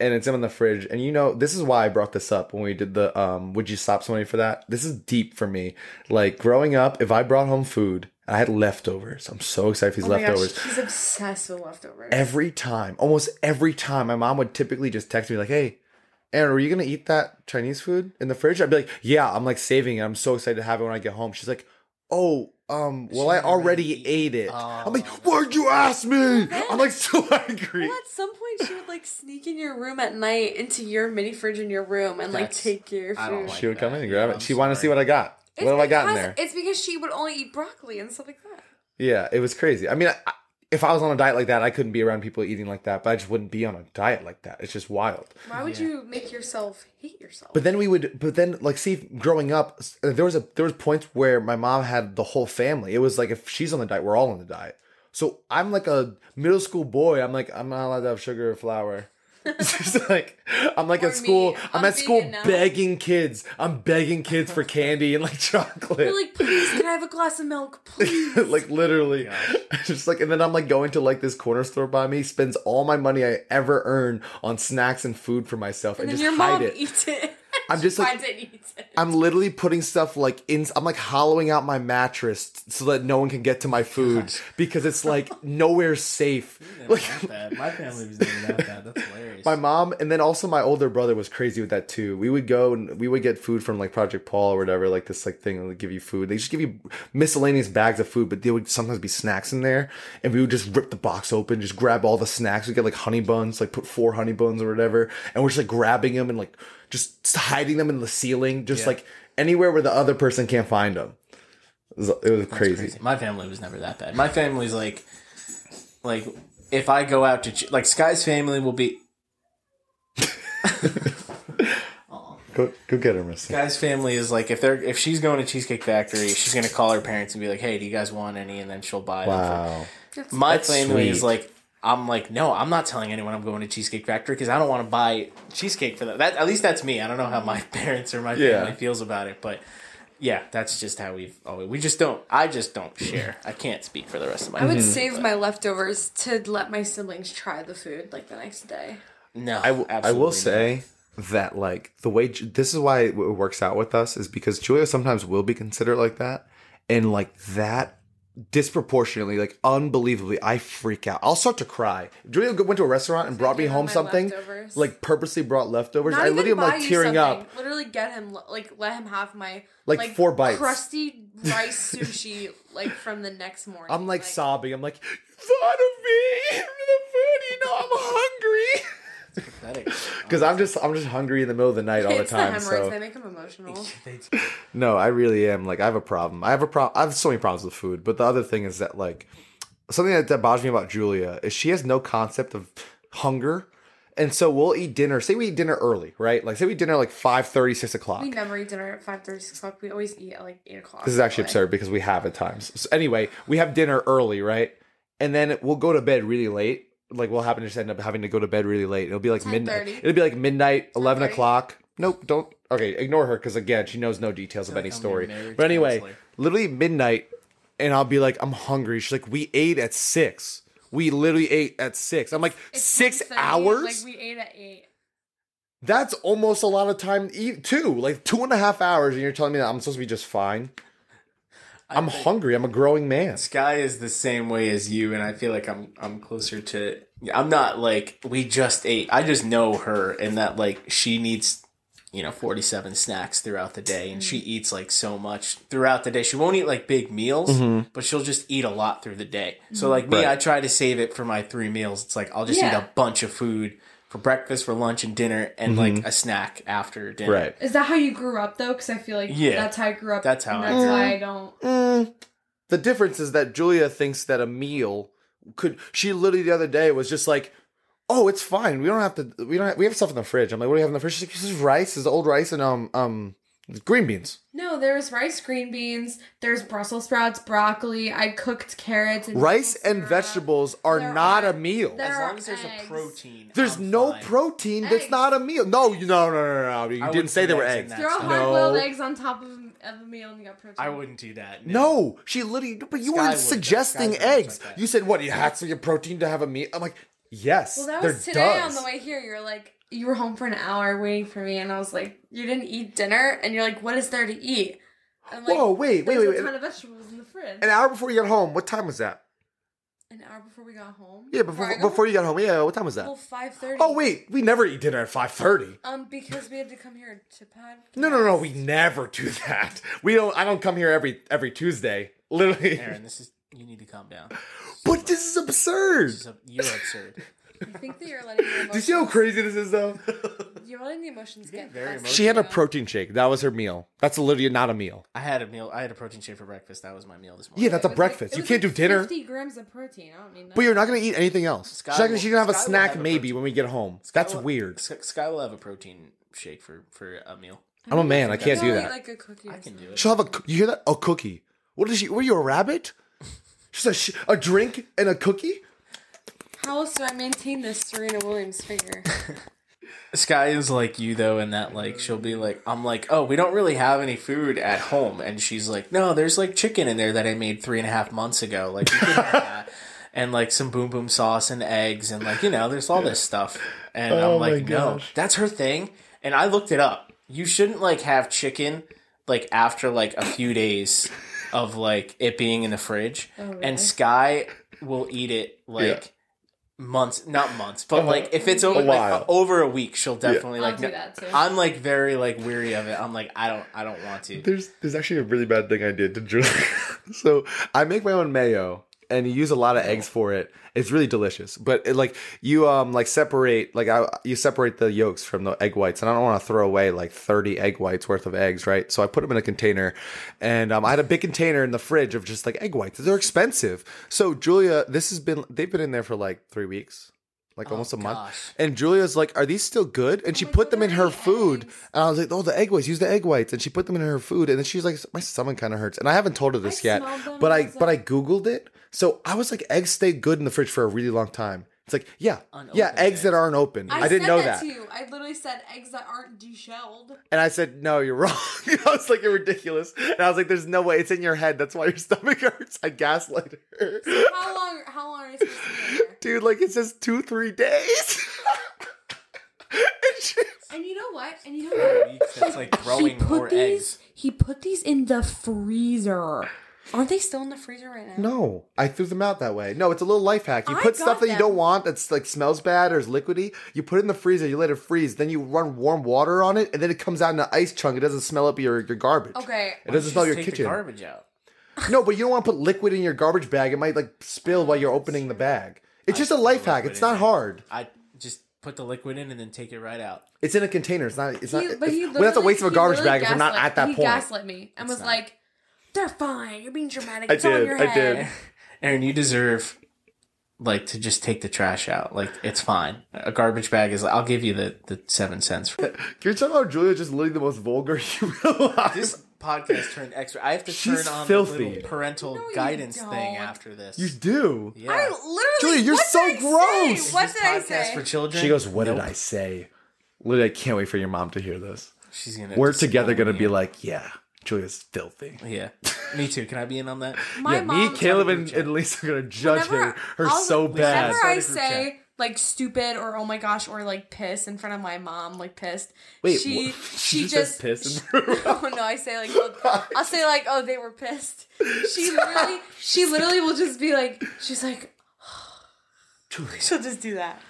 Speaker 1: And it's in the fridge. And you know, this is why I brought this up when we did the um would you stop somebody for that? This is deep for me. Like growing up, if I brought home food, I had leftovers. I'm so excited for these
Speaker 2: Oh my gosh,
Speaker 1: leftovers.
Speaker 2: she's obsessed with leftovers.
Speaker 1: Every time, almost every time, my mom would typically just text me like, "Hey, Aaron, are you gonna eat that Chinese food in the fridge?" I'd be like, "Yeah, I'm like saving it. I'm so excited to have it when I get home." She's like, "Oh, um, well, I already ate it." I'm like,
Speaker 2: Oh.
Speaker 1: "Why'd you ask me?" I'm like so angry.
Speaker 2: Well, at some point, she would like sneak in your room at night into your mini fridge in your room and like
Speaker 3: That's-
Speaker 2: take your
Speaker 3: I don't
Speaker 2: food.
Speaker 3: like
Speaker 1: She would come
Speaker 3: that.
Speaker 1: in and grab it.
Speaker 3: Yeah, I'm
Speaker 1: She wanted to see
Speaker 3: sorry.
Speaker 1: what I got.
Speaker 2: It's
Speaker 1: what have I got in
Speaker 2: because-
Speaker 1: there?
Speaker 2: It's because she would only eat broccoli and stuff like that.
Speaker 1: Yeah, it was crazy. I mean, I, if I was on a diet like that, I couldn't be around people eating like that. But I just wouldn't be on a diet like that. It's just wild.
Speaker 2: Why would you make yourself hate yourself?
Speaker 1: But then we would, but then like see, growing up, s- there was a there was points where my mom had the whole family. It was like if she's on the diet, we're all on the diet. So I'm like a middle school boy. I'm like I'm not allowed to have sugar or flour. it's just like I'm like
Speaker 2: Or
Speaker 1: at school.
Speaker 2: me.
Speaker 1: I'm,
Speaker 2: I'm
Speaker 1: at school
Speaker 2: vegan now.
Speaker 1: begging kids. I'm begging kids for candy and like chocolate.
Speaker 2: You're like, please, can I have a glass of milk, please?
Speaker 1: like literally just like and then i'm like going to like this corner store by me spends all my money i ever earn on snacks and food for myself and,
Speaker 2: and then
Speaker 1: just
Speaker 2: your
Speaker 1: hide
Speaker 2: mom
Speaker 1: it
Speaker 2: eats it.
Speaker 1: I'm
Speaker 2: She
Speaker 1: just, like-
Speaker 2: finds it and eats it.
Speaker 1: i'm literally putting stuff like in i'm like hollowing out my mattress so that no one can get to my food because it's like nowhere safe like
Speaker 3: Not bad. My family was doing that bad. That's hilarious.
Speaker 1: my mom and then also my older brother was crazy with that too we would go and we would get food from like project paul or whatever like this like thing that would give you food they just give you miscellaneous bags of food but there would sometimes be snacks in there and we would just rip the box open just grab all the snacks we get like honey buns like put four honey buns or whatever and we're just like grabbing them and like just hiding them in the ceiling just like anywhere where the other person can't find them it was, it was crazy.
Speaker 3: crazy. My family was never that bad. My family's like, like if I go out to ch- like Sky's family will be
Speaker 1: go go get her missy
Speaker 3: Sky's family is like if they're if she's going to Cheesecake Factory, she's gonna call her parents and be like, hey, do you guys want any? And then she'll buy. them for-
Speaker 1: wow
Speaker 3: My
Speaker 1: That's
Speaker 3: family is
Speaker 1: sweet.
Speaker 3: like. I'm like, no, I'm not telling anyone I'm going to Cheesecake Factory because I don't want to buy cheesecake for that. that. At least that's me. I don't know how my parents or my
Speaker 1: Yeah.
Speaker 3: family feels about it, but yeah, that's just how we've always. We just don't. I just don't share. I can't speak for the rest of my.
Speaker 2: I would save my leftovers to let my siblings try the food like the next day.
Speaker 3: no,
Speaker 1: I w- I will
Speaker 3: absolutely
Speaker 1: say that like the way Ju- this is why it w- works out with us is because Julia sometimes will be considered like that, and like that disproportionately, like unbelievably, I freak out. I'll start to cry. Julia go- went to a restaurant and brought me
Speaker 2: give her
Speaker 1: home
Speaker 2: my
Speaker 1: something,
Speaker 2: leftovers.
Speaker 1: like purposely brought leftovers.
Speaker 2: Not
Speaker 1: I
Speaker 2: even
Speaker 1: literally am
Speaker 2: buy
Speaker 1: like
Speaker 2: you
Speaker 1: tearing
Speaker 2: something.
Speaker 1: up.
Speaker 2: Literally get him like let him have my
Speaker 1: Like, four bites.
Speaker 2: crusty rice sushi like from the next morning.
Speaker 1: I'm like, sobbing. I'm like, you thought of me for the food. You know I'm hungry
Speaker 3: not. Pathetic.
Speaker 1: because I'm just I'm just hungry in the middle of the night all the
Speaker 2: It's the
Speaker 1: time.
Speaker 2: hemorrhoids.
Speaker 1: so
Speaker 2: They make him emotional.
Speaker 1: No, I really am. Like, I have a problem. I have a problem. I have so many problems with food. But the other thing is that, like, something that, that bothers me about Julia is she has no concept of hunger. And so we'll eat dinner. Say we eat dinner early, right? Like, say we eat dinner like 5 6 o'clock.
Speaker 2: We never eat dinner at five thirty, six o'clock. We always eat at like 8 o'clock.
Speaker 1: This is actually absurd because we have at times. So anyway, we have dinner early, right? And then we'll go to bed really late. Like we'll happen to just end up having to go to bed really late. It'll be like midnight.
Speaker 2: 10:30.
Speaker 1: It'll be like midnight, eleven
Speaker 2: 10:30.
Speaker 1: o'clock. Nope, don't. Okay, ignore her because again, she knows no details of any
Speaker 3: I'm your
Speaker 1: story.
Speaker 3: marriage
Speaker 1: But anyway,
Speaker 3: counselor.
Speaker 1: literally midnight, and I'll be like, I'm hungry. She's like, we ate at six. We literally ate at six. I'm like, six
Speaker 2: 10:30,
Speaker 1: hours.
Speaker 2: Like we ate at 8.
Speaker 1: That's almost a lot of time to eat too. Like two and a half hours, and you're telling me that I'm supposed to be just fine. I'm hungry. I'm a growing man.
Speaker 3: Sky is the same way as you, and I feel like I'm I'm closer to. I'm not like we just ate. I just know her, and that like she needs you know 47 snacks throughout the day and she eats like so much throughout the day she won't eat like big meals but she'll just eat a lot through the day so like me
Speaker 11: Right.
Speaker 3: i try to save it for my three meals it's like i'll just eat
Speaker 2: Yeah.
Speaker 3: a bunch of food for breakfast for lunch and dinner and like a snack after dinner
Speaker 11: Right.
Speaker 2: Is that how you grew up though? Because I feel like
Speaker 3: Yeah.
Speaker 2: that's how I grew up.
Speaker 3: That's how
Speaker 2: and
Speaker 3: I
Speaker 2: that's
Speaker 3: grew
Speaker 2: why I don't.
Speaker 1: Mm, the difference is that Julia thinks that a meal could. She literally the other day was just like, "Oh, it's fine. We don't have to. We don't. Have, we have stuff in the fridge." I'm like, "What do you have in the fridge?" She's like, "This is rice. This is old rice and um um green beans."
Speaker 2: No, there's rice, green beans. There's Brussels sprouts, broccoli. I cooked carrots. And
Speaker 1: Rice
Speaker 2: Brussels
Speaker 1: and
Speaker 2: sprouts.
Speaker 1: vegetables are
Speaker 2: There
Speaker 1: not
Speaker 2: are-
Speaker 1: a meal.
Speaker 2: there
Speaker 3: as long
Speaker 2: are
Speaker 3: as there's
Speaker 2: eggs.
Speaker 3: a protein
Speaker 1: There's
Speaker 3: I'm
Speaker 1: no
Speaker 3: fine.
Speaker 1: protein that's
Speaker 2: Eggs.
Speaker 1: not a meal. No, you no no no no.
Speaker 3: I
Speaker 1: You
Speaker 3: would
Speaker 1: didn't say
Speaker 3: put
Speaker 1: there were
Speaker 3: eggs in
Speaker 1: eggs.
Speaker 3: that.
Speaker 2: Throw
Speaker 3: No.
Speaker 2: hard boiled eggs on top of, of a meal and you got protein.
Speaker 3: i wouldn't do that
Speaker 1: No, she literally. But you
Speaker 3: Sky
Speaker 1: were
Speaker 3: would, though.
Speaker 1: suggesting
Speaker 3: Sky very much
Speaker 1: eggs.
Speaker 3: like that.
Speaker 1: you said what? You have to get protein to have a meal. I'm like, yes.
Speaker 2: Well, that
Speaker 1: there
Speaker 2: was today
Speaker 1: does.
Speaker 2: on the way here. You're like, you were home for an hour waiting for me, and I was like, you didn't eat dinner, and you're like, what is there to eat? I'm like,
Speaker 1: Whoa, wait, wait,
Speaker 2: there's
Speaker 1: wait,
Speaker 2: a
Speaker 1: wait.
Speaker 2: ton of vegetables in the fridge.
Speaker 1: An hour before you got home. What time was that?
Speaker 2: An hour before we got home.
Speaker 1: Yeah, before before, you got home. Yeah, what time was that?
Speaker 2: Well, five thirty.
Speaker 1: oh wait, we never eat dinner at five thirty.
Speaker 2: Um, because we had to come here to pod.
Speaker 1: No, no, no, we never do that. We don't. I don't come here every every Tuesday. Literally,
Speaker 3: aaron this is you need to calm down
Speaker 1: but this is absurd.
Speaker 3: This is a- you're absurd
Speaker 2: You think that you're letting the emotions,
Speaker 1: Do you see how crazy this is, though?
Speaker 2: you're letting the emotions get
Speaker 3: very
Speaker 2: past
Speaker 3: emotional.
Speaker 1: she had a
Speaker 2: you.
Speaker 1: protein shake. That was her meal. That's literally not a meal.
Speaker 3: i had a meal i had a protein shake for breakfast that was my meal this morning
Speaker 1: Yeah, that's
Speaker 2: It
Speaker 1: a
Speaker 2: was
Speaker 1: breakfast.
Speaker 2: like- it
Speaker 1: you
Speaker 2: was
Speaker 1: can't
Speaker 2: like
Speaker 1: do dinner.
Speaker 2: 50 grams of protein. I don't need that.
Speaker 1: But you're not gonna eat anything else.
Speaker 3: Sky
Speaker 1: she's not
Speaker 3: will-
Speaker 1: gonna, she's gonna have a
Speaker 3: Sky will
Speaker 1: snack
Speaker 3: have a
Speaker 1: maybe
Speaker 3: protein-
Speaker 1: when we get home.
Speaker 3: Sky
Speaker 1: That's
Speaker 3: will-
Speaker 1: weird.
Speaker 3: Sky Sky will have a protein shake for for a meal.
Speaker 1: I'm a man. I can't do
Speaker 2: I'll eat,
Speaker 1: that.
Speaker 2: Like a cookie.
Speaker 3: I
Speaker 2: or
Speaker 3: can
Speaker 2: something.
Speaker 3: do it.
Speaker 1: She'll have a. coo- You hear that? A cookie. What is she? Were you a rabbit? She's a, sh- a drink and a cookie.
Speaker 2: How else do I maintain this Serena Williams figure?
Speaker 3: Sky is like you though, in that like she'll be like, I'm like, oh, we don't really have any food at home, and she's like, no, there's like chicken in there that I made three and a half months ago, like, you can have that. and like some boom boom sauce and eggs and like you know, there's all this stuff, and
Speaker 1: Oh
Speaker 3: I'm like,
Speaker 1: my
Speaker 3: no,
Speaker 1: gosh.
Speaker 3: that's her thing, and I looked it up. You shouldn't like have chicken like after like a few days of like it being in the fridge,
Speaker 1: Oh,
Speaker 2: really?
Speaker 3: and Sky will eat it like. Months, not months, but like if it's over like
Speaker 1: while.
Speaker 3: over a week, she'll definitely
Speaker 2: I'll
Speaker 3: like.
Speaker 2: do
Speaker 3: no-
Speaker 2: that too.
Speaker 3: I'm like very like weary of it. I'm like I don't I don't want to.
Speaker 1: There's there's actually a really bad thing I did to Julie. so I make my own mayo and you use a lot of eggs for it. It's really delicious. But it, like you um like separate like I you separate the yolks from the egg whites and I don't want to throw away like 30 egg whites worth of eggs, right? So I put them in a container and um, I had a big container in the fridge of just like egg whites. They're expensive. So Julia, this has been they've been in there for like 3 weeks. Like almost a month.
Speaker 3: gosh.
Speaker 1: And Julia's like, "Are these still good?" And she
Speaker 2: my
Speaker 1: put
Speaker 2: God,
Speaker 1: them in
Speaker 2: they're
Speaker 1: her
Speaker 2: the
Speaker 1: food.
Speaker 2: eggs.
Speaker 1: And I was like, oh, the egg whites, use the egg whites. And she put them in her food. And then she's like, my stomach kind of hurts. And I haven't told her this yet,
Speaker 2: smelled them
Speaker 1: but
Speaker 2: and
Speaker 1: I,
Speaker 2: I was
Speaker 1: but I Googled it. So I was like, eggs stay good in the fridge for a really long time. It's like, yeah, yeah,
Speaker 3: Unopened
Speaker 1: eggs that
Speaker 3: eggs.
Speaker 1: aren't open. I, didn't
Speaker 2: said
Speaker 1: know
Speaker 2: that
Speaker 1: that.
Speaker 2: to you. I literally said eggs that aren't deshelled.
Speaker 1: And I said, no, you're wrong. I was like, you're ridiculous. And I was like, there's no way. It's in your head. That's why your stomach hurts. I gaslighted her.
Speaker 2: How long? How long are you supposed to be in there?
Speaker 1: Dude, like, it says two, three days. and she,
Speaker 2: And you know what? And you know what?
Speaker 3: That's like
Speaker 2: he
Speaker 3: growing
Speaker 2: put
Speaker 3: more
Speaker 2: these.
Speaker 3: eggs.
Speaker 2: He put these in the freezer. Aren't they still in the freezer right now?
Speaker 1: No, I threw them out that way. No, it's a little life hack. You
Speaker 2: I
Speaker 1: put stuff
Speaker 2: got
Speaker 1: that you don't
Speaker 2: them.
Speaker 1: want that's like smells bad or is liquidy. You put it in the freezer. You let it freeze. Then you run warm water on it, and then it comes out in an ice chunk. It doesn't smell up your, your garbage.
Speaker 2: Okay.
Speaker 1: It doesn't smell your
Speaker 3: Just take the
Speaker 1: kitchen.
Speaker 3: garbage out.
Speaker 1: No, but you don't want to put liquid in your garbage bag. It might like spill while you're opening the bag. It's just a life hack.
Speaker 3: liquid
Speaker 1: It's
Speaker 3: in
Speaker 1: not
Speaker 3: it.
Speaker 1: hard.
Speaker 3: I just put the liquid in and then take it right out.
Speaker 1: It's in a container. It's not. It's not.
Speaker 2: He, but he
Speaker 1: it's, Uh, well, that's a
Speaker 2: literally-
Speaker 1: waste of a
Speaker 2: he
Speaker 1: garbage
Speaker 2: literally
Speaker 1: bag if we're not
Speaker 2: gaslit-
Speaker 1: at that
Speaker 2: he
Speaker 1: point.
Speaker 2: gaslit me and was
Speaker 3: not.
Speaker 2: like, "They're fine. You're being dramatic.
Speaker 1: I
Speaker 2: It's all in
Speaker 1: did,
Speaker 2: your
Speaker 1: I
Speaker 2: head."
Speaker 1: did.
Speaker 3: Aaron, you deserve like to just take the trash out. Like it's fine. A garbage bag is. I'll give you the the seven cents. For
Speaker 1: Can you tell me how Julia's just literally the most vulgar human alive?
Speaker 3: this podcast turned extra. I have to
Speaker 1: She's
Speaker 3: turn on the
Speaker 1: filthy.
Speaker 3: little parental
Speaker 2: you
Speaker 3: guidance thing
Speaker 2: don't.
Speaker 3: after this.
Speaker 1: you do.
Speaker 3: yeah.
Speaker 2: I literally.
Speaker 1: Julia, you're
Speaker 2: what
Speaker 1: so
Speaker 2: did I say?
Speaker 1: gross.
Speaker 2: What did I
Speaker 3: podcast
Speaker 2: say?
Speaker 3: for children.
Speaker 1: She goes, "What
Speaker 3: Nope.
Speaker 1: did I say?" Literally, I can't wait for your mom to hear this.
Speaker 3: She's gonna.
Speaker 1: We're
Speaker 3: disappoint
Speaker 1: together gonna be
Speaker 3: you.
Speaker 1: like, "Yeah, Julia's filthy."
Speaker 3: Yeah, me too. Can I be in on that?
Speaker 2: My
Speaker 1: yeah,
Speaker 2: mom
Speaker 1: me, Caleb,
Speaker 3: group
Speaker 1: and,
Speaker 3: chat.
Speaker 1: and Lisa are gonna judge
Speaker 2: Whenever-
Speaker 1: her, her
Speaker 2: I'll-
Speaker 1: so bad.
Speaker 2: Whenever
Speaker 3: Start
Speaker 2: I
Speaker 3: a group
Speaker 2: say like stupid or oh my gosh or like piss in front of my mom, like pissed.
Speaker 1: Wait,
Speaker 2: she
Speaker 1: wha-
Speaker 2: she
Speaker 1: she says
Speaker 2: just
Speaker 1: piss in
Speaker 2: she- oh no, I say like oh, I'll say like oh they were pissed. She literally she literally will just be like she's like
Speaker 3: Julie,
Speaker 2: she'll just do that.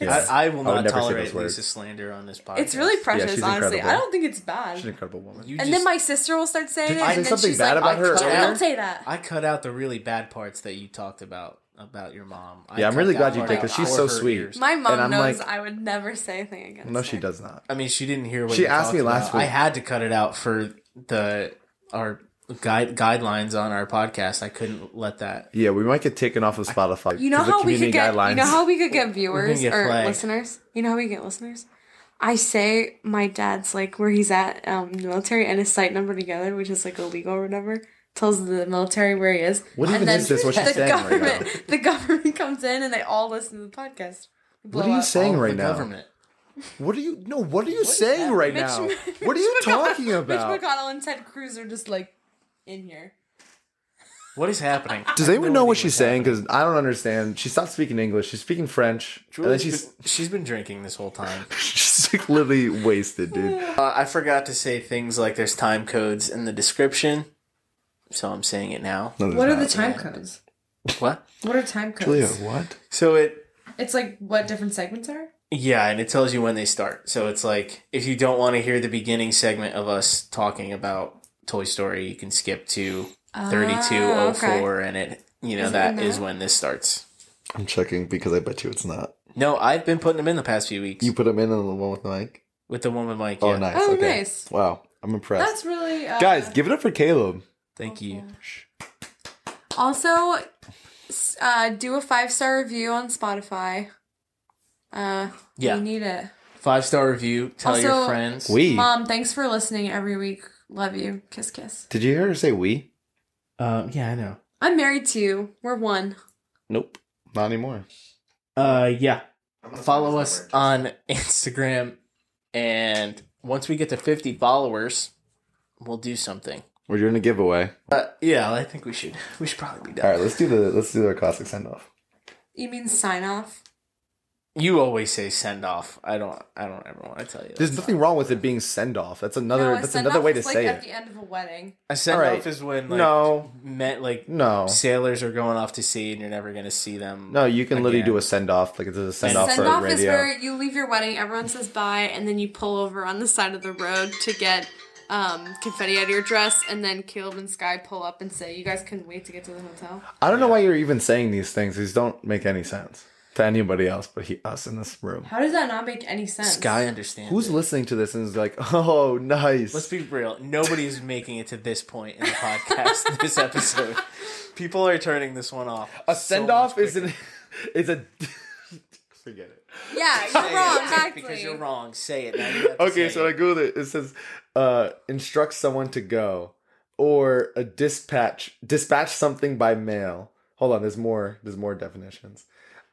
Speaker 1: Yeah.
Speaker 3: I, I
Speaker 1: I
Speaker 3: will
Speaker 1: would
Speaker 3: not
Speaker 1: never say
Speaker 3: tolerate
Speaker 1: those words.
Speaker 3: Lisa slander on this podcast.
Speaker 2: It's really precious,
Speaker 1: she's
Speaker 2: honestly. I
Speaker 1: incredible.
Speaker 2: don't think it's
Speaker 1: She's
Speaker 2: bad.
Speaker 1: an incredible woman.
Speaker 3: You
Speaker 2: and
Speaker 3: just-
Speaker 2: then my sister will start saying
Speaker 1: Did
Speaker 2: it,
Speaker 1: you say
Speaker 2: and then
Speaker 1: something
Speaker 2: she's
Speaker 1: bad
Speaker 2: like,
Speaker 1: about her
Speaker 2: "Don't-
Speaker 3: earlier?
Speaker 2: "Don't say that."
Speaker 3: I cut out the really bad parts that you talked about about your mom. I
Speaker 1: Yeah, I'm
Speaker 3: cut
Speaker 1: really
Speaker 3: that
Speaker 1: glad you
Speaker 3: part
Speaker 1: did
Speaker 3: out
Speaker 1: 'cause she's
Speaker 3: for
Speaker 1: so
Speaker 3: her
Speaker 1: sweet.
Speaker 3: ears.
Speaker 2: My mom
Speaker 1: And I'm
Speaker 2: knows
Speaker 1: like-
Speaker 2: I would never say anything against.
Speaker 1: No, she
Speaker 2: her.
Speaker 1: does not.
Speaker 3: I mean, she didn't hear what
Speaker 1: She
Speaker 3: you
Speaker 1: asked me
Speaker 3: talked
Speaker 1: last
Speaker 3: about. I
Speaker 1: week.
Speaker 3: had to cut it out for the our guide guidelines on our podcast. I couldn't let that.
Speaker 1: Yeah, we might get taken off of Spotify.
Speaker 2: You know
Speaker 1: 'cause of
Speaker 2: how we
Speaker 1: community
Speaker 2: could get. You know
Speaker 1: guidelines.
Speaker 2: how we could get viewers
Speaker 3: get
Speaker 2: or
Speaker 3: flagged.
Speaker 2: listeners. You know how we get listeners. I say my dad's like where he's at um, the military and his site number together, which is like illegal or whatever. Tells the military where he is.
Speaker 1: What
Speaker 2: and
Speaker 1: even
Speaker 2: then
Speaker 1: is this? What
Speaker 2: the
Speaker 1: she's saying right now?
Speaker 2: government, the government comes in and they all listen to the podcast.
Speaker 1: What are you saying
Speaker 3: All
Speaker 1: right
Speaker 3: the
Speaker 1: now?
Speaker 3: Government.
Speaker 1: What are you? No, what are you saying right
Speaker 2: Mitch-
Speaker 1: now?
Speaker 2: Mitch
Speaker 1: what are you
Speaker 2: McConnell-
Speaker 1: talking
Speaker 2: Mitch
Speaker 1: about?
Speaker 2: McConnell and Ted Cruz are just like in here.
Speaker 3: What is happening?
Speaker 1: Does
Speaker 3: I have
Speaker 1: anyone
Speaker 3: no
Speaker 1: know what
Speaker 3: idea
Speaker 1: she's
Speaker 3: what's
Speaker 1: saying? Because I don't understand. She stopped speaking English. She's speaking French,
Speaker 3: happening.
Speaker 1: and then she's
Speaker 3: She's been- she's been drinking this whole time.
Speaker 1: she's like literally wasted, dude.
Speaker 3: Uh, I forgot to say things like there's time codes in the description, so I'm saying it now.
Speaker 8: What are the time codes?
Speaker 3: What?
Speaker 8: What are time codes?
Speaker 1: Julia, what?
Speaker 3: So it
Speaker 8: It's like what different segments are.
Speaker 3: Yeah, and it tells you when they start. So it's like if you don't want to hear the beginning segment of us talking about Toy Story, you can skip to thirty two oh four, and it you know
Speaker 2: Ah, Is it in
Speaker 3: that
Speaker 2: that?
Speaker 3: is when this starts.
Speaker 1: I'm checking because I bet you it's not.
Speaker 3: No, I've been putting them in the past few weeks
Speaker 1: You put him in on the one with the mic.
Speaker 3: with the one with Mike.
Speaker 1: Oh,
Speaker 3: yeah.
Speaker 1: nice.
Speaker 2: Oh,
Speaker 1: okay.
Speaker 2: nice.
Speaker 1: Wow, I'm impressed.
Speaker 8: That's really uh,
Speaker 1: Guys, give it up for Caleb.
Speaker 3: Thank you.
Speaker 2: Also, s- uh, do a five star review on Spotify. Uh,
Speaker 3: Yeah.
Speaker 2: we need it.
Speaker 3: Five star review. Tell your
Speaker 2: Also-
Speaker 3: friends.
Speaker 1: We
Speaker 2: Mom, thanks for listening every week. Love you. Kiss, kiss.
Speaker 1: did you hear her say we?
Speaker 3: Um, yeah, I know.
Speaker 2: I'm married to you. We're one.
Speaker 1: Nope, not anymore.
Speaker 3: Uh, yeah. Follow us on Instagram, and once we get to fifty followers, we'll do something.
Speaker 1: We're doing a giveaway.
Speaker 3: Uh, yeah, I think we should. We should probably be done.
Speaker 1: All right, let's do the let's do our classic send off.
Speaker 2: You mean sign off?
Speaker 3: You always say send off. I don't. I don't ever want to tell you. That.
Speaker 5: There's nothing wrong with it being send off. That's another.
Speaker 2: a
Speaker 5: that's
Speaker 2: send
Speaker 5: another
Speaker 2: off
Speaker 5: way to
Speaker 2: is like
Speaker 5: say
Speaker 2: at
Speaker 5: it.
Speaker 2: the end of a wedding.
Speaker 3: a send off
Speaker 5: Alright.
Speaker 3: is when like
Speaker 5: no,
Speaker 3: meant like
Speaker 5: no,
Speaker 3: sailors are going off to sea and you're never gonna see them.
Speaker 5: no. You can literally
Speaker 3: Again.
Speaker 5: do a send off. Like it's a send off for
Speaker 2: send off
Speaker 5: radio.
Speaker 2: is where you leave your wedding, everyone says bye, and then you pull over on the side of the road to get um, confetti out of your dress, and then Caleb and Sky pull up and say, You guys couldn't wait to get to the hotel.
Speaker 5: I don't know why you're even saying these things. These don't make any sense to anybody else but he, us in this room.
Speaker 8: How does that not make any sense?
Speaker 3: Sky understands.
Speaker 5: Who's
Speaker 3: it.
Speaker 5: listening to this and is like, oh, nice.
Speaker 3: Let's be real. Nobody's making it to this point in the podcast. this episode, people are turning this one off.
Speaker 5: a send off is an is a. Forget it.
Speaker 2: Yeah, you're wrong,
Speaker 3: because
Speaker 2: exactly.
Speaker 3: you're wrong. Say it. Now you have to
Speaker 5: Okay,
Speaker 3: say
Speaker 5: so I
Speaker 3: it.
Speaker 5: googled it. It says, uh, instruct someone to go, or a dispatch dispatch something by mail. Hold on, there's more. There's more definitions.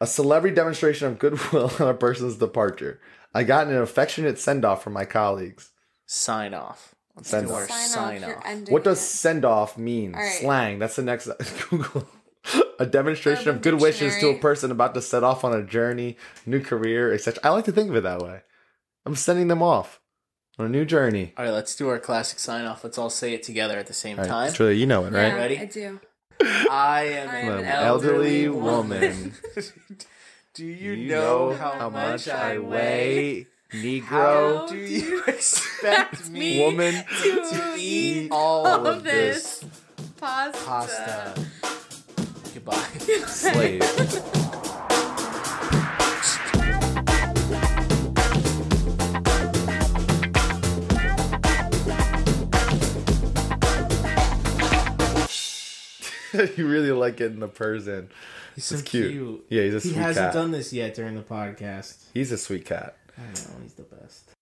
Speaker 5: A celebrity demonstration of goodwill on a person's departure. I got an affectionate send off from my colleagues.
Speaker 3: sign off. Let's
Speaker 5: Send
Speaker 3: do
Speaker 5: off.
Speaker 3: our
Speaker 2: Sign,
Speaker 3: sign
Speaker 2: off. You're
Speaker 3: off.
Speaker 2: ending
Speaker 5: What does
Speaker 2: it.
Speaker 5: send off mean?
Speaker 2: All right.
Speaker 5: Slang. That's the next Google. A demonstration
Speaker 2: Urban
Speaker 5: of good wishes to a
Speaker 2: Dictionary.
Speaker 5: person about to set off on a journey, new career, etc. I like to think of it that way. I'm sending them off on a new journey.
Speaker 3: All right, let's do our classic sign off. Let's all say it together at the same
Speaker 5: All right,
Speaker 3: time.
Speaker 5: Julia, you know it, right?
Speaker 2: Yeah,
Speaker 3: Ready?
Speaker 2: I do.
Speaker 3: I am
Speaker 2: I
Speaker 3: an
Speaker 2: am
Speaker 5: an
Speaker 3: elderly,
Speaker 5: elderly
Speaker 3: woman.
Speaker 5: woman.
Speaker 3: Do you, know, how, much I weigh?
Speaker 5: Negro,
Speaker 3: Do you expect me
Speaker 5: woman,
Speaker 3: to eat all
Speaker 2: all
Speaker 3: of
Speaker 2: of
Speaker 3: this
Speaker 2: this pasta.
Speaker 3: pasta? Goodbye.
Speaker 5: slave. you really like getting the purrs in.
Speaker 3: He's
Speaker 5: It's cute. Yeah, he's a
Speaker 3: He
Speaker 5: sweet
Speaker 3: hasn't
Speaker 5: cat.
Speaker 3: done this yet during the podcast.
Speaker 5: He's a sweet cat.
Speaker 3: I know he's the best.